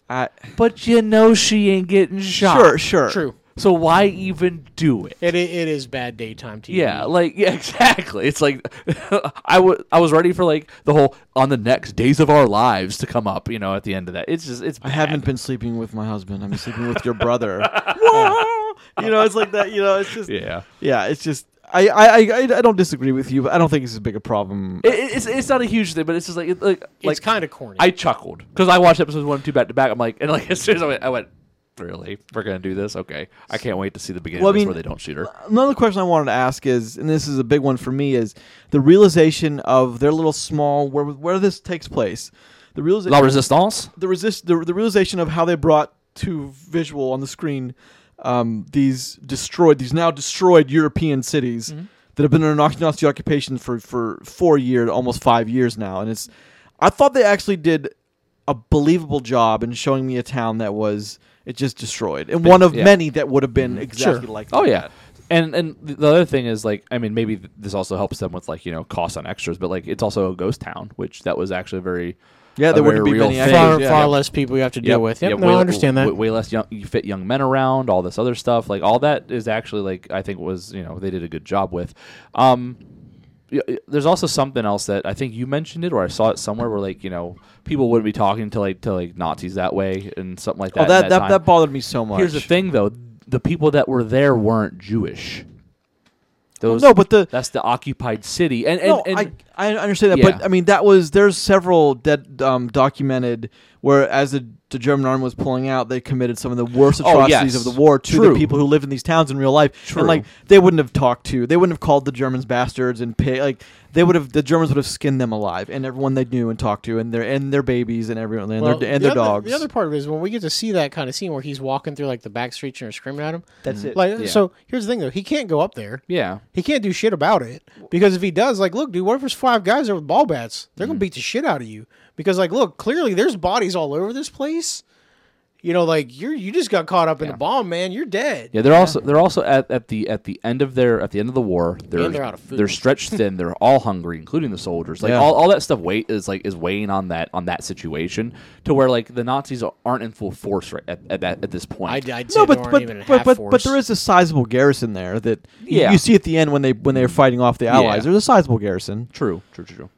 Speaker 1: I
Speaker 3: but you know she ain't getting shot.
Speaker 1: sure, sure,
Speaker 2: true.
Speaker 3: So why even do it?
Speaker 2: It, it it is bad daytime TV.
Speaker 3: Yeah, like yeah, exactly. It's like I wa- I was ready for like the whole on the next days of our lives to come up, you know, at the end of that. It's just it's
Speaker 1: I haven't been sleeping with my husband. I'm sleeping with your brother. you know, it's like that. You know, it's just yeah.
Speaker 3: yeah.
Speaker 1: it's just I, I I I I don't disagree with you, but I don't think it's as big a problem.
Speaker 3: It, it- it's it's not a huge thing, but it's just like it, like
Speaker 2: it's
Speaker 3: like
Speaker 2: kind of corny.
Speaker 3: I chuckled because I watched episodes one and two back to back. I'm like, and like as soon as I went, I went, really, we're gonna do this? Okay, I can't wait to see the beginning
Speaker 1: Well,
Speaker 3: of
Speaker 1: I
Speaker 3: this
Speaker 1: mean-
Speaker 3: where they don't shoot her.
Speaker 1: Another question I wanted to ask is, and this is a big one for me, is the realization of their little small where where this takes place. The realization
Speaker 3: La Resistance.
Speaker 1: the resist the, the realization of how they brought to visual on the screen um, these destroyed these now destroyed European cities
Speaker 3: Mm-hmm.
Speaker 1: that have been under Nazi- Nazi occupation for for four years almost five years now and it's I thought they actually did a believable job in showing me a town that was it just destroyed and one of
Speaker 3: yeah.
Speaker 1: many that would have been exactly like
Speaker 3: Oh
Speaker 1: that.
Speaker 3: yeah. And and the other thing is like I mean maybe th- this also helps them with like you know costs on extras, but like it's also a ghost town, which that was actually a very
Speaker 1: Yeah,
Speaker 3: a
Speaker 1: there wouldn't
Speaker 3: very
Speaker 1: be
Speaker 3: real
Speaker 1: many
Speaker 3: thing.
Speaker 1: extras,
Speaker 2: far
Speaker 1: yeah.
Speaker 2: far
Speaker 1: Yep.
Speaker 2: less people you have to deal with. Yep,
Speaker 3: yep,
Speaker 2: no,
Speaker 3: way,
Speaker 2: I understand that.
Speaker 3: Way, way less young, you fit young men around, all this other stuff. Like all that is actually like I think was you know they did a good job with. Um, y- y- there's also something else that I think you mentioned it or I saw it somewhere where like you know people wouldn't be talking to like to like Nazis that way and something like that.
Speaker 1: oh
Speaker 3: in
Speaker 1: that that,
Speaker 3: time.
Speaker 1: that, bothered me so much
Speaker 3: Here's the thing though, the people that were there weren't Jewish. Those
Speaker 1: no but the
Speaker 3: that's the occupied city and and,
Speaker 1: no,
Speaker 3: and
Speaker 1: I, I understand that,
Speaker 3: Yeah.
Speaker 1: but I mean that was there's several that um, documented where as the, the German army was pulling out, they committed some of the worst
Speaker 3: Oh,
Speaker 1: atrocities
Speaker 3: yes.
Speaker 1: of the war to
Speaker 3: True.
Speaker 1: the people who live in these towns in real life.
Speaker 3: True.
Speaker 1: And like they wouldn't have talked to, they wouldn't have called the Germans bastards and pay, like they would have the Germans would have skinned them alive and everyone they knew and talked to and their and their babies and everyone and
Speaker 2: Well,
Speaker 1: their and
Speaker 2: the
Speaker 1: their
Speaker 2: other-
Speaker 1: dogs.
Speaker 2: The other part of it is when we get to see that kind of scene where he's walking through like the back streets and they're screaming at him.
Speaker 1: That's it.
Speaker 2: Like
Speaker 3: Yeah.
Speaker 2: so, here's the thing though: he can't go up there.
Speaker 3: yeah.
Speaker 2: He can't do shit about it because if he does, like, look, dude, what if there's five guys there with ball bats? They're
Speaker 3: Mm.
Speaker 2: gonna beat the shit out of you because, like, look, clearly there's bodies all over this place. You know, like you're you just got caught up in a bomb, man. You're dead.
Speaker 3: Yeah, they're also they're also at, at the at the end of their at the end of the war. They're
Speaker 2: they're out of food.
Speaker 3: They're stretched thin. They're all hungry, including the soldiers. Like
Speaker 1: Yeah.
Speaker 3: all, all that stuff weight is like is weighing on that on that situation to where like the Nazis aren't in full force right at, at that at this point.
Speaker 2: I'd, I'd say
Speaker 1: no,
Speaker 2: they
Speaker 1: but
Speaker 2: weren't
Speaker 1: but
Speaker 2: even in
Speaker 1: but,
Speaker 2: half
Speaker 1: but, but
Speaker 2: force.
Speaker 1: there is a sizable garrison there that you-
Speaker 3: Yeah. Mm.
Speaker 1: you see at the end when they when they're fighting off the Allies. There's a sizable garrison.
Speaker 3: True, true, true, true.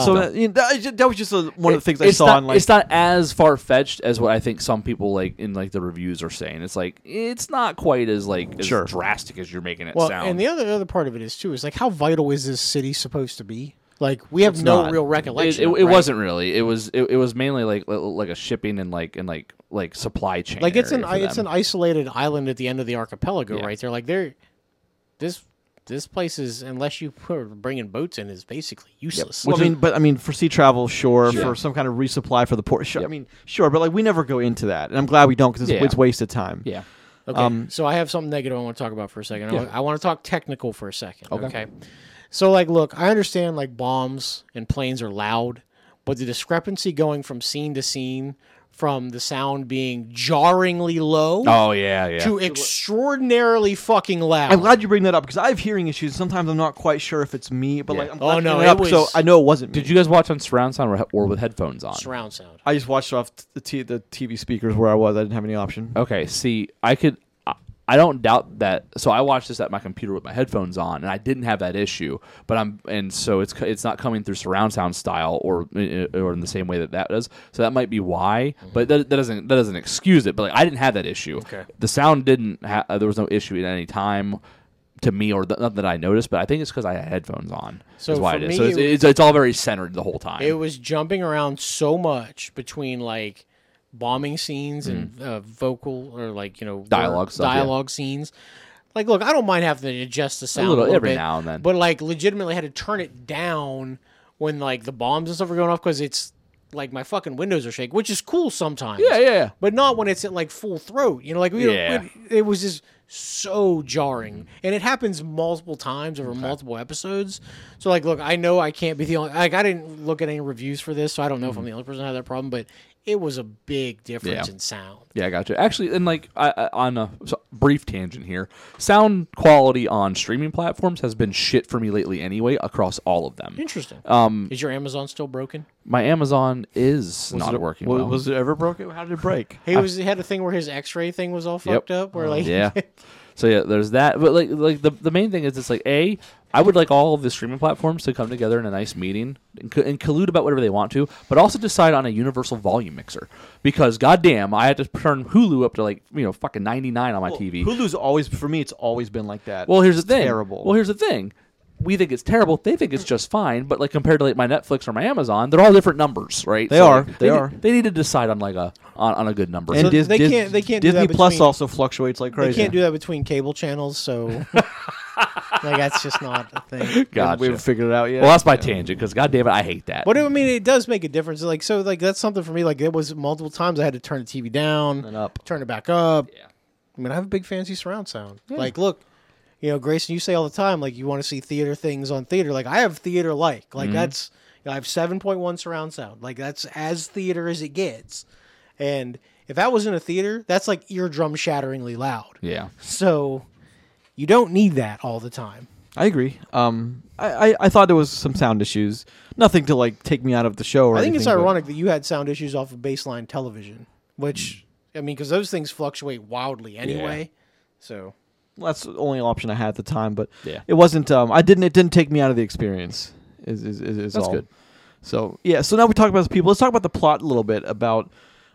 Speaker 1: so that, you know, that, is- that was just a, one of the things I
Speaker 3: it's
Speaker 1: saw.
Speaker 3: Not,
Speaker 1: in, like,
Speaker 3: it's not as far fetched as what I think some people like in like the reviews are saying. It's like it's not quite as like as
Speaker 1: Sure.
Speaker 3: drastic as you're making it
Speaker 2: well,
Speaker 3: sound.
Speaker 2: and the other other part of it is too is like how vital is this city supposed to be? Like we have no
Speaker 1: not.
Speaker 2: real
Speaker 3: it,
Speaker 2: recollection.
Speaker 3: it,
Speaker 2: of,
Speaker 3: it
Speaker 2: right?
Speaker 3: wasn't really. It was it, it was mainly like li- like a shipping and like and like like supply chain.
Speaker 2: like it's an
Speaker 3: area for
Speaker 2: it's
Speaker 3: them.
Speaker 2: an isolated island at the end of the archipelago
Speaker 3: Yeah.
Speaker 2: right there like they're this this place is unless you put bringing boats in is basically useless
Speaker 1: Well, I
Speaker 3: Which is-
Speaker 1: mean, but I mean, for sea travel, sure.
Speaker 3: Sure.
Speaker 1: For some kind of resupply for the port, sure. I mean, sure, but like we never go into that, and I'm glad we don't because it's,
Speaker 3: Yeah.
Speaker 1: it's waste of time.
Speaker 3: yeah.
Speaker 2: okay so i have something negative i want to talk about for a second I wa- i want to talk technical for a second okay. so like look i understand like bombs and planes are loud but the discrepancy going from scene to scene from the sound being jarringly low
Speaker 3: Oh yeah, yeah.
Speaker 2: to extraordinarily fucking loud.
Speaker 1: I'm glad you bring that up because I have hearing issues. Sometimes I'm not quite sure if it's me, but like I'm glad
Speaker 2: Oh,
Speaker 1: you
Speaker 2: no,
Speaker 1: bring it
Speaker 2: it
Speaker 1: up,
Speaker 2: was-
Speaker 1: so I know it wasn't. Me.
Speaker 3: Did you guys watch on surround sound or, or with headphones on?
Speaker 2: surround sound.
Speaker 1: I just watched off the, t- the TV speakers where I was. I didn't have any option.
Speaker 3: Okay, see, I could, I- I don't doubt that. So I watched this at my computer with my headphones on, and I didn't have that issue. But I'm, and so it's co- it's not coming through surround sound style or uh, or in the same way that that does. So that might be why.
Speaker 2: Mm-hmm.
Speaker 3: But that, that doesn't that doesn't excuse it. But like I didn't have that issue. Okay. The sound didn't. Ha- uh, there was no issue at any time. To me, or th- not that I noticed, but I think it's because I had headphones on.
Speaker 2: So
Speaker 3: is why
Speaker 2: for
Speaker 3: it
Speaker 2: me,
Speaker 3: is. So it's,
Speaker 2: it was-
Speaker 3: it's, it's all very centered the whole time.
Speaker 2: It was jumping around so much between like bombing scenes and uh, vocal or like you know word-
Speaker 3: Mm. Dialogue stuff, yeah.
Speaker 2: dialogue scenes. Like, look, I don't mind having to adjust the sound a
Speaker 3: little-
Speaker 2: little
Speaker 3: every
Speaker 2: bit,
Speaker 3: now and then.
Speaker 2: but like, legitimately had to turn it down when like the bombs and stuff were going off because it's like my fucking windows are shaking, which is cool sometimes.
Speaker 3: yeah, yeah, yeah.
Speaker 2: but not when it's at like full throat. You know, like we,
Speaker 3: Yeah. Mm-hmm.
Speaker 2: we- it was just so jarring, and it happens multiple times over multiple episodes. So like, look, I know I can't be the only. Like, I didn't look at any reviews for this, so I don't know if I'm the only person that had that problem, but it was a big difference
Speaker 3: Mm-hmm. Yeah.
Speaker 2: in sound.
Speaker 3: Yeah, I got you. Actually, and like I, I, on a s- brief tangent here, sound quality on streaming platforms has been shit for me lately. Anyway, across all of them,
Speaker 2: Interesting. Um, is your Amazon still broken?
Speaker 3: my Amazon is not
Speaker 1: it,
Speaker 3: working
Speaker 1: wa-
Speaker 3: well.
Speaker 1: Was it ever broken? How did it break?
Speaker 2: He was he had a thing where his X-ray thing was all fucked up, where like
Speaker 3: Oh, yeah. So yeah, there's that. But like, like the, the main thing is, it's like a. I would like all of the streaming platforms to come together in a nice meeting and, co- and collude about whatever they want to, but also decide on a universal volume mixer. Because goddamn, I had to turn Hulu up to like you know fucking ninety nine on my TV.
Speaker 1: Hulu's always for me. It's always been like that.
Speaker 3: Well, here's the
Speaker 1: It's
Speaker 3: thing.
Speaker 1: Terrible.
Speaker 3: Well, here's the thing. We think it's terrible. They think it's just fine. But like compared to like my Netflix or my Amazon, they're all different numbers, right?
Speaker 1: They are.
Speaker 3: like,
Speaker 1: They
Speaker 3: need-
Speaker 1: are.
Speaker 3: They need to decide on like a on, on a good number.
Speaker 1: and
Speaker 2: So
Speaker 1: Dis-
Speaker 2: they
Speaker 1: Dis-
Speaker 2: can't- they can't do
Speaker 1: Disney
Speaker 2: that
Speaker 1: Plus
Speaker 2: between-
Speaker 1: also fluctuates like
Speaker 2: they
Speaker 1: crazy.
Speaker 2: can't do that between cable channels, so like that's just not a thing.
Speaker 3: gotcha.
Speaker 1: We haven't figured it out yet.
Speaker 3: well, that's my tangent because goddamn it, I hate that.
Speaker 2: But I mean, it does make a difference. Like so, like that's something for me. Like it was multiple times I had to turn the TV down,
Speaker 1: And up.
Speaker 2: turn it back up. Yeah. I mean, I have a big fancy surround sound. Like, look, you know, Grayson, you say all the time, like you want to see theater things on theater. Like I have theater like, like that's I have seven point one surround sound. Like that's as theater as it gets. And if that was in a theater, that's like eardrum shatteringly loud.
Speaker 3: yeah.
Speaker 2: So you don't need that all the time.
Speaker 1: I agree. Um, I, I, I thought there was some sound issues. Nothing to like take me out of the show. Or
Speaker 2: I think it's
Speaker 1: anything, but-
Speaker 2: ironic that you had sound issues off of baseline television, which I mean, because those things fluctuate wildly anyway. So
Speaker 1: Well, that's the only option I had at the time, but
Speaker 3: Yeah.
Speaker 1: it wasn't. Um, I didn't. It didn't take me out of the experience. Is is is, is
Speaker 3: That's
Speaker 1: all.
Speaker 3: good.
Speaker 1: So yeah. So now we talk about the people. Let's talk about the plot a little bit. About,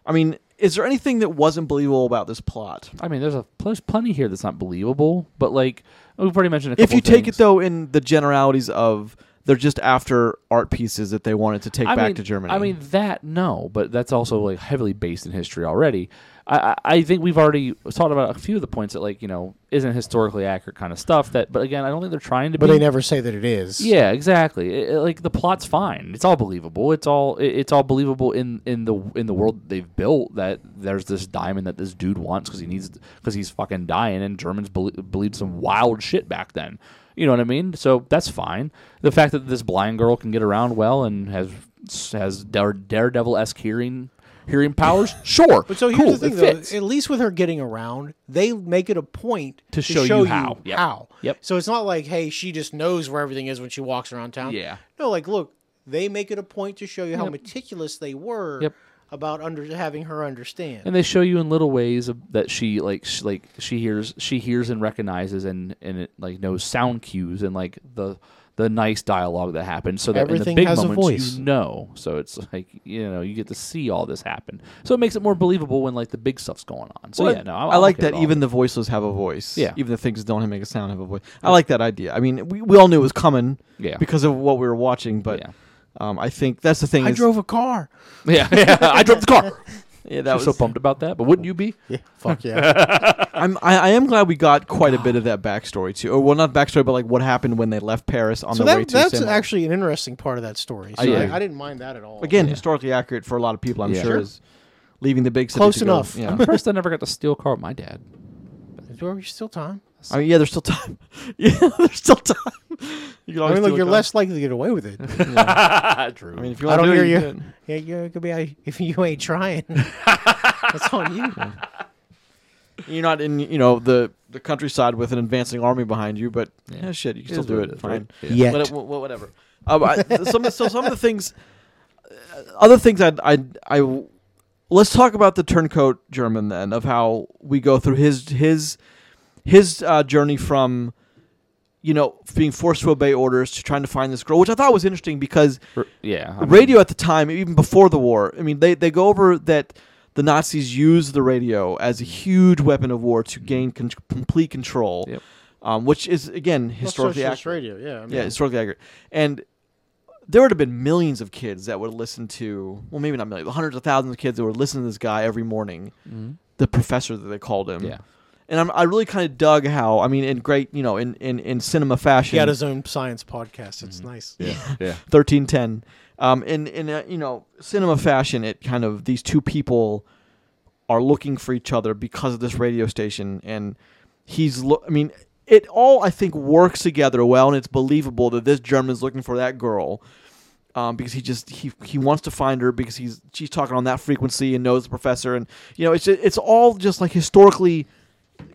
Speaker 1: I mean, is there anything that wasn't believable about this plot?
Speaker 3: I mean, there's a there's plenty here that's not believable. But like we've already mentioned, a
Speaker 1: If
Speaker 3: couple
Speaker 1: you take
Speaker 3: things.
Speaker 1: it though in the generalities of they're just after art pieces that they wanted to take
Speaker 3: I
Speaker 1: back
Speaker 3: mean,
Speaker 1: to Germany.
Speaker 3: I mean that no, but that's also like heavily based in history already. I, I I think we've already talked about a few of the points that like you know isn't historically accurate kind of stuff. That but again, I don't think they're trying to.
Speaker 2: but
Speaker 3: be.
Speaker 2: they never say that it is.
Speaker 3: Yeah, exactly. It- it- like the plot's fine. It's all believable. It's all it- it's all believable in in the in the world that they've built. That there's this diamond that this dude wants because he needs because he's fucking dying, and Germans belie- believed some wild shit back then. You know what I mean? So that's fine. The fact that this blind girl can get around well and has has dare, daredevil esque hearing hearing powers, sure.
Speaker 2: But so here's
Speaker 3: cool,
Speaker 2: the thing,
Speaker 3: it
Speaker 2: though.
Speaker 3: fits.
Speaker 2: At least with her getting around, they make it a point
Speaker 3: To show you how. Yep.
Speaker 2: how.
Speaker 3: Yep.
Speaker 2: So it's not like, hey, she just knows where everything is when she walks around town.
Speaker 3: Yeah.
Speaker 2: No, like, look, they make it a point to show you how meticulous they were
Speaker 3: Yep.
Speaker 2: about under having her understand.
Speaker 3: and they show you in little ways of, that she like sh like she hears she hears and recognizes and and it like knows sound cues and like the the nice dialogue that happens so that in
Speaker 2: Everything
Speaker 3: the big
Speaker 2: has a
Speaker 3: moments
Speaker 2: voice.
Speaker 3: you know so it's like you know you get to see all this happen so it makes it more believable when like the big stuff's going on so
Speaker 1: Well,
Speaker 3: yeah no
Speaker 1: I,
Speaker 3: I'm-
Speaker 1: I
Speaker 3: I'm
Speaker 1: like
Speaker 3: okay with
Speaker 1: that
Speaker 3: all
Speaker 1: even
Speaker 3: of
Speaker 1: the voiceless have a voice.
Speaker 3: Yeah.
Speaker 1: Even the things that don't make a sound have a voice. I like that idea. I mean, we, we all knew it was coming
Speaker 3: Yeah.
Speaker 1: because of what we were watching, but
Speaker 3: Yeah.
Speaker 1: um, I think that's the thing.
Speaker 2: I
Speaker 1: is-
Speaker 2: drove a car.
Speaker 3: it. yeah, yeah I drove the car
Speaker 1: Yeah, that
Speaker 3: I
Speaker 1: was,
Speaker 3: was so pumped about that but wouldn't you be
Speaker 2: Yeah. Fuck yeah.
Speaker 1: I'm, I, I am glad we got quite a bit of that backstory too. Or well, not backstory, but like what happened when they left Paris on
Speaker 2: so
Speaker 1: their way
Speaker 2: that,
Speaker 1: to.
Speaker 2: that's
Speaker 1: Saint-
Speaker 2: actually an interesting part of that story. So
Speaker 1: Yeah.
Speaker 2: I, I didn't mind that at all.
Speaker 1: again historically accurate for a lot of people. I'm
Speaker 3: Yeah.
Speaker 1: sure
Speaker 3: Sure.
Speaker 1: is leaving the big city
Speaker 2: Close
Speaker 1: to go-
Speaker 2: enough.
Speaker 1: yeah.
Speaker 3: I'm impressed I never got to steal a car with my dad
Speaker 2: Is- Are we still time?
Speaker 1: I mean, yeah, there's still time. yeah, there's still time. You can
Speaker 2: I
Speaker 1: always
Speaker 2: mean, look,
Speaker 1: do
Speaker 2: you're
Speaker 1: it.
Speaker 2: less likely to get away with it.
Speaker 3: True.
Speaker 1: I mean, if you
Speaker 2: I
Speaker 1: want to
Speaker 2: don't
Speaker 1: do
Speaker 2: hear
Speaker 1: it,
Speaker 2: you.
Speaker 1: you. can.
Speaker 2: Yeah, yeah, it could be I, if you ain't trying. That's on you.
Speaker 1: You're not in, you know, the the countryside with an advancing army behind you, but
Speaker 3: Yeah.
Speaker 1: yeah, shit, you can still do it. Fine.
Speaker 2: Yet.
Speaker 1: What- what- what- whatever. Um, I, some, so some of the things, uh, other things I, I, I, let's talk about the turncoat German then of how we go through his his his uh, journey from, you know, being forced to obey orders to trying to find this girl, which I thought was interesting because
Speaker 3: R- yeah. I mean,
Speaker 1: radio at the time, even before the war, I mean, they they go over that. The Nazis used the radio as a huge weapon of war to gain con- complete control,
Speaker 3: Mm-hmm. Yep.
Speaker 1: um, which is again historically
Speaker 2: socialist
Speaker 1: accurate.
Speaker 2: radio. Yeah, I mean,
Speaker 1: Yeah, historically accurate. And there would have been millions of kids that would listen to, well, maybe not millions, but hundreds of thousands of kids that would listen to this guy every morning, the professor that they called him.
Speaker 3: Mm-hmm. Yeah.
Speaker 1: And I'm, I really kind of dug how, I mean, in great, you know, in, in, in cinema fashion,
Speaker 2: he got his own science podcast.
Speaker 1: Mm-hmm.
Speaker 2: It's nice.
Speaker 3: Yeah. Yeah.
Speaker 1: 1310, um, in, in uh, you know, cinema fashion, it kind of, these two people are looking for each other because of this radio station. And he's, lo- I mean, it all, I think, works together well, and it's believable that this German's looking for that girl. um, because he just he he wants to find her because he's she's talking on that frequency and knows the professor and you know it's ju- it's all just like historically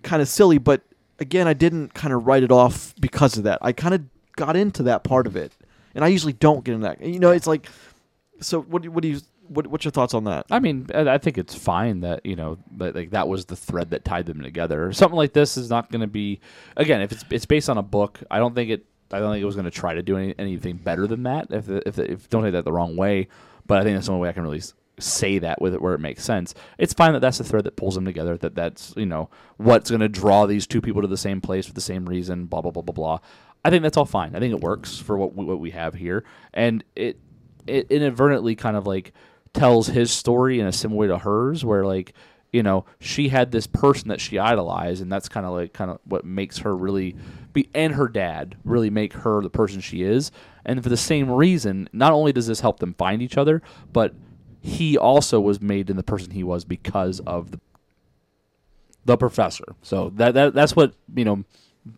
Speaker 1: kind of silly but again I didn't kind of write it off because of that I kind of got into that part of it and I usually don't get into that you know it's like so what do you- what do you what, what's your thoughts on that
Speaker 3: I mean, I I think it's fine that you know, that, like that was the thread that tied them together. Something like this is not going to be, again, if it's it's based on a book. I don't think it. I don't think it was going to try to do any, anything better than that. If the, if, the, if don't take that the wrong way, but I think that's the only way I can really s- say that with it where it makes sense. It's fine that that's the thread that pulls them together. That that's you know what's going to draw these two people to the same place for the same reason. Blah blah blah blah blah. I think that's all fine. I think it works for what we, what we have here, and it it inadvertently kind of like tells his story in a similar way to hers where like you know she had this person that she idolized and that's kind of like kind of what makes her really be and her dad really make her the person she is and for the same reason not only does this help them find each other but he also was made in the person he was because of the the professor. So that, that that's what you know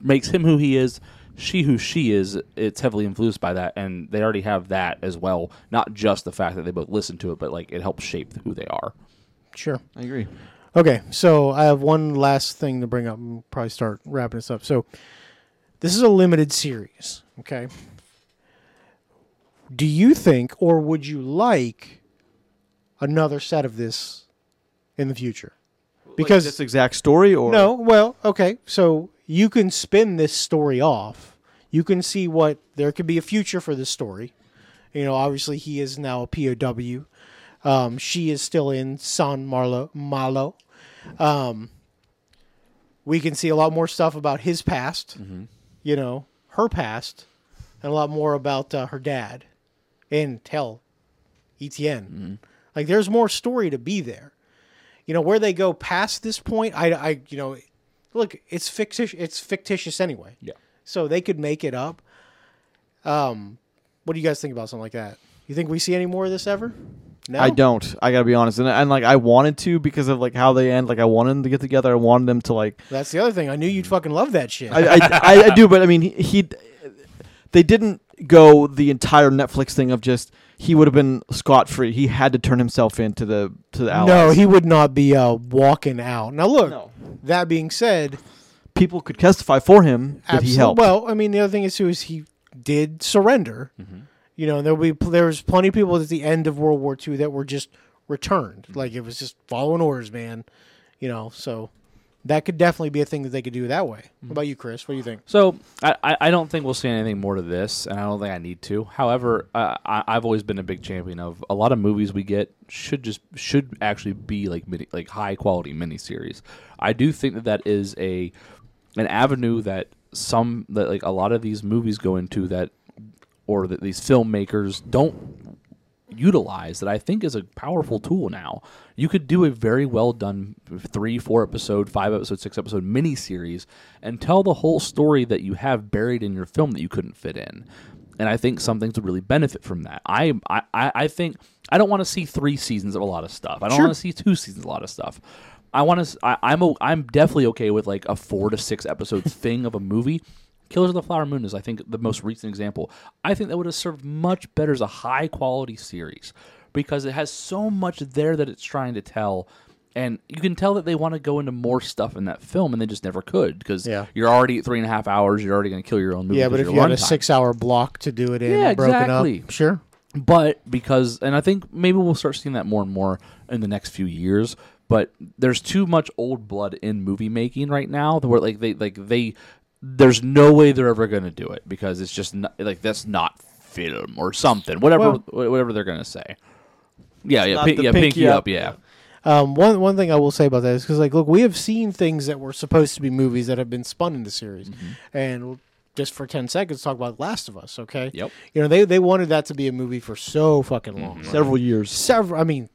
Speaker 3: makes him who he is. She who she is. It's heavily influenced by that, and they already have that as well. Not just the fact that they both listen to it, but like it helps shape who they are.
Speaker 2: Sure.
Speaker 1: I agree
Speaker 2: Okay, so I have one last thing to bring up and probably start wrapping this up. So this is a limited series, okay? Do you think or would you like another set of this in the future? Because
Speaker 1: this exact story or
Speaker 2: no, well, okay. So you can spin this story off. You can see what there could be a future for this story. You know, obviously he is now a POW. Um, she is still in San Marlo Malo. Um, we can see a lot more stuff about his past. You know, her past, and a lot more about uh, her dad, and tell E Etn. Like, there's more story to be there you know where they go past this point i i you know look it's fictitious it's fictitious anyway
Speaker 3: Yeah.
Speaker 2: so they could make it up um what do you guys think about something like that you think we see any more of this ever no
Speaker 1: I don't I gotta be honest and, and like I wanted to because of like how they end like I wanted them to get together I wanted them to like
Speaker 2: that's the other thing i knew you'd fucking love that shit
Speaker 1: I, I, I, I do, but I mean, he, he they didn't go the entire Netflix thing of just he would have been scot free. He had to turn himself in to the to the allies.
Speaker 2: no he would not be uh walking out now look
Speaker 1: No.
Speaker 2: that being said
Speaker 1: people could testify for him that
Speaker 2: absolutely
Speaker 1: he helped.
Speaker 2: well i mean the other thing is too is he did surrender you know and there'll be there was plenty of people at the end of world war ii that were just returned like it was just following orders man you know so that could definitely be a thing that they could do that way what about you chris what do you think
Speaker 3: So I, I, I don't think we'll see anything more to this, and I don't think I need to. However, uh, I, I've always been a big champion of a lot of movies we get should just should actually be like mini, like high quality miniseries. I do think that that is a an avenue that some that like a lot of these movies go into that or that these filmmakers don't utilize that I think is a powerful tool now. You could do a very well done three, four episode, five episode, six episode mini series and tell the whole story that you have buried in your film that you couldn't fit in. And I think some things would really benefit from that. I I, I I think I don't want to see three seasons of a lot of stuff. I don't want to see two seasons of a lot of stuff. I want to. I'm o am definitely okay with like a four to six episode thing of a movie. Killers of the Flower Moon is, I think, the most recent example. I think that would have served much better as a high quality series because it has so much there that it's trying to tell. And you can tell that they want to go into more stuff in that film, and they just never could because
Speaker 2: Yeah.
Speaker 3: you're already at three and a half hours. You're already going to kill your own movie.
Speaker 2: Yeah, but
Speaker 3: because
Speaker 2: if
Speaker 3: of
Speaker 2: you
Speaker 3: your
Speaker 2: had a
Speaker 3: runtime.
Speaker 2: six-hour block to do it in,
Speaker 3: Yeah,
Speaker 2: and broken
Speaker 3: exactly.
Speaker 2: up, sure.
Speaker 3: But because, and I think maybe we'll start seeing that more and more in the next few years. But there's too much old blood in movie making right now, where like they like they, there's no way they're ever gonna do it because it's just not, like that's not film or something. Whatever wha- whatever they're gonna say. Yeah, yeah,
Speaker 1: not
Speaker 3: pin-
Speaker 1: the
Speaker 3: yeah,
Speaker 1: pinky
Speaker 3: pinky, up,
Speaker 1: up.
Speaker 3: yeah.
Speaker 2: Um, one one thing I will say about that is because like look, we have seen things that were supposed to be movies that have been spun into series, and we'll- just for ten seconds talk about Last of Us. Okay.
Speaker 3: Yep.
Speaker 2: You know they they wanted that to be a movie for so fucking long.
Speaker 1: Several years.
Speaker 2: Several, I mean,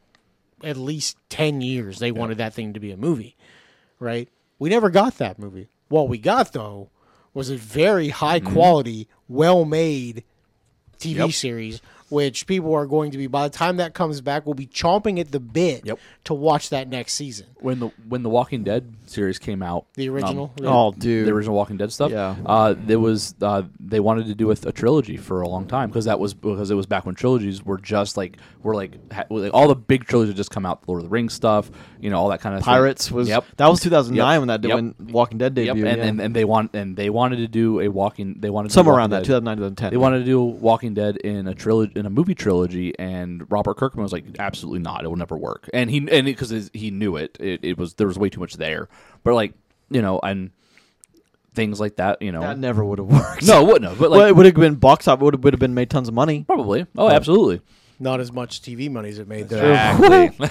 Speaker 2: at least ten years they wanted that thing to be a movie, right? We never got that movie. What we got though was a very high quality, well made TV
Speaker 3: Mm-hmm. Yep.
Speaker 2: series, which people are going to be by the time that comes back, will be chomping at the bit
Speaker 3: Yep.
Speaker 2: to watch that next season.
Speaker 3: When the when the Walking Dead series came out,
Speaker 2: The
Speaker 3: um,
Speaker 2: original.
Speaker 1: Oh, dude.
Speaker 3: the original Walking Dead stuff.
Speaker 1: Yeah.
Speaker 3: uh, there was uh, they wanted to do a, a trilogy for a long time because that was because it was back when trilogies were just like were like, ha- were like all the big trilogies had just come out, Lord of the Rings stuff, you know, all that kind of
Speaker 1: Pirates was
Speaker 3: Yep.
Speaker 1: that was 2009 when that did
Speaker 3: Yep.
Speaker 1: when Walking Dead
Speaker 3: Yep,
Speaker 1: debuted.
Speaker 3: and,
Speaker 1: yeah.
Speaker 3: and and they want and they wanted to do a walking. They wanted to do
Speaker 1: somewhere
Speaker 3: Walking
Speaker 1: around that
Speaker 3: Dead.
Speaker 1: 2009 2010.
Speaker 3: They wanted to do Walking Dead in a trilogy, in a movie trilogy, and Robert Kirkman was like, "Absolutely not! It will never work." And he and because he knew it, it, it was there was way too much there. But like you know, and things like that, you know,
Speaker 1: that never would have worked.
Speaker 3: no, it wouldn't have. But like,
Speaker 1: well, it would have been box office. Would have would have been made tons of money.
Speaker 3: Probably. Oh, absolutely.
Speaker 2: Not as much TV money as it made though.
Speaker 3: Exactly.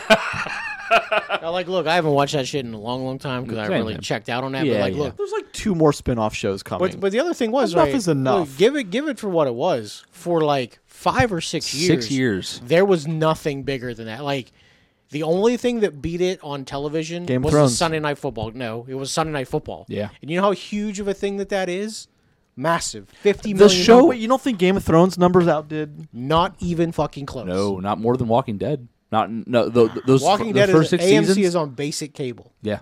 Speaker 2: Now, like, look, I haven't watched that shit in a long, long time because I
Speaker 3: Same,
Speaker 2: really
Speaker 3: man.
Speaker 2: checked out on that.
Speaker 3: Yeah,
Speaker 2: but like,
Speaker 3: yeah.
Speaker 2: look,
Speaker 1: There's like two more spin-off shows coming.
Speaker 2: But, but the other thing was
Speaker 1: Enough
Speaker 2: right,
Speaker 1: is enough.
Speaker 2: look, give it give it for what it was for like five or six years.
Speaker 3: Six years.
Speaker 2: There was nothing bigger than that. Like the only thing that beat it on television
Speaker 1: Game of
Speaker 2: was
Speaker 1: Thrones.
Speaker 2: the Sunday Night Football. No, it was Sunday Night Football.
Speaker 3: Yeah.
Speaker 2: and you know how huge of a thing that that is. Massive. Fifty
Speaker 1: the
Speaker 2: million.
Speaker 1: show,
Speaker 2: people.
Speaker 1: wait, you don't think Game of Thrones numbers outdid?
Speaker 2: not even fucking close.
Speaker 3: No, not more than Walking Dead. Not no tho- th- those
Speaker 2: Walking
Speaker 3: fir- the
Speaker 2: Dead
Speaker 3: first
Speaker 2: is
Speaker 3: six
Speaker 2: AMC
Speaker 3: seasons.
Speaker 2: is on basic cable.
Speaker 3: yeah.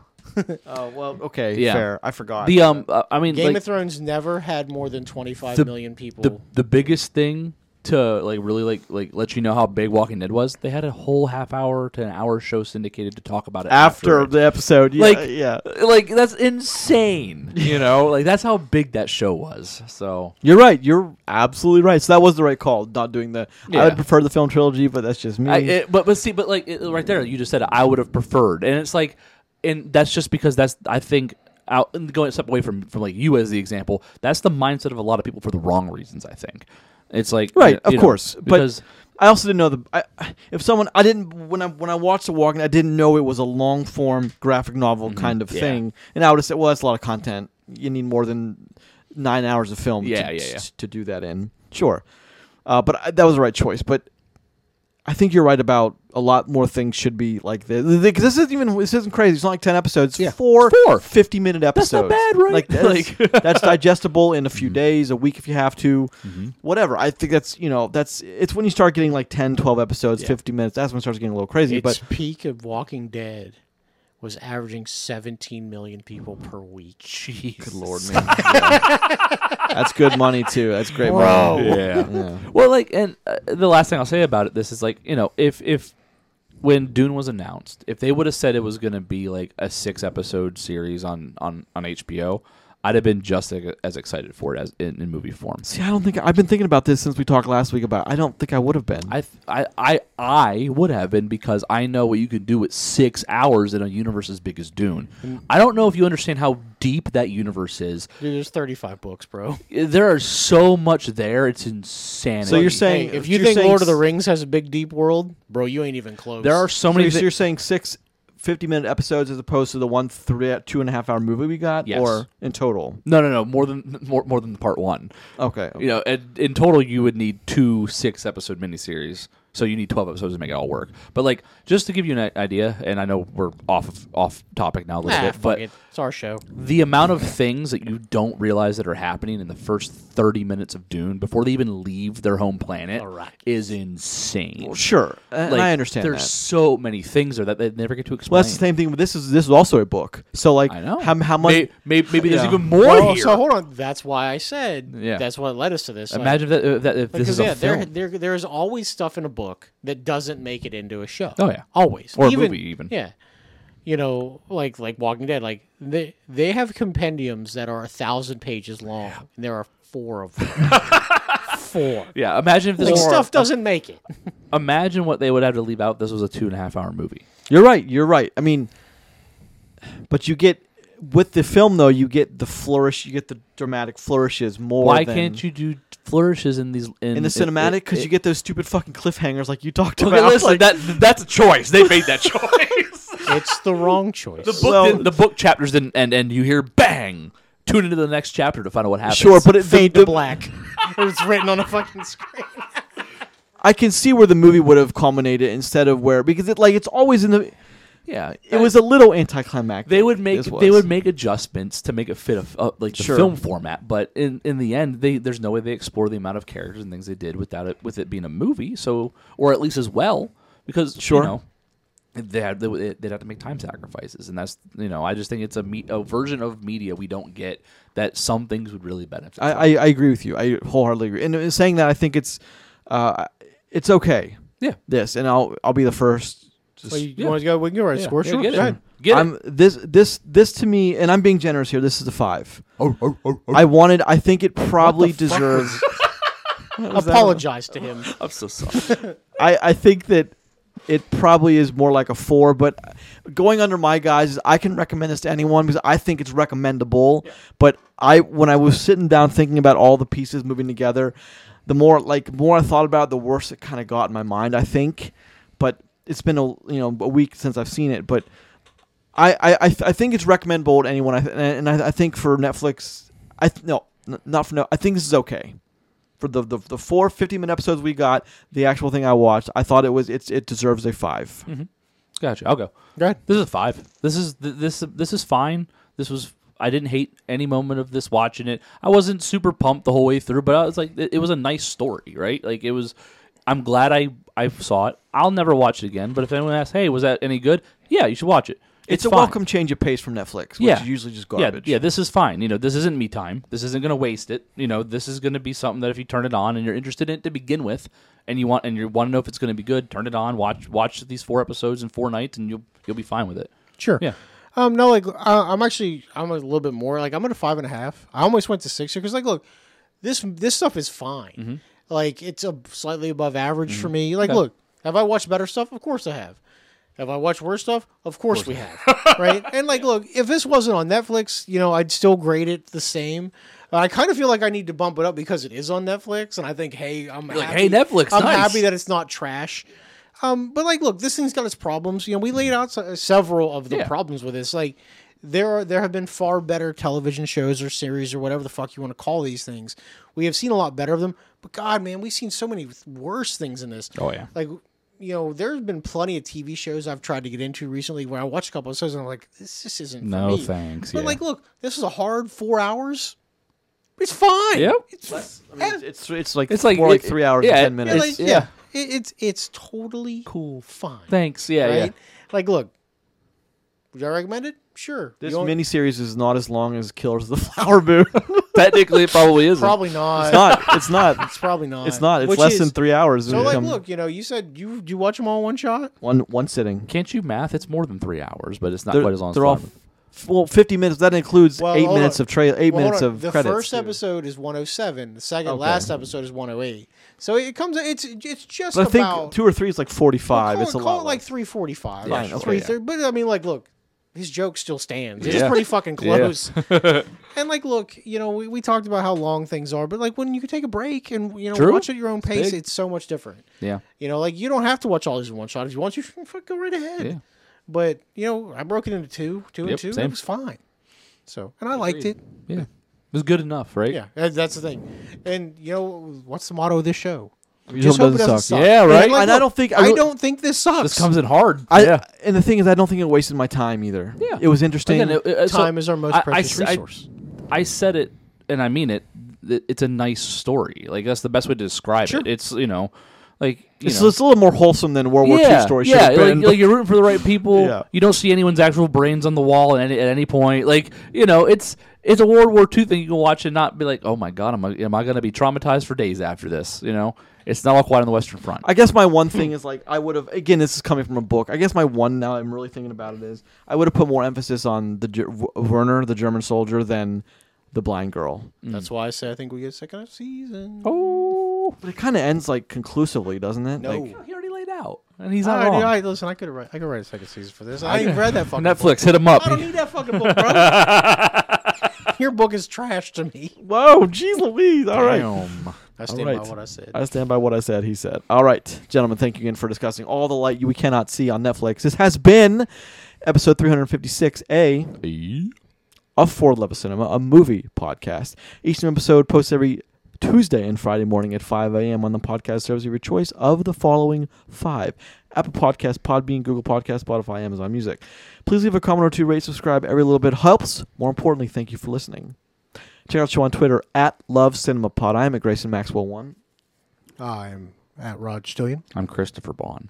Speaker 1: Oh well, okay,
Speaker 3: Yeah.
Speaker 1: fair. I forgot.
Speaker 3: The um uh, I mean
Speaker 2: Game
Speaker 3: like
Speaker 2: of Thrones never had more than twenty five
Speaker 3: The-
Speaker 2: million people.
Speaker 3: the the biggest thing to like really like like let you know how big Walking Dead was, they had a whole half hour to an hour show syndicated to talk about it
Speaker 1: after
Speaker 3: afterwards.
Speaker 1: the episode, yeah,
Speaker 3: Like-
Speaker 1: yeah,
Speaker 3: like that's insane, you know. Like that's how big that show was. So
Speaker 1: you're right. You're absolutely right. So that was the right call, not doing the. I
Speaker 3: Yeah.
Speaker 1: would prefer the film trilogy, but that's just me.
Speaker 3: I, it, but but see, but like it, right there, you just said I would have preferred, and it's like, and that's just because that's I think out and going a step away from from like you as the example. That's the mindset of a lot of people for the wrong reasons. I think it's like
Speaker 1: Right,
Speaker 3: you
Speaker 1: of
Speaker 3: know,
Speaker 1: course.
Speaker 3: because
Speaker 1: But I also didn't know the. I, I- if someone, I didn't when I when I watched The Walking, I didn't know it was a long form graphic novel kind of
Speaker 3: Mm-hmm. yeah.
Speaker 1: thing, and I would have said, "Well, that's a lot of content. You need more than nine hours of film,
Speaker 3: Yeah,
Speaker 1: to,
Speaker 3: yeah, yeah.
Speaker 1: to- to do that in." Sure, uh, but I, that was the right choice. But I think you're right about a lot more things should be like this. Th- 'cause This isn't even this isn't crazy. It's not like ten episodes.
Speaker 2: Yeah.
Speaker 1: Four,
Speaker 3: Four.
Speaker 1: 50 minute episodes.
Speaker 3: That's not bad, right?
Speaker 1: Like that's, that's digestible in a
Speaker 3: Mm-hmm.
Speaker 1: few days, a week if you have to, whatever. I think that's you know that's it's when you start getting like 10, 12 episodes, fifty minutes. That's when it starts getting a little crazy.
Speaker 2: its
Speaker 1: but
Speaker 2: peak of Walking Dead was averaging 17 million people per week.
Speaker 3: jeez, good lord,
Speaker 1: that's good money too. That's great money.
Speaker 3: yeah. Well, like, and uh, the last thing I'll say about it, this is like, you know, if if when Dune was announced, if they would have said it was going to be like a six episode series on on on HBO, I'd have been just as- as excited for it as in, in movie form.
Speaker 1: See, I don't think I've been thinking about this since we talked last week about. I don't think I would have been.
Speaker 3: I, th- I I I would have been because I know what you can do with six hours in a universe as big as Dune.
Speaker 1: Mm.
Speaker 3: I don't know if you understand how deep that universe is.
Speaker 2: Dude, there's 35 books, bro.
Speaker 3: There are so much there; it's insanity.
Speaker 1: so you're saying
Speaker 2: Hey, if
Speaker 1: you're
Speaker 2: you think
Speaker 1: saying
Speaker 2: Lord of the
Speaker 1: s-
Speaker 2: Rings has a big deep world, bro, you ain't even close.
Speaker 3: there are so
Speaker 1: so
Speaker 3: many.
Speaker 1: you're,
Speaker 3: thi-
Speaker 1: so you're saying six. 50 minute episodes as opposed to the one three two and a half hour movie we got
Speaker 3: Yes.
Speaker 1: or in total
Speaker 3: no, no, no. More than more, more than part one.
Speaker 1: okay
Speaker 3: You know, and, in total, you would need two six episode miniseries So you need 12 episodes to make it all work. But like just to give you an i- idea, and I know we're off of, off topic now a little
Speaker 2: Ah,
Speaker 3: bit,
Speaker 2: fuck
Speaker 3: but
Speaker 2: it. It's our show.
Speaker 3: the amount of things that you don't realize that are happening in the first 30 minutes of Dune before they even leave their home planet
Speaker 2: Iraqis.
Speaker 3: is insane.
Speaker 1: Sure, and
Speaker 3: Like,
Speaker 1: I understand
Speaker 3: There's
Speaker 1: that.
Speaker 3: so many things there that they never get to explain.
Speaker 1: Well, that's the same thing. But this is this is also a book. So like,
Speaker 3: I know.
Speaker 1: how how much?
Speaker 3: May- may- Maybe, there's
Speaker 1: Yeah.
Speaker 3: even more
Speaker 2: Well,
Speaker 3: here.
Speaker 2: Oh, so hold on. That's why I said
Speaker 3: Yeah.
Speaker 2: that's what led us to this. Like,
Speaker 3: Imagine if, that, if, that, if this
Speaker 2: Because
Speaker 3: is a
Speaker 2: yeah, there,
Speaker 3: film.
Speaker 2: there there is always stuff in a book that doesn't make it into a show.
Speaker 3: Oh, yeah.
Speaker 2: always
Speaker 3: Or a movie, even.
Speaker 2: yeah. You know, like like Walking Dead, like they they have compendiums that are a thousand pages long, and there are four of them. four.
Speaker 3: Yeah, imagine if this
Speaker 2: Like
Speaker 3: was-
Speaker 2: stuff doesn't make it.
Speaker 3: Imagine what they would have to leave out. if This was a two and a half hour movie.
Speaker 1: You're right. You're right. I mean, but you get with the film though, you get the flourish. You get the dramatic flourishes more.
Speaker 3: Why
Speaker 1: than-
Speaker 3: can't you do flourishes in these in,
Speaker 1: in the
Speaker 3: it-
Speaker 1: cinematic?
Speaker 3: it-
Speaker 1: Because
Speaker 3: it-
Speaker 1: you get those stupid fucking cliffhangers like you talked
Speaker 3: Okay,
Speaker 1: about.
Speaker 3: listen,
Speaker 1: like-
Speaker 3: that that's a choice. They made that choice.
Speaker 2: It's the wrong choice.
Speaker 3: the book
Speaker 1: Well-
Speaker 3: didn't- the book chapters didn't end, and you hear bang. Tune into the next chapter to find out what happens.
Speaker 1: sure, but it, the,
Speaker 2: Fade to
Speaker 1: the,
Speaker 2: black. it's written on a fucking screen.
Speaker 1: I can see where the movie would have culminated instead of where because it like it's always in the.
Speaker 3: yeah,
Speaker 1: It was a little anticlimactic.
Speaker 3: They would make
Speaker 1: this
Speaker 3: they
Speaker 1: was.
Speaker 3: would make adjustments to make it fit a f- uh, like the
Speaker 1: Sure.
Speaker 3: film format, but in, in the end, they there's no way they explore the amount of characters and things they did without it with it being a movie. So or at least as well because
Speaker 1: Sure.
Speaker 3: you know they had, they would- they'd have to make time sacrifices, and that's you know I just think it's a me- a version of media we don't get that some things would really benefit.
Speaker 1: I,
Speaker 3: from.
Speaker 1: I, I agree with you. I wholeheartedly agree. And in saying that, I think it's, uh, it's okay.
Speaker 3: yeah,
Speaker 1: This, and I'll I'll be the first. Just,
Speaker 2: Well, you
Speaker 3: Yeah.
Speaker 2: want to go? We can go right.
Speaker 3: yeah,
Speaker 2: score.
Speaker 3: yeah,
Speaker 2: sure.
Speaker 3: get
Speaker 2: go
Speaker 3: it,
Speaker 2: ahead.
Speaker 3: get it.
Speaker 1: I'm this this this to me, and I'm being generous here. This is a five. I wanted. I think it probably deserves.
Speaker 2: Apologize to him.
Speaker 3: I'm so sorry.
Speaker 1: I I think that it probably is more like a four. But going under my guys, is I can recommend this to anyone because I think it's recommendable. But I when I was sitting down thinking about all the pieces moving together, the more like more I thought about, it, the worse it kind of got in my mind. I think, but it's been a you know a week since I've seen it, but. I, I, I, th- I think it's recommendable to anyone, I th- and I, I think for Netflix, I th- no, n- not for no. I think this is okay for the, the the four 50 minute episodes we got. The actual thing I watched, I thought it was it's it deserves a five.
Speaker 2: Mm-hmm.
Speaker 3: gotcha. I'll go.
Speaker 2: Go ahead.
Speaker 3: This is a five. This is th- this this is fine. This was I didn't hate any moment of this watching it. I wasn't super pumped the whole way through, but I was like, it, it was a nice story, right? Like it was. I'm glad I I saw it. I'll never watch it again. But if anyone asks, hey, was that any good? Yeah, you should watch it.
Speaker 1: It's, a
Speaker 3: fine.
Speaker 1: welcome change of pace from Netflix, which
Speaker 3: Yeah.
Speaker 1: is usually just
Speaker 3: Yeah,
Speaker 1: garbage.
Speaker 3: yeah, this is fine. You know, this isn't me time. This isn't going to waste it. You know, this is going to be something that if you turn it on and you're interested in it to begin with, and you want and you want to know if it's going to be good, turn it on. Watch watch these four episodes in four nights, and you'll you'll be fine with it.
Speaker 2: Sure.
Speaker 3: Yeah.
Speaker 2: Um. No. Like, I, I'm actually. I'm a little bit more. Like, I'm at a five and a half. I almost went to six here because, like, look, this this stuff is fine.
Speaker 3: Mm-hmm.
Speaker 2: Like, it's a slightly above average for me. Like, look, have I watched better stuff? Of course I have. Have I watched worse stuff? Of course, we have. right. And like, look, if this wasn't on Netflix, you know, I'd still grade it the same. But I kind of feel like I need to bump it up because it is on Netflix, and I think, hey, I'm
Speaker 3: like,
Speaker 2: happy-
Speaker 3: "Hey, Netflix,
Speaker 2: I'm
Speaker 3: nice."
Speaker 2: happy that it's not trash. Um, but like, look, this thing's got its problems. You know, we laid out se- several of the
Speaker 3: Yeah.
Speaker 2: problems with this. Like, there are there have been far better television shows or series or whatever the fuck you want to call these things. We have seen a lot better of them. But God, man, we've seen so many worse things in this.
Speaker 3: Oh, yeah.
Speaker 2: Like, you know, there's been plenty of TV shows I've tried to get into recently where I watched a couple episodes and I'm like, this just isn't. for
Speaker 3: No
Speaker 2: me.
Speaker 3: thanks,
Speaker 2: But
Speaker 3: yeah.
Speaker 2: like, look, this is a hard four hours. It's fine.
Speaker 3: Yep.
Speaker 2: It's,
Speaker 1: it's it's like
Speaker 3: It's like-
Speaker 1: more like
Speaker 3: it-
Speaker 1: three hours
Speaker 3: yeah,
Speaker 1: and
Speaker 3: it-
Speaker 1: ten
Speaker 2: yeah,
Speaker 1: minutes.
Speaker 2: like,
Speaker 3: it's-
Speaker 2: yeah.
Speaker 3: yeah.
Speaker 2: It, it's it's totally cool. Fine.
Speaker 3: Thanks. Yeah.
Speaker 2: right?
Speaker 3: Yeah.
Speaker 2: Like, look, would I recommend it? Sure.
Speaker 1: this
Speaker 2: You don't-
Speaker 1: miniseries is not as long as Killers of the Flower Moon.
Speaker 3: Technically, it probably is.
Speaker 2: probably not. It's,
Speaker 1: not. It's not.
Speaker 2: probably not.
Speaker 1: It's not. It's
Speaker 2: Which
Speaker 1: less
Speaker 2: is-
Speaker 1: than three hours.
Speaker 2: So,
Speaker 1: It
Speaker 2: like,
Speaker 1: come-
Speaker 2: look, you know, you said you you watch them all in one shot.
Speaker 1: one one sitting.
Speaker 3: Can't you math? It's more than three hours, but it's not
Speaker 1: They're,
Speaker 3: quite as long.
Speaker 1: they're
Speaker 3: as
Speaker 1: all f- well, fifty minutes. That includes
Speaker 2: Well,
Speaker 1: eight
Speaker 2: hold
Speaker 1: minutes
Speaker 2: on.
Speaker 1: of trail, eight
Speaker 2: Well, hold
Speaker 1: minutes
Speaker 2: on.
Speaker 1: of
Speaker 2: the
Speaker 1: credits.
Speaker 2: first episode is 107. The second
Speaker 1: Okay.
Speaker 2: last episode is 108. So it comes. It's it's just
Speaker 1: But I think
Speaker 2: about
Speaker 1: two or three is like forty-five.
Speaker 2: Call,
Speaker 1: it's a
Speaker 2: call
Speaker 1: lot.
Speaker 2: it
Speaker 1: less.
Speaker 2: like 345.
Speaker 1: Yeah, Fine, sure.
Speaker 2: three
Speaker 1: okay.
Speaker 2: thirty. But I mean, like, look, his joke still stands. It's
Speaker 3: Yeah.
Speaker 2: pretty fucking close. and like, look, you know, we, we talked about how long things are, but like when you can take a break and you know
Speaker 3: True.
Speaker 2: watch at your own pace,
Speaker 3: big.
Speaker 2: it's so much different.
Speaker 3: Yeah.
Speaker 2: You know, like you don't have to watch all these in one shot. If you want, you can fuck go right ahead.
Speaker 3: Yeah.
Speaker 2: But you know, I broke it into two, two and
Speaker 3: Yep,
Speaker 2: two. and It
Speaker 3: same.
Speaker 2: was fine. So, and I liked it.
Speaker 3: Yeah. It was good enough, right?
Speaker 2: Yeah, that- that's the thing. And you know, what's the motto of this show?
Speaker 4: You just hope it doesn't suck.
Speaker 2: Yeah,
Speaker 1: right? And I don't think- I
Speaker 2: I,
Speaker 1: really-
Speaker 2: don't think this sucks.
Speaker 3: This comes in hard.
Speaker 1: I,
Speaker 3: yeah.
Speaker 1: And the thing is, I don't think it wasted my time either.
Speaker 3: Yeah.
Speaker 1: It was interesting.
Speaker 3: Again, it- it- so
Speaker 2: Time is our most
Speaker 3: I- I
Speaker 2: precious
Speaker 3: s- I-
Speaker 2: resource.
Speaker 3: I said it, and I mean it. th- It's a nice story. Like that's the best way to describe
Speaker 2: Sure.
Speaker 3: it. It's you know, like you
Speaker 1: it's,
Speaker 3: know.
Speaker 1: it's a little more wholesome than World War
Speaker 3: yeah,
Speaker 1: II story.
Speaker 3: yeah.
Speaker 1: should have
Speaker 3: Like,
Speaker 1: been,
Speaker 3: like you're rooting for the right people.
Speaker 1: Yeah.
Speaker 3: You don't see anyone's actual brains on the wall at any, at any point. Like you know, it's it's a World War II thing. You can watch and not be like, oh my god, am I am I going to be traumatized for days after this? You know, it's not like Quiet on the Western Front.
Speaker 1: I guess my one thing is like I would have again. This is coming from a book. I guess my one now I'm really thinking about it is I would have put more emphasis on the Ge- W- Werner, the German soldier, than the blind girl.
Speaker 2: That's why I say I think we get second half season.
Speaker 3: Mm. oh,
Speaker 1: But it kind of ends like conclusively, doesn't it? Like,
Speaker 3: he already laid out, and he's
Speaker 2: all
Speaker 3: not
Speaker 2: right,
Speaker 3: wrong.
Speaker 2: all right, listen, I could write. I could write a second season for this. I ain't read that fucking book.
Speaker 3: Netflix, hit him up.
Speaker 2: I don't need that fucking book, bro. Your book is trash to me.
Speaker 1: whoa, jeez Louise! All right,
Speaker 3: Damn.
Speaker 2: I stand
Speaker 1: right.
Speaker 2: by what I said.
Speaker 1: I stand by what I said. He said. All right, gentlemen, thank you again for discussing all the light you we cannot see on Netflix. This has been episode 356A of Ford Level Cinema, a movie podcast. Each new episode posts every Tuesday and Friday morning at 5 a.m. on the podcast service of your choice of the following five Apple Podcasts, Podbean, Google Podcasts, Spotify, Amazon Music. Please leave a comment or two, rate, subscribe. Every little bit helps. More importantly, thank you for listening. Check out the show on Twitter at Love Cinema Pod. I am at Grayson Maxwell1.
Speaker 2: I'm at Rod Stillian.
Speaker 3: I'm Christopher Bond.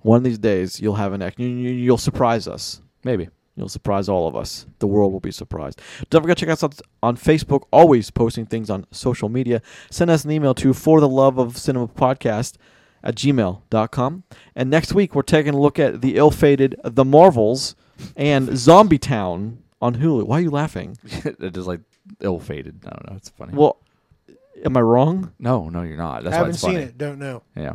Speaker 1: One of these days, you'll have an act. you- you- You'll surprise us.
Speaker 3: Maybe.
Speaker 1: You'll surprise all of us. The world will be surprised. Don't forget to check us out on Facebook, always posting things on social media. Send us an email to for the love of cinema podcast at gmail.com. And next week we're taking a look at the ill fated The Marvels and Zombie Town on Hulu. Why are you laughing?
Speaker 3: it is like ill fated. I don't know. It's funny.
Speaker 1: Well am I wrong?
Speaker 3: no, no, you're not. That's
Speaker 2: I
Speaker 3: why
Speaker 2: haven't
Speaker 3: it's funny.
Speaker 2: seen it. Don't know.
Speaker 3: Yeah.